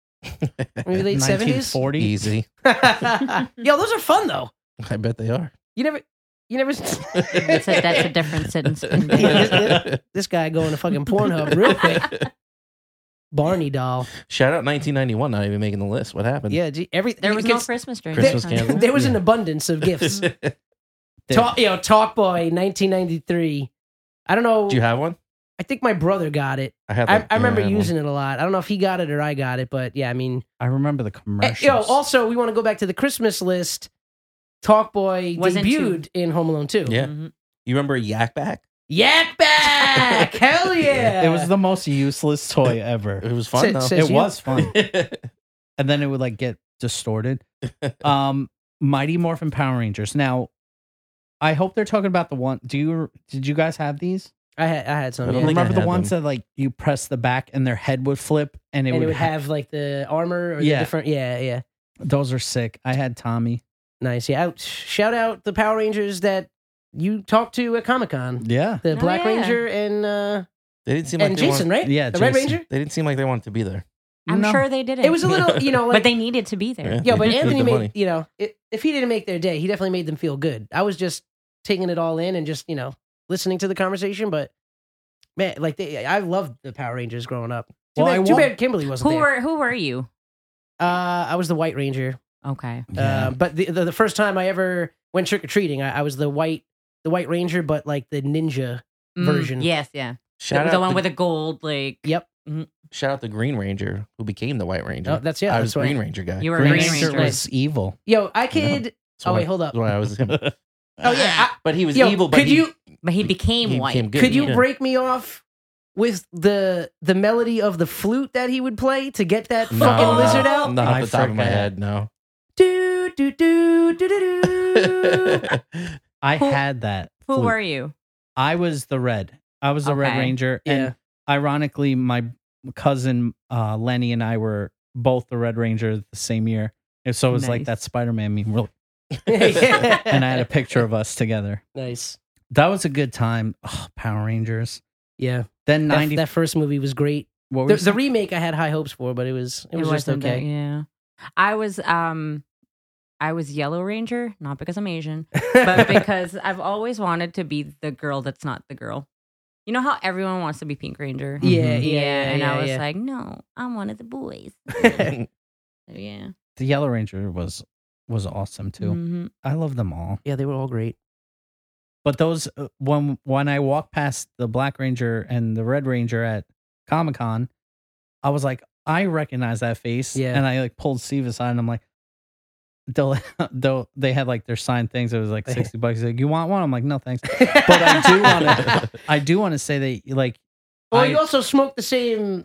Speaker 4: maybe
Speaker 5: <laughs>
Speaker 4: late seventies.
Speaker 6: 1940.
Speaker 5: Easy.
Speaker 4: <laughs> Yo, those are fun though.
Speaker 5: I bet they are.
Speaker 4: You never, you never.
Speaker 7: <laughs> That's a, that's a different
Speaker 4: <laughs>
Speaker 7: sentence.
Speaker 4: this guy going to fucking Pornhub real quick. Barney doll.
Speaker 5: <laughs> Shout out 1991, not even making the list. What happened?
Speaker 7: <laughs>
Speaker 5: <laughs>
Speaker 4: Yeah, gee, every
Speaker 7: There
Speaker 4: you
Speaker 7: was
Speaker 4: could
Speaker 7: no
Speaker 4: s-
Speaker 7: Christmas during
Speaker 4: there-
Speaker 5: Christmas
Speaker 7: that
Speaker 5: candles?
Speaker 4: <laughs>
Speaker 7: time.
Speaker 4: There was an
Speaker 6: Yeah.
Speaker 4: abundance of gifts.
Speaker 5: <laughs>
Speaker 6: Dude,
Speaker 4: Talk, yo, Talk Boy, nineteen ninety three. I don't know.
Speaker 5: Do you have one?
Speaker 4: I think my brother got it.
Speaker 5: had.
Speaker 4: I,
Speaker 5: like-
Speaker 4: I remember
Speaker 5: yeah, had one.
Speaker 4: using it a lot. I don't know if he got it or I got it, but yeah, I mean,
Speaker 6: I remember the
Speaker 4: eh,
Speaker 6: commercials.
Speaker 4: yo. Also, we want to go back to the Christmas list. Talkboy
Speaker 7: Wasn't
Speaker 4: debuted in Home Alone 2.
Speaker 5: Yeah.
Speaker 7: Mhm.
Speaker 5: You remember Yak Back?
Speaker 4: Yak back, hell yeah!
Speaker 6: it was the most useless toy ever.
Speaker 5: It was
Speaker 4: Sit-
Speaker 5: fun though. <laughs>
Speaker 4: sit- Says
Speaker 6: it
Speaker 4: you.
Speaker 6: was fun. and then it would like get
Speaker 5: <laughs>
Speaker 6: distorted. Um, Mighty Morphin Power Rangers. Now, I hope they're talking about the one. Do you did you guys have these?
Speaker 4: I had I had some.
Speaker 5: I don't
Speaker 4: yeah.
Speaker 5: think I
Speaker 6: Remember the
Speaker 5: had
Speaker 6: ones
Speaker 5: them.
Speaker 6: that like you press the back and their head would flip and it
Speaker 4: and
Speaker 6: would,
Speaker 4: it would
Speaker 6: ha-
Speaker 4: have like the armor or
Speaker 6: Yeah.
Speaker 4: the different. Yeah, yeah,
Speaker 6: those are sick. I had Tommy.
Speaker 4: nice. Yeah, out. Shout out the Power Rangers that you talked to at Comic Con.
Speaker 6: Yeah.
Speaker 4: The
Speaker 7: Oh,
Speaker 4: Black
Speaker 7: yeah.
Speaker 4: Ranger and uh,
Speaker 5: they didn't seem like
Speaker 4: and
Speaker 5: they
Speaker 4: Jason,
Speaker 5: Want,
Speaker 4: right?
Speaker 6: Yeah,
Speaker 4: the Red
Speaker 6: Jason.
Speaker 4: Ranger.
Speaker 5: they didn't seem like they wanted to be there.
Speaker 7: I'm
Speaker 6: No.
Speaker 7: sure they didn't.
Speaker 4: It was a
Speaker 7: <laughs>
Speaker 4: little, you know, like
Speaker 7: but they needed to be
Speaker 4: <laughs>
Speaker 7: there.
Speaker 5: Yeah.
Speaker 4: Yeah, but
Speaker 5: With
Speaker 4: Anthony
Speaker 5: the
Speaker 4: made
Speaker 5: money.
Speaker 4: you know it, if he didn't make their day, he definitely made them feel good. I was just taking it all in and just you know listening to the conversation, but man, like they, I loved the Power Rangers growing up. Too,
Speaker 6: Well, I
Speaker 4: bad, too
Speaker 6: want-
Speaker 4: bad Kimberly wasn't
Speaker 7: Who
Speaker 4: there.
Speaker 7: were who were you?
Speaker 4: uh, I was the White Ranger,
Speaker 7: Okay.
Speaker 4: uh, but the, the the first time I ever went trick or treating, I, I was the white the White Ranger, but like the ninja.
Speaker 7: Mm,
Speaker 4: Version.
Speaker 7: Yes. Yeah.
Speaker 5: Shout
Speaker 7: the,
Speaker 5: out
Speaker 7: the one
Speaker 5: the,
Speaker 7: with a gold like.
Speaker 4: Yep,
Speaker 5: shout out the Green Ranger who became the White Ranger.
Speaker 4: Oh, that's yeah.
Speaker 5: I was
Speaker 4: that's right.
Speaker 5: Green Ranger guy.
Speaker 7: You were a
Speaker 6: Green
Speaker 7: Green
Speaker 6: Ranger
Speaker 7: Ranger.
Speaker 6: was evil.
Speaker 4: Yo, I could.
Speaker 5: That's
Speaker 4: Oh
Speaker 5: why-
Speaker 4: wait, hold up.
Speaker 5: that's why I was.
Speaker 4: <laughs> Oh yeah, I,
Speaker 5: But he was
Speaker 4: yo,
Speaker 5: evil. But
Speaker 4: could
Speaker 5: he,
Speaker 4: you
Speaker 7: But he became
Speaker 5: he
Speaker 7: white.
Speaker 5: became good.
Speaker 4: Could you
Speaker 5: Yeah.
Speaker 4: break me off with the the melody of the flute that he would play to get that
Speaker 5: No,
Speaker 4: fucking
Speaker 5: no,
Speaker 4: lizard out?
Speaker 5: Not
Speaker 6: I
Speaker 5: off the top of my
Speaker 6: forgot.
Speaker 4: <laughs>
Speaker 5: head. No. <laughs>
Speaker 4: Do do do do do <laughs> do.
Speaker 6: I
Speaker 7: Who-
Speaker 6: had that.
Speaker 7: Who
Speaker 6: flute.
Speaker 7: were you?
Speaker 6: I was the red. I was the Red
Speaker 7: Okay.
Speaker 6: Ranger.
Speaker 4: Yeah.
Speaker 6: And ironically, my cousin uh, Lenny and I were both the Red Ranger the same year. And so it was like
Speaker 7: Nice.
Speaker 6: that Spider Man meme. We're- <laughs>
Speaker 4: <laughs> and
Speaker 6: And I had a picture of us together.
Speaker 4: <laughs> nice.
Speaker 6: That was a good time. Oh, Power Rangers.
Speaker 4: Yeah,
Speaker 6: Then
Speaker 4: that,
Speaker 6: 90.
Speaker 4: that first movie was great.
Speaker 6: what were
Speaker 4: The,
Speaker 6: you
Speaker 4: the
Speaker 6: saying?
Speaker 4: remake I had high hopes for, but it was it was just
Speaker 7: wasn't that-
Speaker 4: okay.
Speaker 7: yeah. I was um I was Yellow Ranger,
Speaker 4: <laughs>
Speaker 7: not because I'm Asian, but because I've always wanted to be the girl that's not the girl. You know how everyone wants to be Pink Ranger?
Speaker 6: Mhm.
Speaker 4: Yeah, yeah,
Speaker 7: and
Speaker 4: yeah,
Speaker 7: I was
Speaker 4: yeah.
Speaker 7: like, no, I'm one of the boys. <laughs> So, yeah.
Speaker 6: The Yellow Ranger was was awesome too.
Speaker 4: Mm.
Speaker 7: Mhm.
Speaker 6: I love them all.
Speaker 4: yeah, they were all
Speaker 6: <laughs>
Speaker 4: great.
Speaker 6: But those uh, when when I walked past the Black Ranger and the Red Ranger at Comic Con, I was like, I recognize that face.
Speaker 4: Yeah.
Speaker 6: And I like pulled Steve aside and I'm like, they'll, <laughs> they'll they had like their signed things. It was like sixty bucks. He's like, you want one? I'm like,
Speaker 4: <laughs>
Speaker 6: no, thanks. But I do <laughs> want to. I do want to say that like
Speaker 4: Well,
Speaker 6: I-
Speaker 4: you also smoked the same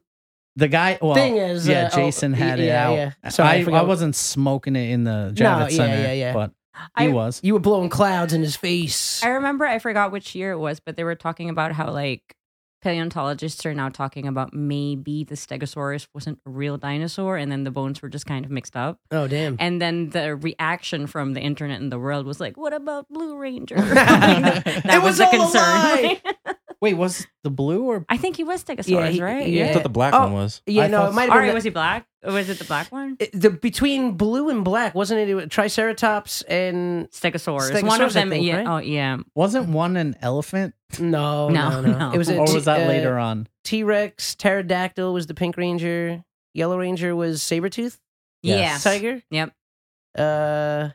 Speaker 6: the guy. Well,
Speaker 4: thing as
Speaker 6: yeah,
Speaker 4: uh, oh,
Speaker 6: Jason had it
Speaker 4: yeah,
Speaker 6: out.
Speaker 4: Yeah.
Speaker 6: So
Speaker 4: Sorry, I,
Speaker 6: I, I
Speaker 4: forgot.
Speaker 6: wasn't smoking it in the Javits
Speaker 4: yeah,
Speaker 6: Center,
Speaker 4: yeah, yeah.
Speaker 6: but he
Speaker 4: <laughs>
Speaker 7: I-
Speaker 6: was.
Speaker 4: You were blowing clouds in his face.
Speaker 7: I remember I forgot which year it was, but they were talking about how like paleontologists are now talking about maybe the stegosaurus wasn't a real dinosaur and then the bones were just kind of mixed up.
Speaker 4: oh damn.
Speaker 7: And then the reaction from the internet and the world was like, "What about Blue
Speaker 4: <laughs>
Speaker 7: Ranger?" <laughs> that
Speaker 4: It was
Speaker 7: was, a
Speaker 4: all a
Speaker 7: concern.
Speaker 4: lie.
Speaker 6: <laughs> Wait, was the blue or
Speaker 7: <laughs> I think he was Stegosaurus,
Speaker 4: Yeah, he-
Speaker 7: right?
Speaker 4: yeah.
Speaker 5: I thought the black
Speaker 4: Oh.
Speaker 5: one was.
Speaker 4: Yeah,
Speaker 6: I
Speaker 4: no,
Speaker 6: thought
Speaker 4: it might
Speaker 7: All
Speaker 4: have
Speaker 7: right,
Speaker 4: been
Speaker 7: was he black? Or was it the black one?
Speaker 4: the, the between blue and black, wasn't it? it was Triceratops and
Speaker 7: Stegosaurus.
Speaker 4: Stegosaurus,
Speaker 7: One
Speaker 4: I
Speaker 7: of them.
Speaker 4: think,
Speaker 7: yeah.
Speaker 4: right?
Speaker 7: Oh, yeah.
Speaker 6: wasn't one an elephant?
Speaker 4: no, no, <laughs>
Speaker 7: No,
Speaker 4: no.
Speaker 7: no.
Speaker 4: It was a
Speaker 6: Or was that
Speaker 4: uh,
Speaker 6: later on?
Speaker 4: T Rex, pterodactyl was the pink ranger, yellow ranger was Sabretooth
Speaker 6: Yes.
Speaker 7: Yeah.
Speaker 4: tiger.
Speaker 7: Yep.
Speaker 4: Uh,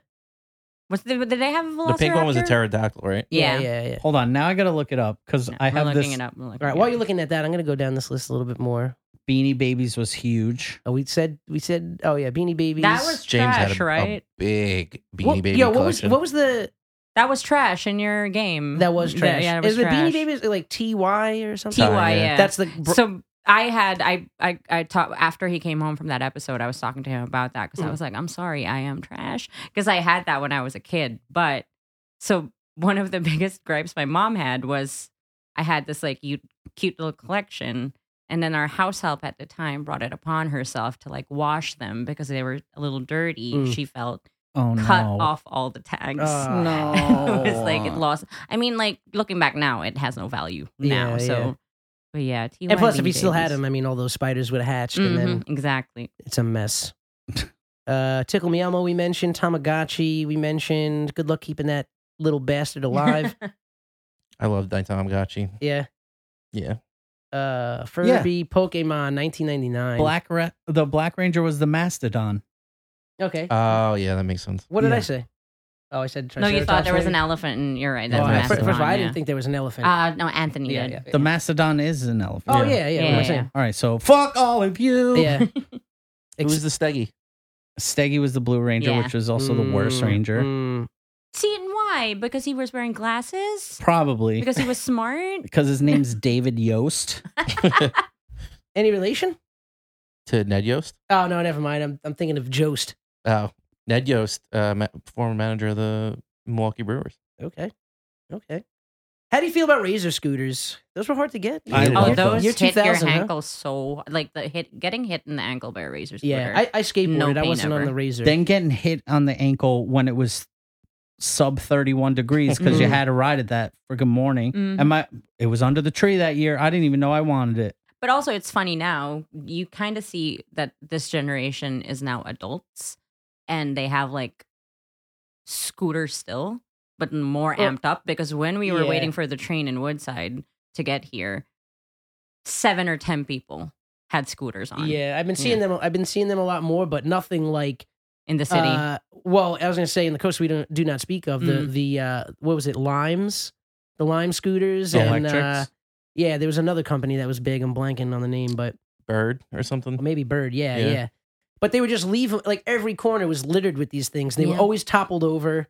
Speaker 7: Was the, did they have a velociraptor?
Speaker 4: oh,
Speaker 5: The pink one was a pterodactyl, right?
Speaker 4: yeah, yeah,
Speaker 7: Yeah.
Speaker 4: yeah. yeah.
Speaker 6: Hold on, now I gotta look it up because
Speaker 7: No,
Speaker 6: I
Speaker 7: we're
Speaker 6: have
Speaker 7: looking
Speaker 6: this.
Speaker 7: it up. We're looking
Speaker 4: All right,
Speaker 7: it
Speaker 4: while
Speaker 7: up.
Speaker 4: you're looking at that, I'm going to go down this list a little bit more.
Speaker 6: Beanie Babies was huge.
Speaker 4: Oh, we said we said oh yeah, Beanie Babies.
Speaker 7: That was
Speaker 5: James
Speaker 7: trash,
Speaker 5: had a, a
Speaker 7: right?
Speaker 5: big beanie
Speaker 4: What-
Speaker 5: baby
Speaker 4: Yo, what was
Speaker 5: collection.
Speaker 4: what was the
Speaker 7: That was trash in your game.
Speaker 4: that was trash?
Speaker 7: Mm-hmm. yeah, it
Speaker 4: Is
Speaker 7: was
Speaker 4: the Beanie
Speaker 7: trash.
Speaker 4: Babies like T Y or something?
Speaker 7: TY,
Speaker 5: Ty, yeah.
Speaker 7: yeah.
Speaker 4: That's the br-
Speaker 7: so. I had I I I taught after he came home from that episode. I was talking to him about that because I
Speaker 4: Mm.
Speaker 7: was like, I'm sorry, I am trash because I had that when I was a kid. But so one of the <laughs> biggest gripes my mom had was I had this like cute, cute little collection, and then our house help at the time brought it upon herself to like wash them because they were a little dirty.
Speaker 4: Mm.
Speaker 7: She felt
Speaker 6: Oh
Speaker 7: cut
Speaker 6: no!
Speaker 7: off all the tags. <laughs>
Speaker 4: Ah.
Speaker 6: No.
Speaker 7: it was like
Speaker 4: Oh.
Speaker 7: it lost. I mean, like looking back now, it has no value now.
Speaker 4: Yeah,
Speaker 7: so,
Speaker 4: yeah.
Speaker 7: but yeah. TY
Speaker 4: and plus, if
Speaker 7: Beanie
Speaker 4: he still had
Speaker 7: Babies.
Speaker 4: them, I mean, all those spiders would have hatched, and then
Speaker 7: Mhm, exactly.
Speaker 4: it's a
Speaker 7: <laughs>
Speaker 4: mess. uh, Tickle Me Elmo, we mentioned Tamagotchi, we mentioned. Good luck keeping that little bastard alive.
Speaker 5: I love Tamagotchi.
Speaker 4: yeah.
Speaker 5: Yeah.
Speaker 4: Uh, Furby, Pokemon, 1999.
Speaker 6: Black Ra- the Black Ranger was the mastodon.
Speaker 4: Okay.
Speaker 5: Oh, yeah, that makes sense.
Speaker 4: what did I
Speaker 6: Uh, yeah.
Speaker 4: say? Oh, I said.
Speaker 7: <laughs> no, you thought there was an
Speaker 4: Triceratops
Speaker 7: elephant, and you're right.
Speaker 4: maybe?
Speaker 7: That's
Speaker 4: Oh,
Speaker 7: a
Speaker 4: I-
Speaker 5: an
Speaker 4: fir-
Speaker 7: mastodon.
Speaker 4: First of all, I
Speaker 7: yeah.
Speaker 4: didn't think there was an elephant.
Speaker 7: Uh, no, Anthony
Speaker 4: yeah,
Speaker 7: did.
Speaker 4: yeah.
Speaker 6: The mastodon is an elephant.
Speaker 4: Oh yeah, yeah.
Speaker 7: Yeah,
Speaker 4: what I'm
Speaker 7: yeah.
Speaker 4: saying.
Speaker 6: All right, so fuck all of you.
Speaker 4: Yeah.
Speaker 7: <laughs>
Speaker 5: It was the Steggy.
Speaker 6: Steggy was the blue ranger,
Speaker 7: Yeah.
Speaker 6: which was also the worst
Speaker 4: Mm,
Speaker 6: ranger,
Speaker 4: mm.
Speaker 7: See, and why? Because he was wearing
Speaker 4: <laughs>
Speaker 7: glasses.
Speaker 6: probably
Speaker 7: Because he was smart.
Speaker 6: because his name's David Yost.
Speaker 4: Any relation?
Speaker 5: to Ned Yost.
Speaker 4: Oh no, never mind. I'm I'm thinking of Jost.
Speaker 5: Oh, Ned Yost, uh, ma- former manager of the Milwaukee Brewers.
Speaker 4: Okay. Okay. How do you feel about razor scooters? Those were hard to get.
Speaker 5: I
Speaker 4: Yeah.
Speaker 5: love
Speaker 7: Oh,
Speaker 5: Awesome.
Speaker 7: those
Speaker 4: Year
Speaker 7: hit your
Speaker 4: 2000, huh?
Speaker 7: ankle so like the hit getting hit in the ankle by a razor scooter.
Speaker 4: Yeah, I, I skateboarded.
Speaker 7: No
Speaker 4: I
Speaker 7: pain
Speaker 4: wasn't on
Speaker 7: ever.
Speaker 4: the razor.
Speaker 6: then getting hit on the ankle when it was sub
Speaker 4: <laughs>
Speaker 6: 31 degrees because you
Speaker 4: Mhm.
Speaker 6: had a ride at that freaking morning
Speaker 7: Mhm.
Speaker 6: and my it was under the tree that year i didn't even know i wanted it
Speaker 7: But also, it's funny now. You kind of see that this generation is now adults, and they have like scooters still, but more
Speaker 4: Well,
Speaker 7: amped up. Because when we were
Speaker 4: yeah.
Speaker 7: waiting for the train in Woodside to get here, seven or ten people had scooters on
Speaker 4: yeah, I've been seeing them. I've been seeing them a lot more, but nothing like
Speaker 7: in the city.
Speaker 4: Uh, well, I was going to say in the coast we don't do not speak of the
Speaker 7: Mm.
Speaker 4: the uh, what was it limes, the lime scooters and
Speaker 6: Electrics.
Speaker 4: uh, yeah, there was another company that was big. I'm blanking on the name, but
Speaker 5: Bird or
Speaker 4: or
Speaker 5: something.
Speaker 4: maybe Bird. Yeah, yeah.
Speaker 5: Yeah.
Speaker 4: But they would just leave like every corner was littered with these things. They were
Speaker 7: Yeah.
Speaker 4: always toppled over,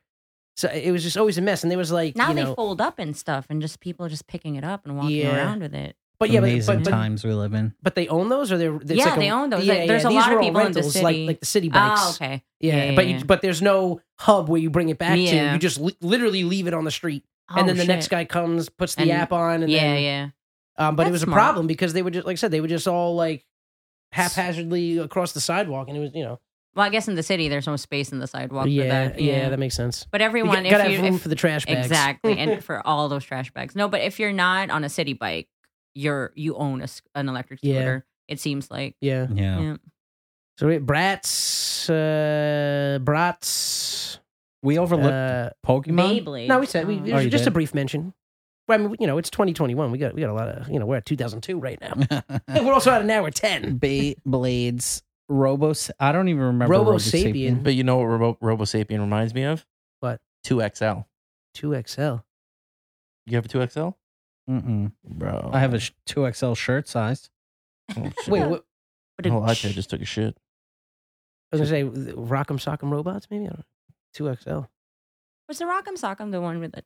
Speaker 4: so it was just always a mess. And there was like
Speaker 7: now
Speaker 4: you
Speaker 7: they
Speaker 4: know,
Speaker 7: fold up and stuff, and just people are just picking it up and walking
Speaker 4: Yeah.
Speaker 7: around with it.
Speaker 4: but yeah, but,
Speaker 6: amazing
Speaker 4: but, but
Speaker 6: times we live in
Speaker 4: but they own those or they're it's
Speaker 7: Yeah,
Speaker 4: like a-
Speaker 7: they own those.
Speaker 4: Yeah,
Speaker 7: Like, there's
Speaker 4: yeah,
Speaker 7: a
Speaker 4: these
Speaker 7: lot
Speaker 4: were
Speaker 7: of
Speaker 4: all
Speaker 7: people in the
Speaker 4: rentals,
Speaker 7: city.
Speaker 4: Like, like the city bikes.
Speaker 7: Oh, okay.
Speaker 4: Yeah,
Speaker 7: Yeah,
Speaker 4: but
Speaker 7: yeah,
Speaker 4: You,
Speaker 7: yeah.
Speaker 4: but there's no hub where you bring it back to.
Speaker 7: Yeah.
Speaker 4: You just li- literally leave it on the street,
Speaker 7: Oh,
Speaker 4: and then the
Speaker 7: shit.
Speaker 4: next guy comes, puts the
Speaker 7: And-
Speaker 4: app on, and
Speaker 7: yeah,
Speaker 4: then,
Speaker 7: yeah.
Speaker 4: Um, but it
Speaker 7: That's
Speaker 4: was
Speaker 7: smart.
Speaker 4: a problem because they were just like I said, they were just all like haphazardly across the sidewalk, and it was you know
Speaker 7: Well, I guess in the city, there's no space in the sidewalk.
Speaker 4: yeah,
Speaker 7: for that.
Speaker 4: yeah that makes sense.
Speaker 7: But
Speaker 4: You
Speaker 7: everyone,
Speaker 4: got- gotta
Speaker 7: if you
Speaker 4: have room
Speaker 7: if-
Speaker 4: for the trash bags.
Speaker 7: exactly, and for all those trash bags. No, but if you're not on a city bike, you're you own a, sc- an electric
Speaker 4: Yeah.
Speaker 7: scooter. It seems like
Speaker 4: <laughs> Yeah.
Speaker 6: yeah,
Speaker 7: Yeah.
Speaker 4: So we brats, uh, brats.
Speaker 6: we overlooked
Speaker 4: Uh,
Speaker 6: pokemon
Speaker 7: Beyblade.
Speaker 4: no, we said we,
Speaker 7: Oh.
Speaker 4: it
Speaker 6: Oh,
Speaker 4: was
Speaker 6: you
Speaker 4: just a
Speaker 6: did?
Speaker 4: brief mention. I mean, you know, it's 2021. We got we got a lot of you know. We're at 2002 right
Speaker 7: <laughs>
Speaker 4: now. <laughs> And we're also at an hour 10.
Speaker 6: Bay blades. Robo. I don't even remember.
Speaker 4: Robo
Speaker 6: Robosapien.
Speaker 4: Sapien
Speaker 5: But you know what Robo, Robo Sapien reminds me of?
Speaker 4: What?
Speaker 5: 2XL.
Speaker 4: 2XL.
Speaker 5: You have a 2XL?
Speaker 6: Mm-mm.
Speaker 5: Bro.
Speaker 6: I have a two XL shirt size.
Speaker 5: Oh, shit.
Speaker 4: Wait, what,
Speaker 5: <laughs> Oh, I think I just took a shit.
Speaker 4: I was gonna say Rock'em Sock'em Robots. Maybe I don't. know. 2XL.
Speaker 7: Was the Rock'em Sock'em the one with the?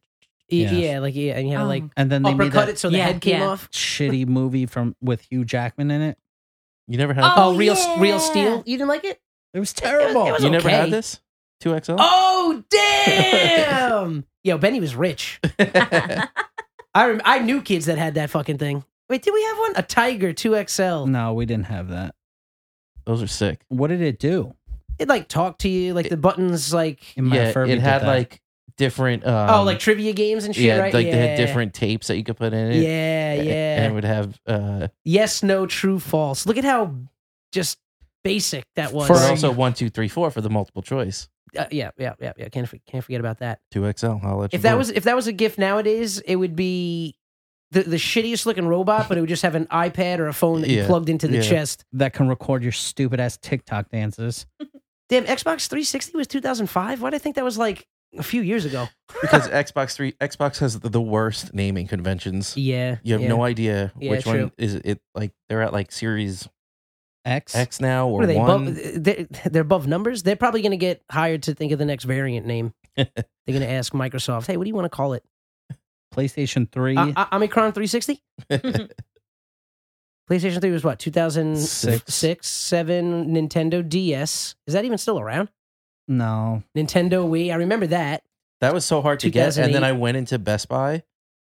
Speaker 4: Yeah,
Speaker 6: Yes.
Speaker 4: E, yeah like yeah, and you had
Speaker 7: Oh.
Speaker 4: like
Speaker 6: And then they made
Speaker 4: uppercut
Speaker 6: that
Speaker 4: it so the
Speaker 7: Yeah,
Speaker 4: head came
Speaker 7: yeah.
Speaker 4: off.
Speaker 6: shitty movie from with Hugh Jackman in it.
Speaker 5: You never had
Speaker 4: Oh,
Speaker 7: Oh,
Speaker 4: real real
Speaker 7: yeah.
Speaker 4: steel. You didn't like it?
Speaker 6: It was
Speaker 4: It
Speaker 6: terrible.
Speaker 4: was-
Speaker 5: You never
Speaker 4: okay.
Speaker 5: had this? 2XL?
Speaker 4: Oh damn! <laughs> Yo, Benny was rich. Oh. I rem- I knew kids that had that fucking thing. Wait, did we have one? A Tiger 2XL.
Speaker 6: no, we didn't have that.
Speaker 5: <laughs> Those are sick.
Speaker 6: What did it do?
Speaker 4: It like talked to you, like the buttons, like
Speaker 6: It might
Speaker 5: yeah,
Speaker 6: have Furby
Speaker 5: it
Speaker 6: did
Speaker 5: had
Speaker 6: that.
Speaker 5: like different. Um,
Speaker 4: oh, like trivia games and shit,
Speaker 5: yeah,
Speaker 4: right?
Speaker 5: like
Speaker 4: yeah.
Speaker 5: they had different tapes that you could put in it.
Speaker 4: Yeah,
Speaker 5: a-
Speaker 4: yeah.
Speaker 5: And it would have. Uh,
Speaker 4: yes, no, true, false. Look at how just basic that was.
Speaker 5: but also one, two, three, four for the multiple choice.
Speaker 4: Uh, yeah, yeah, yeah, yeah. Can't for- can't forget about that.
Speaker 5: 2XL. I'll let you
Speaker 4: If that
Speaker 5: know.
Speaker 4: was if that was a gift nowadays, it would be the, the shittiest looking robot, but it would just have an iPad or a phone that you
Speaker 5: Yeah,
Speaker 4: plugged into the
Speaker 5: yeah.
Speaker 4: chest.
Speaker 6: that can record your stupid ass TikTok dances.
Speaker 4: Damn, Xbox 360 was 2005. Why did I think that was like a few years ago?
Speaker 5: because Xbox Three Xbox has the- the worst naming conventions.
Speaker 4: Yeah,
Speaker 5: You have no idea
Speaker 4: Yeah,
Speaker 5: which
Speaker 4: true.
Speaker 5: one is it. Like they're at like Series
Speaker 6: X.
Speaker 5: X now
Speaker 4: What are
Speaker 5: or
Speaker 4: they
Speaker 5: one.
Speaker 4: above? They're, they're above numbers. They're probably going to get hired to think of the next variant
Speaker 5: <laughs>
Speaker 4: name. they're going to ask Microsoft, "Hey, what do you want to call it?
Speaker 6: PlayStation Three.
Speaker 4: Uh, uh, Omicron
Speaker 5: <laughs>
Speaker 4: 360." PlayStation 3 was what 2006,
Speaker 6: Six.
Speaker 4: seven. Nintendo DS is that even still around?
Speaker 6: no,
Speaker 4: Nintendo Wii, I remember that. <laughs>
Speaker 5: that was so hard to get. And then
Speaker 4: 2008.
Speaker 5: I went into Best Buy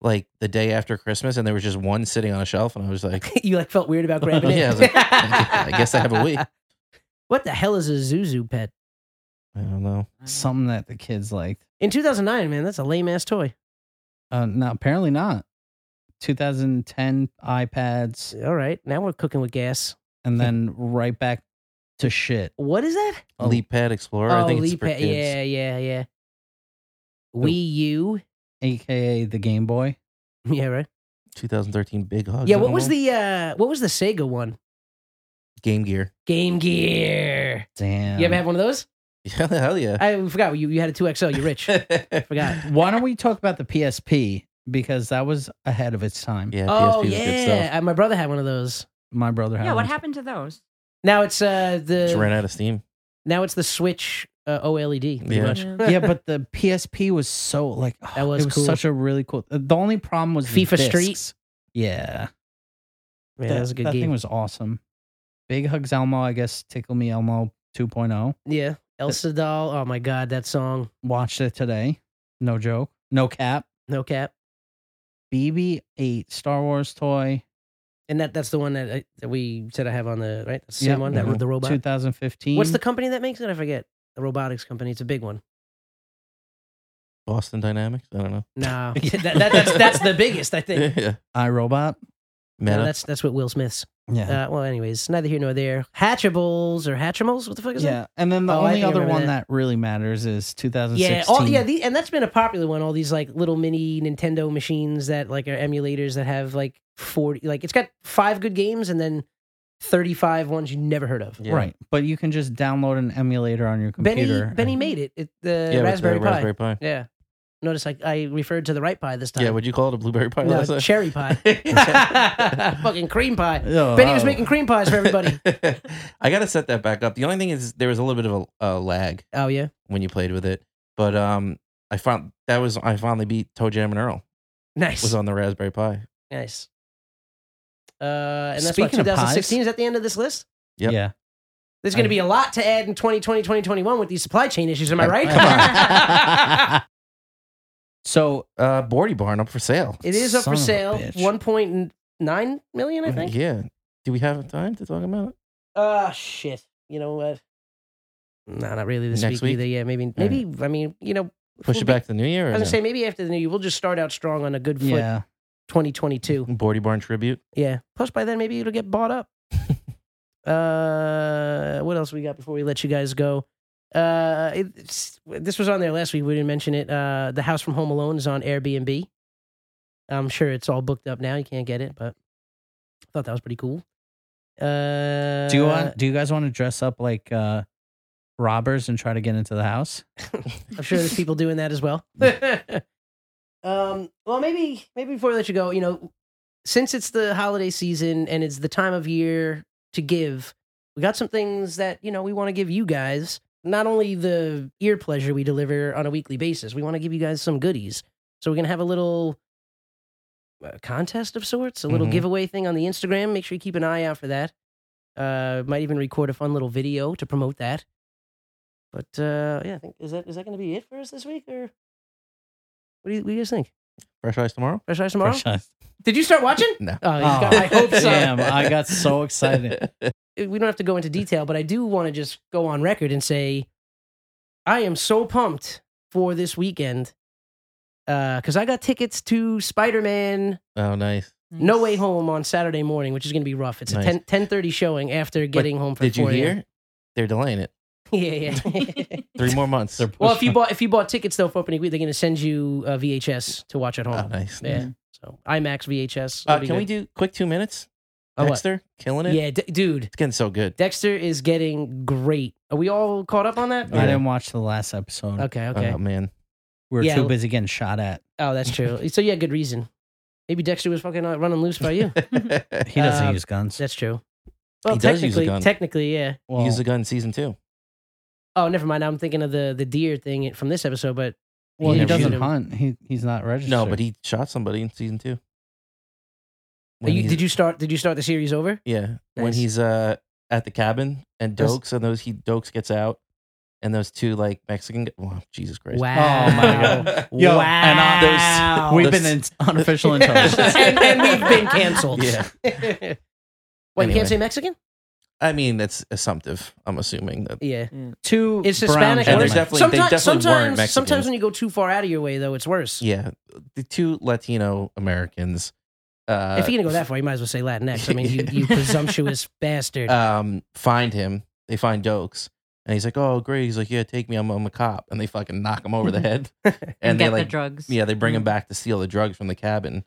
Speaker 5: like the day after Christmas, and there was just one sitting on a shelf, and I
Speaker 4: <laughs>
Speaker 5: was like,
Speaker 4: you like felt weird about grabbing it.
Speaker 5: <laughs> Yeah, I was like, I guess I have a Wii.
Speaker 4: <laughs> What the hell is a Zuzu pet?
Speaker 5: I don't know.
Speaker 6: something that the kids liked.
Speaker 4: In 2009, man, that's a lame ass toy.
Speaker 6: Uh, no, apparently not. 2010 iPads,
Speaker 4: All right, now we're cooking with gas.
Speaker 6: and then right back to shit.
Speaker 4: What is that?
Speaker 6: Oh.
Speaker 5: Leap Pad Explorer. I think it's for
Speaker 4: Pad.
Speaker 5: kids. Oh.
Speaker 4: Yeah, yeah, yeah. Wii U. <laughs>
Speaker 6: aka the Game Boy.
Speaker 4: Yeah, right.
Speaker 5: 2013 Big Hug.
Speaker 4: Yeah, what was the uh what was the Sega one?
Speaker 5: Game Gear? <laughs>
Speaker 4: Game Gear.
Speaker 6: Damn.
Speaker 5: Um,
Speaker 4: You ever have one of those?
Speaker 5: Yeah, hell yeah.
Speaker 4: I forgot you you had a 2XL, you're
Speaker 5: <laughs>
Speaker 4: rich. forgot.
Speaker 6: Why don't we talk about the PSP because that was ahead of its time.
Speaker 5: Yeah, PSP
Speaker 4: oh
Speaker 5: was good stuff.
Speaker 4: yeah, Uh, my brother had one of those.
Speaker 6: My brother had.
Speaker 7: Yeah, what
Speaker 6: one.
Speaker 7: happened to those?
Speaker 4: Now it's uh
Speaker 5: Just
Speaker 4: the
Speaker 5: ran out of steam.
Speaker 4: now it's the Switch uh, OLED pretty
Speaker 5: Yeah.
Speaker 4: much. <laughs>
Speaker 6: yeah, but the PSP was so like <sighs>
Speaker 4: That was
Speaker 6: it was
Speaker 4: cool.
Speaker 6: such a really cool. The only problem was the
Speaker 4: FIFA Street?
Speaker 6: discs. Yeah,
Speaker 4: Man, that was a good
Speaker 6: that
Speaker 4: game.
Speaker 6: thing was awesome. Big Hugs Elmo, I guess. Tickle Me Elmo oh. 2.0.
Speaker 4: yeah, Elsa doll. Oh my god, that song.
Speaker 6: Watched it today. No joke. No cap.
Speaker 4: No cap.
Speaker 6: BB-8 Star Wars toy.
Speaker 4: And that that's the one that, I, that we said I have on the right the same
Speaker 6: Yep.
Speaker 4: one that
Speaker 5: Mhm.
Speaker 4: the robot.
Speaker 6: 2015.
Speaker 4: What's the company that makes it? I forget. The robotics company. It's a big one.
Speaker 5: Boston Dynamics. I don't know.
Speaker 6: <laughs>
Speaker 4: No, <laughs> that, that, that's that's the biggest. I think.
Speaker 5: <laughs> yeah.
Speaker 6: iRobot?
Speaker 4: No,
Speaker 5: Meta.
Speaker 4: that's that's what Will Smith's.
Speaker 6: Yeah.
Speaker 4: Uh, well, anyways, neither here nor there. Hatchables or Hatchimals? What the fuck is that?
Speaker 6: Yeah, and then the
Speaker 4: Oh, I
Speaker 6: only
Speaker 4: think I
Speaker 6: other
Speaker 4: remember
Speaker 6: one
Speaker 4: that.
Speaker 6: that. really matters is 2016.
Speaker 4: Yeah, all, yeah, the, and that's been a popular one. All these like little mini Nintendo machines that like are emulators that have like forty, like it's got five good games and then thirty-five ones you never heard of.
Speaker 5: Yeah.
Speaker 6: Right, but you can just download an emulator on your
Speaker 4: Benny
Speaker 6: computer.
Speaker 4: Benny made it. it the
Speaker 5: yeah, with the
Speaker 4: uh, Raspberry Pi.
Speaker 5: Raspberry Pi.
Speaker 4: Yeah. Notice I, I referred to the right pie this time.
Speaker 5: Yeah, would you call it a blueberry pie?
Speaker 4: no,
Speaker 5: Last night?
Speaker 4: cherry
Speaker 6: <laughs>
Speaker 4: pie. <laughs> Fucking cream pie.
Speaker 6: Oh,
Speaker 4: Benny was
Speaker 6: wow.
Speaker 4: making cream pies for
Speaker 6: <laughs>
Speaker 4: everybody.
Speaker 5: <laughs> I gotta set that back up. The only thing is there was a little bit of a, a lag
Speaker 4: oh yeah.
Speaker 5: when you played with it, but um, I found that was I finally beat Toe Jam and Earl
Speaker 4: Nice.
Speaker 5: was on the Raspberry Pi.
Speaker 4: Nice. Uh, and that's
Speaker 6: Speaking
Speaker 4: what,
Speaker 6: of pies-
Speaker 4: 2016 is at the end of this list.
Speaker 5: Yep.
Speaker 6: Yeah,
Speaker 4: There's going to be
Speaker 6: I- Uh,
Speaker 4: a lot to add in 2020, 2021 with these supply chain issues. Am I right?
Speaker 6: Come on. so
Speaker 5: Uh, Bordy Barn up for sale.
Speaker 4: <laughs> it is up
Speaker 6: Son
Speaker 4: for
Speaker 6: of a
Speaker 4: sale.
Speaker 6: bitch.
Speaker 4: 1.9 million, I think.
Speaker 5: Yeah. Do we have time to talk about it?
Speaker 4: Ah, shit. You know what? No, not really this
Speaker 5: Next
Speaker 4: week,
Speaker 5: week?
Speaker 4: either. Yeah, maybe. Maybe. I mean, you know,
Speaker 5: Push
Speaker 4: we'll
Speaker 5: it
Speaker 4: be-
Speaker 5: back to the new year.
Speaker 4: I
Speaker 5: Or
Speaker 4: was gonna
Speaker 5: no?
Speaker 4: say maybe after the new year we'll just start out strong on a good foot.
Speaker 6: yeah, Mm-hmm.
Speaker 4: 2022.
Speaker 5: Bordy Barn tribute.
Speaker 4: Yeah. Plus by then maybe it'll get bought
Speaker 6: <laughs>
Speaker 4: up. uh, what else we got before we let you guys go? Uh, it's, this was on there last week. We didn't mention it. Uh, the house from Home Alone is on Airbnb. I'm sure it's all booked up now. You can't get it, but I thought that was pretty cool. Uh,
Speaker 6: do you want? Do you guys want to dress up like uh, robbers and try to get into the house? <laughs>
Speaker 4: I'm sure there's people doing that as well. <laughs> um, well, maybe maybe before I let you go, you know, since it's the holiday season and it's the time of year to give, we got some things that you know we want to give you guys. Not only the ear pleasure we deliver on a weekly basis, we want to give you guys some goodies. So we're gonna have a little uh, contest of sorts, a little
Speaker 5: Mhm.
Speaker 4: giveaway thing on the Instagram. Make sure you keep an eye out for that. Uh, might even record a fun little video to promote that. But uh, yeah, I think is that is that going to be it for us this week, or what do you, what do you guys think?
Speaker 5: Fresh eyes tomorrow.
Speaker 4: Fresh eyes tomorrow.
Speaker 6: Fresh eyes.
Speaker 4: Did you start watching?
Speaker 5: No.
Speaker 4: Oh, you got- I hope so.
Speaker 6: Damn, I got
Speaker 4: <laughs>
Speaker 6: so excited.
Speaker 4: We don't have to go into detail, but I do want to just go on record and say I am so pumped for this weekend because I got tickets to Spider Man
Speaker 5: <laughs> Oh, nice.
Speaker 4: No Way Home on Saturday morning, which is going to be rough. It's
Speaker 5: Nice.
Speaker 4: a 10, 10.30 showing after getting home from.
Speaker 5: Did you
Speaker 4: 4 a.m.
Speaker 5: hear? They're delaying it
Speaker 4: <laughs> Yeah, yeah.
Speaker 5: <laughs>
Speaker 4: <laughs>
Speaker 5: three more months.
Speaker 6: They're
Speaker 4: well, if <laughs> you bought if you bought tickets though for opening week, they're going to send you uh, a VHS to watch at home.
Speaker 5: Oh, nice.
Speaker 4: Yeah. So IMAX VHS.
Speaker 5: Uh,
Speaker 4: it'll be
Speaker 5: can we
Speaker 4: Mm-hmm. good.
Speaker 5: do quick two minutes?
Speaker 4: Oh, what?
Speaker 5: Dexter killing it.
Speaker 4: Yeah, D- dude.
Speaker 5: it's getting so good.
Speaker 4: Dexter is getting great. Are we all caught up on that?
Speaker 5: Yeah.
Speaker 6: I didn't watch the last episode.
Speaker 4: Okay, okay.
Speaker 5: Oh man,
Speaker 6: We were
Speaker 4: Yeah.
Speaker 6: too busy getting shot at.
Speaker 4: oh, that's
Speaker 5: <laughs>
Speaker 4: true. So yeah, good reason. Maybe Dexter was fucking uh, running loose by
Speaker 5: <laughs>
Speaker 4: you. <laughs>
Speaker 6: He doesn't
Speaker 4: Um,
Speaker 6: use guns.
Speaker 4: That's true. Well,
Speaker 5: He does
Speaker 4: technically,
Speaker 5: use a gun.
Speaker 4: technically, yeah.
Speaker 6: Well,
Speaker 5: use a gun season two.
Speaker 4: Oh, never mind. I'm thinking of the the deer thing from this episode, but
Speaker 6: well, he
Speaker 4: never
Speaker 6: doesn't
Speaker 4: shoot him.
Speaker 6: hunt. He he's not registered.
Speaker 5: No, but he shot somebody in season two.
Speaker 4: Are
Speaker 5: When
Speaker 4: you,
Speaker 5: he's-
Speaker 4: did you start? Did you start the series over?
Speaker 5: Yeah, when
Speaker 4: Nice.
Speaker 5: he's uh at the cabin and
Speaker 4: That's-
Speaker 5: Dokes and those he Dokes gets out and those two like Mexican. Wow, Jesus Christ!
Speaker 4: <laughs> Wow.
Speaker 5: <laughs>
Speaker 6: my
Speaker 5: God.
Speaker 6: Yo, and on those-
Speaker 4: wow.
Speaker 6: we've
Speaker 5: Those-
Speaker 6: been in unofficial
Speaker 4: <laughs>
Speaker 5: <laughs>
Speaker 6: intelligence.
Speaker 4: and, and we've been canceled. <laughs>
Speaker 5: Yeah.
Speaker 4: Wait, you
Speaker 5: Anyway.
Speaker 4: can't say Mexican?
Speaker 5: I mean, that's assumptive. I'm assuming that.
Speaker 4: Yeah.
Speaker 6: Two
Speaker 4: It's Hispanic.
Speaker 6: brown
Speaker 5: And
Speaker 6: gentlemen.
Speaker 5: there's definitely Mm. they definitely weren't
Speaker 4: sometimes,
Speaker 5: Mexicans.
Speaker 4: sometimes when you go too far out of your way, though, it's worse.
Speaker 5: Yeah, the two Latino Americans. Uh,
Speaker 4: if you're gonna go that far, you might as well say Latinx. I mean, you,
Speaker 5: <laughs>
Speaker 4: you presumptuous bastard.
Speaker 5: um, find him. They find Dokes. And he's like, "Oh, great." He's like, "Yeah, take me. I'm, I'm a cop." And they fucking knock him over the
Speaker 4: <laughs>
Speaker 5: head, and
Speaker 7: get
Speaker 5: they
Speaker 7: the
Speaker 5: like,
Speaker 7: drugs.
Speaker 5: yeah, they bring him back to steal the drugs from the cabin,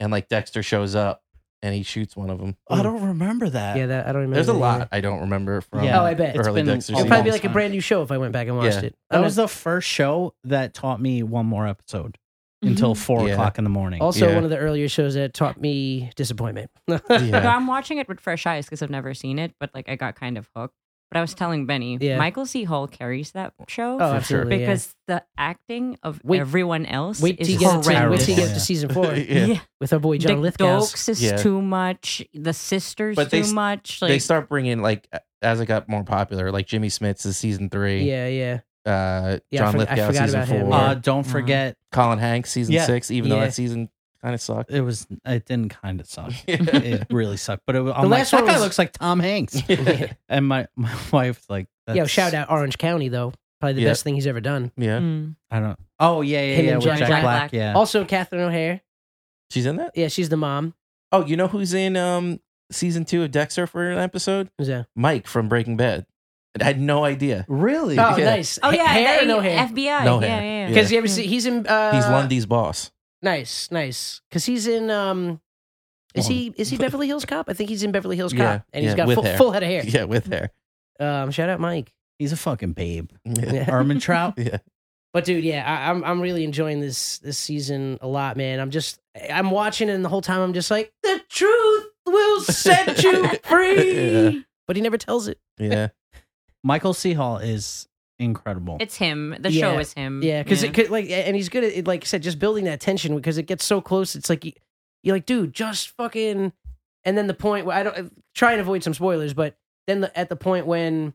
Speaker 5: and like Dexter shows up and he shoots one of them.
Speaker 6: I don't remember that.
Speaker 4: yeah, that I don't remember.
Speaker 5: There's a
Speaker 4: that
Speaker 5: lot
Speaker 4: either.
Speaker 5: I don't remember from.
Speaker 6: Yeah.
Speaker 4: Oh, I bet.
Speaker 5: Early
Speaker 6: been
Speaker 5: Dexter
Speaker 6: a
Speaker 4: It'd
Speaker 5: season.
Speaker 6: long
Speaker 4: probably be like a
Speaker 6: time.
Speaker 4: brand new show if I went back and watched
Speaker 5: Yeah.
Speaker 4: it. Um,
Speaker 6: That was the first show that taught me one more episode until
Speaker 4: Mm-hmm.
Speaker 6: four
Speaker 5: Yeah.
Speaker 6: o'clock in the morning.
Speaker 4: also
Speaker 5: Yeah.
Speaker 4: one of the earlier shows that taught me disappointment. <laughs> Oh,
Speaker 5: Yeah.
Speaker 7: So I'm watching it with fresh eyes because I've never seen it, but like I got kind of hooked. But I was telling Benny,
Speaker 4: Yeah.
Speaker 7: Michael C. Hall carries that show
Speaker 4: Oh, absolutely. yeah.
Speaker 7: because the acting of
Speaker 4: Wait-
Speaker 7: everyone else
Speaker 4: wait
Speaker 7: is
Speaker 4: till you get to, wait
Speaker 7: horrendous.
Speaker 4: till you get to
Speaker 6: Yeah.
Speaker 4: season four
Speaker 5: <laughs> Yeah.
Speaker 4: with our boy John
Speaker 7: the
Speaker 4: Lithgow.
Speaker 7: Dokes is
Speaker 5: Yeah.
Speaker 7: too much. The sisters
Speaker 5: But they
Speaker 7: too
Speaker 5: s-
Speaker 7: much. Like,
Speaker 5: they start bringing like as it got more popular, like Jimmy Smith's is season three.
Speaker 4: Yeah, yeah.
Speaker 5: Uh,
Speaker 4: Yeah, I
Speaker 5: John
Speaker 4: forg- I
Speaker 5: Lithgow
Speaker 4: forgot
Speaker 5: season
Speaker 4: about him.
Speaker 5: four.
Speaker 6: uh, don't
Speaker 4: Mm-hmm.
Speaker 7: Uh-huh.
Speaker 6: forget,
Speaker 5: Colin Hanks season
Speaker 6: Yeah.
Speaker 5: six. Even though
Speaker 4: Yeah.
Speaker 5: that season kind
Speaker 4: <laughs>
Speaker 5: of sucked.
Speaker 6: it was it didn't kind of suck.
Speaker 5: <laughs> Yeah.
Speaker 6: it really sucked. But it was, I'm like,
Speaker 4: last
Speaker 6: that
Speaker 4: one
Speaker 6: guy
Speaker 4: was-
Speaker 6: looks like Tom Hanks.
Speaker 4: <laughs>
Speaker 5: yeah.
Speaker 6: and my my <laughs> wife's like,
Speaker 4: Yo,
Speaker 6: "That's-
Speaker 4: shout out Orange County though. Probably the
Speaker 5: Yeah.
Speaker 4: best thing he's ever done.
Speaker 7: Mm.
Speaker 6: I don't. Oh yeah, yeah,
Speaker 4: Him and
Speaker 6: yeah.
Speaker 4: Oh. Jack
Speaker 6: With Jack,
Speaker 7: Black.
Speaker 6: Black, yeah.
Speaker 4: Also, Catherine O'Hare.
Speaker 5: she's in that.
Speaker 4: Yeah, she's the mom.
Speaker 5: Oh, you know who's in um season two of Dexter for an episode?
Speaker 4: Who's that?
Speaker 5: Mike from Breaking Bad. I had no idea.
Speaker 6: really?
Speaker 4: Oh,
Speaker 5: Yeah.
Speaker 4: nice.
Speaker 7: Oh
Speaker 4: Ha-
Speaker 7: yeah,
Speaker 4: hair
Speaker 7: they-
Speaker 4: or no hair?
Speaker 7: FBI.
Speaker 5: No
Speaker 7: yeah,
Speaker 5: hair.
Speaker 7: yeah, yeah.
Speaker 4: Because you ever see, he's in. Uh,
Speaker 5: He's Lundy's boss.
Speaker 4: Nice, nice. Because he's in. um Is he is
Speaker 5: <laughs>
Speaker 4: he Beverly Hills Cop? I think he's in Beverly Hills Cop,
Speaker 5: Oh, Yeah,
Speaker 4: and he's
Speaker 5: yeah,
Speaker 4: got
Speaker 5: with
Speaker 4: full,
Speaker 5: hair.
Speaker 4: full head of hair.
Speaker 5: Yeah, with hair.
Speaker 4: Um, shout out Mike.
Speaker 6: He's a
Speaker 4: <laughs>
Speaker 6: fucking babe.
Speaker 5: Yeah.
Speaker 4: Yeah.
Speaker 6: Ermin Trout.
Speaker 5: yeah.
Speaker 4: But dude, yeah, I, I'm I'm really enjoying this this season a lot, man. I'm just I'm watching it, and the whole time I'm just like, the truth will set
Speaker 5: <laughs>
Speaker 4: you free.
Speaker 5: Yeah.
Speaker 4: But he never tells it. <laughs>
Speaker 5: Yeah.
Speaker 6: Michael C. Hall is incredible.
Speaker 7: It's him. The
Speaker 4: Yeah.
Speaker 7: show is him.
Speaker 4: Yeah,
Speaker 6: Mm,
Speaker 4: because could like, and he's good at it, like I said, just building that tension because it gets so close. It's like you- you're like, dude, just fucking. And then the point where I don't uh, try and avoid some spoilers, but then the, at the point when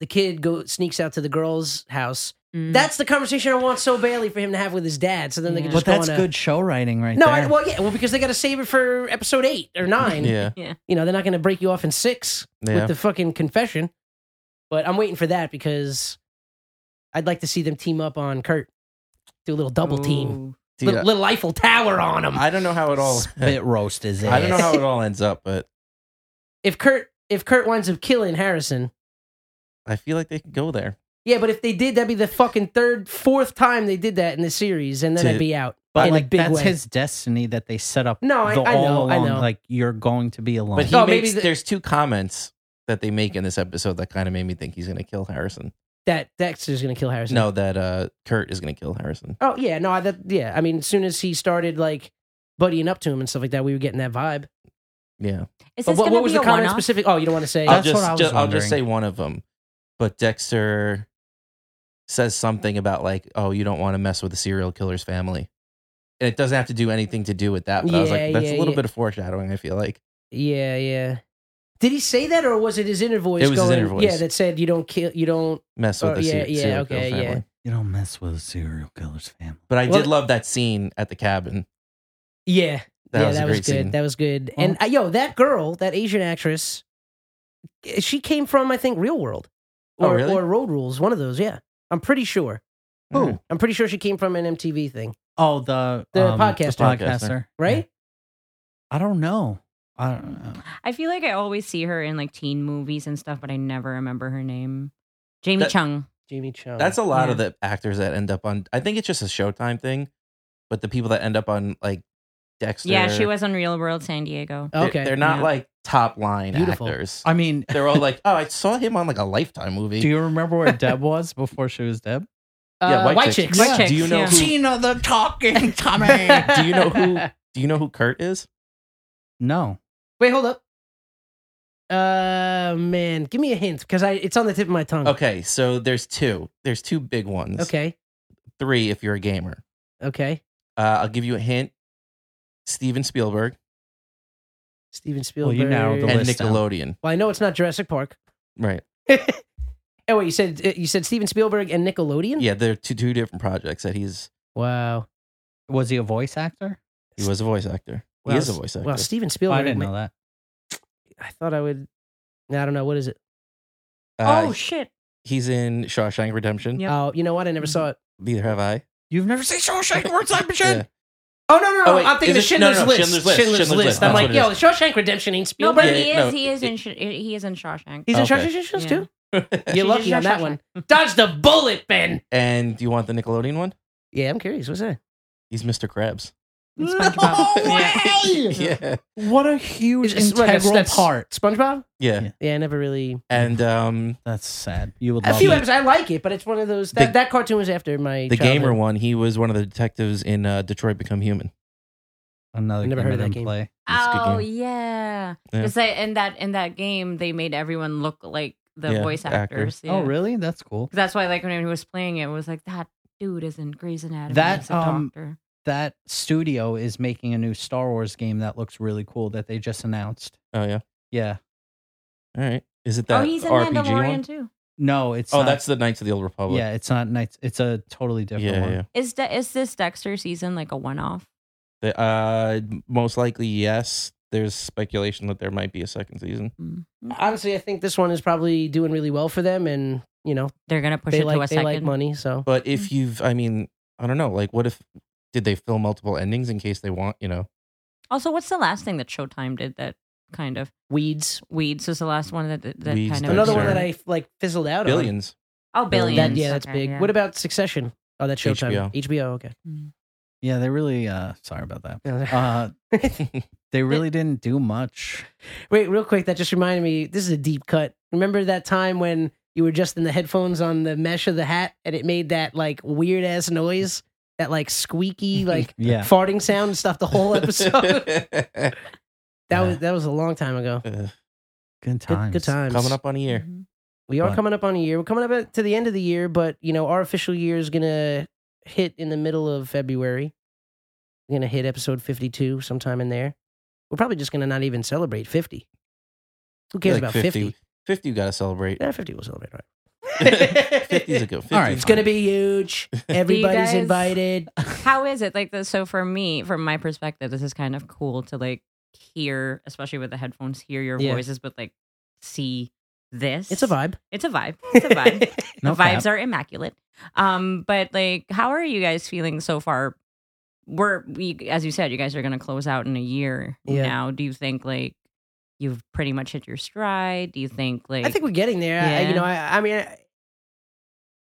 Speaker 4: the kid go sneaks out to the girl's house,
Speaker 7: Mm.
Speaker 4: that's the conversation I want so badly for him to have with his dad. So then they can
Speaker 7: Yeah.
Speaker 4: just
Speaker 6: but
Speaker 4: go
Speaker 6: that's
Speaker 4: on a-
Speaker 6: good show writing right
Speaker 4: No,
Speaker 6: there.
Speaker 4: I, well, yeah, well, because they got to save it for episode eight or nine.
Speaker 5: Yeah.
Speaker 4: You know, they're not going to break you off in six
Speaker 5: Yeah.
Speaker 4: with the fucking confession. But I'm waiting for that because I'd like to see them team up on Kurt, do a little double team,
Speaker 7: Ooh.
Speaker 5: Dude,
Speaker 4: Lit- little Eiffel Tower on him.
Speaker 5: I don't know how it all. <laughs>
Speaker 6: <laughs> Spit roast is it?
Speaker 5: I don't know how it all ends up, but
Speaker 4: If Kurt, if Kurt winds up killing Harrison,
Speaker 5: I feel like they could go there.
Speaker 4: Yeah, but if they did, that'd be the fucking third, fourth time they did that in the series, and then
Speaker 5: To-
Speaker 4: it'd be out.
Speaker 6: But
Speaker 4: in a
Speaker 6: like
Speaker 4: big
Speaker 6: that's
Speaker 4: way.
Speaker 6: his destiny that they set up.
Speaker 4: No, I-
Speaker 6: the
Speaker 4: I know, I know.
Speaker 6: Like you're going to be alone.
Speaker 5: But he
Speaker 4: Oh, maybe
Speaker 5: makes
Speaker 4: the-
Speaker 5: there's two comments that they make in this episode that kind of made me think he's going to kill Harrison.
Speaker 4: that Dexter's gonna kill Harrison.
Speaker 5: No, that uh, Kurt is going to kill Harrison.
Speaker 4: Oh yeah, no, I, that yeah. I mean, as soon as he started like buddying up to him and stuff like that, we were getting that vibe.
Speaker 5: Yeah,
Speaker 7: Is
Speaker 4: But
Speaker 7: this
Speaker 4: what,
Speaker 7: going
Speaker 4: what
Speaker 7: to
Speaker 4: was
Speaker 7: be
Speaker 4: the
Speaker 7: a
Speaker 4: comment
Speaker 7: one-off?
Speaker 4: specific? Oh, you don't want to say?
Speaker 5: I'll
Speaker 6: That's
Speaker 5: just,
Speaker 6: what I was
Speaker 5: ju- I'll just say
Speaker 6: wondering.
Speaker 5: one of them. But Dexter says something about like, "Oh, you don't want to mess with the serial killer's family," and it doesn't have to do anything to do with that. But I was
Speaker 4: Yeah,
Speaker 5: like, that's
Speaker 4: yeah,
Speaker 5: a little
Speaker 4: yeah.
Speaker 5: bit of foreshadowing. I feel like
Speaker 4: yeah, yeah. Did he say that, or was it his inner voice?
Speaker 5: It was his
Speaker 4: going,
Speaker 5: inner voice.
Speaker 4: Yeah, that said, you don't kill, you don't.
Speaker 5: mess with
Speaker 4: Oh,
Speaker 5: the
Speaker 4: yeah,
Speaker 5: ser-
Speaker 4: yeah,
Speaker 5: serial
Speaker 4: okay,
Speaker 5: killer
Speaker 4: yeah.
Speaker 5: family.
Speaker 6: you don't mess with a serial killer's family.
Speaker 5: But I
Speaker 4: Well-
Speaker 5: did love that scene at the cabin.
Speaker 4: Yeah,
Speaker 5: That
Speaker 4: yeah,
Speaker 5: was a
Speaker 4: that was
Speaker 5: great
Speaker 4: good.
Speaker 5: scene.
Speaker 4: That was good. and uh, yo, that girl, that Asian actress, eh, she came from I think Real World,
Speaker 5: Oh,
Speaker 4: or,
Speaker 5: really?
Speaker 4: or Road Rules, one of those. Yeah, I'm pretty sure.
Speaker 5: Who?
Speaker 4: I'm pretty sure she came from an MTV thing,
Speaker 6: Oh, the
Speaker 4: The
Speaker 6: um,
Speaker 4: podcaster.
Speaker 6: the podcaster.
Speaker 4: right?
Speaker 6: I don't know. I don't know.
Speaker 7: I feel like I always see her in like teen movies and stuff, but I never remember her name. Jamie
Speaker 5: That-
Speaker 7: Chung.
Speaker 4: Jamie Chung.
Speaker 5: That's a lot of the actors that end up on. I think it's just a Showtime thing, but the people that end up on like Dexter,
Speaker 7: Yeah, she was on Real World San Diego.
Speaker 5: They're,
Speaker 4: okay.
Speaker 5: they're not
Speaker 6: yeah.
Speaker 5: like top line
Speaker 4: Beautiful.
Speaker 5: actors.
Speaker 6: I mean,
Speaker 5: They're all like, oh, I saw him on like a Lifetime movie.
Speaker 6: do you remember
Speaker 4: <laughs>
Speaker 6: where Deb was before she was Deb?
Speaker 5: yeah,
Speaker 4: Uh,
Speaker 5: White
Speaker 4: White Chicks.
Speaker 5: Chicks.
Speaker 4: <laughs>
Speaker 7: White
Speaker 5: do you
Speaker 7: Chicks,
Speaker 5: know
Speaker 7: yeah.
Speaker 5: who?
Speaker 6: the <laughs> talking Tommy.
Speaker 5: Do you know who? Do you know who Kurt is?
Speaker 6: no.
Speaker 4: <laughs> Wait, hold up. Uh, man, give me a hint because I it's on the tip of my tongue.
Speaker 5: Okay, so there's two. There's two big ones.
Speaker 4: Hmm. Okay.
Speaker 5: three if you're a gamer.
Speaker 4: Okay.
Speaker 5: Uh, I'll give you a hint: Steven Spielberg
Speaker 4: Steven
Speaker 6: Well,
Speaker 4: Spielberg.
Speaker 6: you narrowed the
Speaker 5: and
Speaker 6: list down.
Speaker 5: Nickelodeon.
Speaker 4: Well, I know it's not Jurassic Park.
Speaker 5: Right?
Speaker 4: Oh wait, you said you said Steven Spielberg and Nickelodeon.
Speaker 5: Yeah, they're two two different projects that he's
Speaker 4: Wow.
Speaker 6: Was he a voice actor?
Speaker 5: he was a voice actor.
Speaker 4: Wow,
Speaker 5: he is a
Speaker 4: s-
Speaker 5: voice actor.
Speaker 4: Wow, Steven
Speaker 6: Oh,
Speaker 4: Spielberg.
Speaker 6: I didn't know that.
Speaker 4: I thought I would. I don't know what is it.
Speaker 5: Uh,
Speaker 7: oh shit!
Speaker 5: He's in Shawshank Redemption.
Speaker 7: Yep.
Speaker 4: Oh, you know what? I never saw it.
Speaker 5: Neither have I.
Speaker 6: You've never seen Shawshank
Speaker 4: <laughs>
Speaker 6: Redemption?
Speaker 5: Yeah.
Speaker 4: Oh no no no!
Speaker 5: Oh, wait,
Speaker 4: I'm thinking of
Speaker 5: is it- no,
Speaker 4: Schindler's,
Speaker 5: no, no,
Speaker 4: List.
Speaker 5: Schindler's List, Schindler's List,
Speaker 4: I'm
Speaker 5: that's
Speaker 4: like,
Speaker 5: what it
Speaker 4: yo, the Shawshank Redemption ain't
Speaker 7: No,
Speaker 4: Spielberg.
Speaker 7: but
Speaker 5: Yeah,
Speaker 7: he is.
Speaker 5: no,
Speaker 7: he is
Speaker 5: it-
Speaker 7: in. Sh- He is in Shawshank.
Speaker 4: He's in
Speaker 5: Okay.
Speaker 4: Shawshank Redemption
Speaker 7: Yeah.
Speaker 4: too.
Speaker 7: She's
Speaker 4: You're lucky
Speaker 7: in
Speaker 4: on that
Speaker 7: Shawshank.
Speaker 4: one. <laughs> Dodge the bullet, Ben.
Speaker 5: <laughs> and do you want the Nickelodeon one?
Speaker 4: Yeah, I'm curious. What's that?
Speaker 5: He's Mr. Krabs.
Speaker 7: And SpongeBob.
Speaker 5: <laughs> yeah.
Speaker 6: What a huge
Speaker 4: It's- it's like a-
Speaker 6: integral
Speaker 4: that's-
Speaker 6: part.
Speaker 4: SpongeBob?
Speaker 5: yeah,
Speaker 6: Yeah.
Speaker 4: Yeah, I never really.
Speaker 5: And um,
Speaker 6: That's sad. You would
Speaker 4: A
Speaker 6: love
Speaker 4: few
Speaker 6: it.
Speaker 4: episodes. I like it, but it's one of those. That,
Speaker 5: The-
Speaker 4: that cartoon was after my.
Speaker 5: the
Speaker 4: childhood.
Speaker 5: gamer one. He was one of the detectives in uh, Detroit Become Human.
Speaker 6: Another
Speaker 4: Never
Speaker 6: game
Speaker 4: heard of
Speaker 6: I
Speaker 4: that
Speaker 6: didn't
Speaker 4: game.
Speaker 6: play.
Speaker 5: It's a good
Speaker 7: Oh
Speaker 5: game.
Speaker 7: yeah.
Speaker 5: Yeah.
Speaker 7: 'Cause they- in that in that game, they made everyone look like the
Speaker 5: Yeah,
Speaker 7: voice
Speaker 5: the actor.
Speaker 7: actors.
Speaker 6: Oh,
Speaker 7: yeah.
Speaker 6: really? That's cool.
Speaker 7: That's why, like, when he was playing it, it was like that dude is in Grey's Anatomy.
Speaker 6: That,
Speaker 7: That's a
Speaker 6: um,
Speaker 7: doctor.
Speaker 6: That studio is making a new Star Wars game that looks really cool that they just announced.
Speaker 5: Oh yeah.
Speaker 6: Yeah.
Speaker 5: All right. Is it that
Speaker 7: Oh, he's in
Speaker 5: RPG
Speaker 7: Mandalorian
Speaker 5: one?
Speaker 7: too.
Speaker 6: No, it's
Speaker 5: Oh,
Speaker 6: not-
Speaker 5: that's the Knights of the Old Republic.
Speaker 6: yeah, it's not nights. It's a totally different
Speaker 5: yeah,
Speaker 6: one.
Speaker 5: yeah.
Speaker 7: Is De- is this Dexter season like a one off?
Speaker 5: The- uh, most likely, yes. There's speculation that there might be a second season.
Speaker 4: Honestly, I think this one is probably doing really well for them, and you know
Speaker 7: They're gonna push
Speaker 4: they
Speaker 7: it to
Speaker 4: like
Speaker 7: a
Speaker 4: they
Speaker 7: second.
Speaker 4: like money, so
Speaker 5: But if you've, I mean, I don't know. Like, what if did they film multiple endings in case they want? You know,
Speaker 7: Also, what's the last thing that Showtime did that kind of
Speaker 4: weeds.
Speaker 7: Weeds was the last one that that
Speaker 5: Weeds,
Speaker 7: kind of
Speaker 5: Dexter.
Speaker 4: Another one
Speaker 5: Sure.
Speaker 4: that I like fizzled out. on.
Speaker 5: billions.
Speaker 7: oh
Speaker 4: That-
Speaker 7: billions
Speaker 4: yeah, that's
Speaker 7: Okay,
Speaker 4: big.
Speaker 7: yeah. Mm.
Speaker 4: What about Succession? Oh, that's Showtime. HBO. okay.
Speaker 6: Yeah, they really uh sorry about that.
Speaker 4: Uh,
Speaker 6: Uh they really didn't do much.
Speaker 4: <laughs> Wait, real quick. That just reminded me. This is a deep cut. Remember that time when you were just in the headphones on the mesh of the hat, and it made that like weird ass noise, that like squeaky like
Speaker 6: Yeah.
Speaker 4: farting sound and stuff. The
Speaker 5: <laughs>
Speaker 4: whole episode. <laughs>
Speaker 5: Ugh,
Speaker 4: That was that was a long time ago.
Speaker 6: Good
Speaker 4: Good,
Speaker 6: times.
Speaker 4: good times.
Speaker 5: Coming up on a year.
Speaker 4: Mm-hmm. we are
Speaker 6: But-
Speaker 4: coming up on a year. We're coming up at- to the end of the year, but you know our official year is gonna hit in the middle of February. We're gonna hit episode fifty-two sometime in there. We're probably just gonna not even celebrate fifty. Who cares
Speaker 5: Like
Speaker 4: about fifty?
Speaker 5: 50, you got to celebrate.
Speaker 4: Yeah, fifty will celebrate. All
Speaker 5: <laughs>
Speaker 4: right.
Speaker 5: 50's
Speaker 4: <laughs>
Speaker 5: a good. 50
Speaker 6: All right,
Speaker 4: It's gonna be huge. Everybody's
Speaker 7: guys-
Speaker 4: invited.
Speaker 7: how is it like this? So for me, from my perspective, this is kind of cool to like hear, especially with the headphones, hear your
Speaker 4: Yeah.
Speaker 7: voices, but like see this.
Speaker 4: It's a vibe.
Speaker 7: It's
Speaker 4: <laughs>
Speaker 7: a vibe. It's a vibe.
Speaker 6: No
Speaker 7: the vibes
Speaker 6: cap.
Speaker 7: are immaculate. Um, but like, how are you guys feeling so far? We're we, as you said, you guys are going to close out in a year
Speaker 4: Yeah.
Speaker 7: now. Do you think like you've pretty much hit your stride? Do you think like
Speaker 4: I think we're getting there. I,
Speaker 7: Yeah.
Speaker 4: you know, I, I mean, I-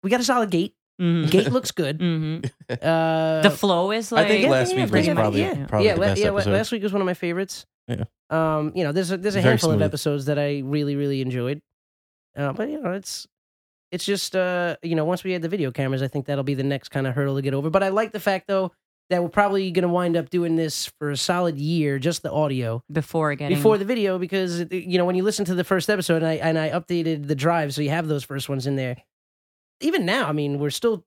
Speaker 4: we got a solid gate.
Speaker 7: Mm-hmm.
Speaker 4: Gate looks good.
Speaker 7: mm-hmm.
Speaker 4: Uh,
Speaker 7: The flow is like.
Speaker 5: I think
Speaker 4: yeah,
Speaker 5: last
Speaker 4: yeah,
Speaker 5: week
Speaker 4: bring
Speaker 5: was
Speaker 4: it back,
Speaker 5: probably
Speaker 4: yeah.
Speaker 5: probably
Speaker 4: yeah,
Speaker 5: the
Speaker 4: la-
Speaker 5: best
Speaker 4: yeah, la-
Speaker 5: episode.
Speaker 4: last week was one of my favorites.
Speaker 5: Yeah.
Speaker 4: Um, you know, there's a there's a
Speaker 5: Very
Speaker 4: handful of
Speaker 5: smooth.
Speaker 4: episodes that I really really enjoyed. Uh, but you know, it's it's just uh, you know, once we had the video cameras, I think that'll be the next kind of hurdle to get over. But I like the fact though that we're probably going to wind up doing this for a solid year, just the audio
Speaker 7: before getting
Speaker 4: before the video because it- you know when you listen to the first episode and I and I updated the drive so you have those first ones in there. Even now, I mean, we're still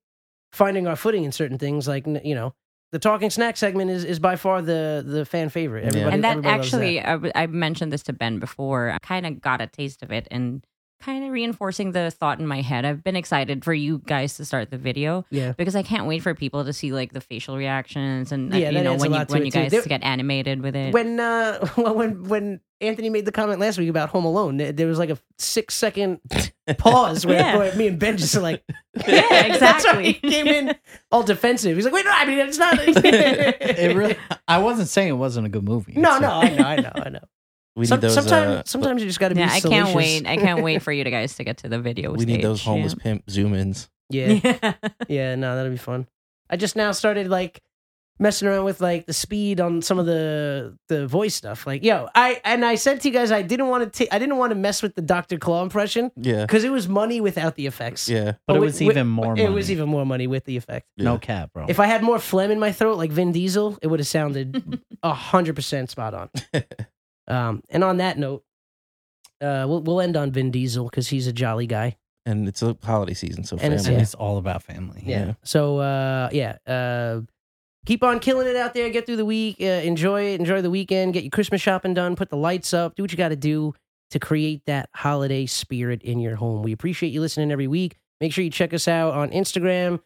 Speaker 4: finding our footing in certain things like n- you know the talking snack segment is, is by far the the fan favorite.
Speaker 5: Yeah.
Speaker 4: Everybody,
Speaker 7: and that
Speaker 4: everybody loves
Speaker 7: actually I, w- I mentioned this to ben before i kind of got a taste of it and kind of reinforcing the thought in my head i've been excited for you guys to start the video
Speaker 4: Yeah.
Speaker 7: because i can't wait for people to see like the facial reactions and like,
Speaker 4: Yeah,
Speaker 7: you
Speaker 4: that
Speaker 7: know
Speaker 4: adds a
Speaker 7: when you
Speaker 4: lot to
Speaker 7: when
Speaker 4: it,
Speaker 7: you
Speaker 4: too.
Speaker 7: guys
Speaker 4: There-
Speaker 7: get animated with it
Speaker 4: when uh <laughs> well, when when Anthony made the comment last week about Home Alone, there, there was like a six
Speaker 7: <laughs>
Speaker 4: second pause where,
Speaker 7: Yeah.
Speaker 4: where <laughs> me and Ben just like
Speaker 7: yeah
Speaker 4: That's why he
Speaker 7: exactly
Speaker 4: came in all defensive. He's like, wait, no, I mean it's
Speaker 7: <laughs>
Speaker 4: not. <laughs>
Speaker 6: It really, I wasn't saying it wasn't a good movie.
Speaker 4: no,
Speaker 6: It's
Speaker 4: no,
Speaker 6: a-
Speaker 4: I know, I know, I know.
Speaker 5: <laughs> we need
Speaker 4: Some-
Speaker 5: those.
Speaker 4: sometimes,
Speaker 5: uh,
Speaker 4: sometimes you just got to be.
Speaker 7: yeah i can't
Speaker 4: salacious.
Speaker 7: wait
Speaker 4: <laughs>
Speaker 7: i can't wait for you to guys to get to the video
Speaker 5: we need those
Speaker 7: stage.
Speaker 5: homeless pimp zoom ins.
Speaker 4: Yeah,
Speaker 7: <laughs>
Speaker 4: yeah,
Speaker 7: yeah,
Speaker 4: No, that'll be fun. I just now started like messing around with like the speed on some of the the voice stuff. Like, yo, I and I said to you guys, I didn't want to. I didn't want to mess with the Doctor Claw impression
Speaker 5: Yeah,
Speaker 4: because it was money without the effects.
Speaker 5: yeah.
Speaker 6: but
Speaker 4: wi-
Speaker 6: it was
Speaker 4: wi-
Speaker 6: even more.
Speaker 4: It
Speaker 6: money.
Speaker 4: was even more money with the effect.
Speaker 6: no
Speaker 5: Yeah.
Speaker 6: cap, bro.
Speaker 4: If I had more phlegm in my throat, like Vin Diesel, it would have sounded hundred percent spot on. Um, and on that note, uh, we'll we'll end on Vin Diesel because he's a jolly guy.
Speaker 5: And it's a holiday season, so
Speaker 4: And it's-
Speaker 5: family.
Speaker 6: It's all about family.
Speaker 4: yeah.
Speaker 5: Yeah.
Speaker 4: So uh, yeah, uh, keep on killing it out there. Get through the week. Uh, enjoy it. Enjoy the weekend. Get your Christmas shopping done. Put the lights up. Do what you got to do to create that holiday spirit in your home. We appreciate you listening every week. Make sure you check us out on Instagram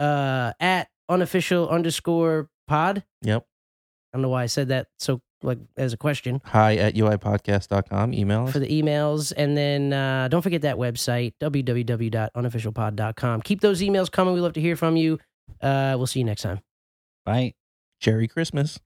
Speaker 4: uh, at unofficial underscore pod.
Speaker 5: Yep.
Speaker 4: I don't know why I said that. So like as a question
Speaker 5: Hi at uipodcast.com. Email us.
Speaker 4: for the emails. And then uh, don't forget that website, www.unofficialpod.com. Keep those emails coming. We love to hear from you. Uh, we'll see you next time.
Speaker 6: Right.
Speaker 5: Jerry Christmas.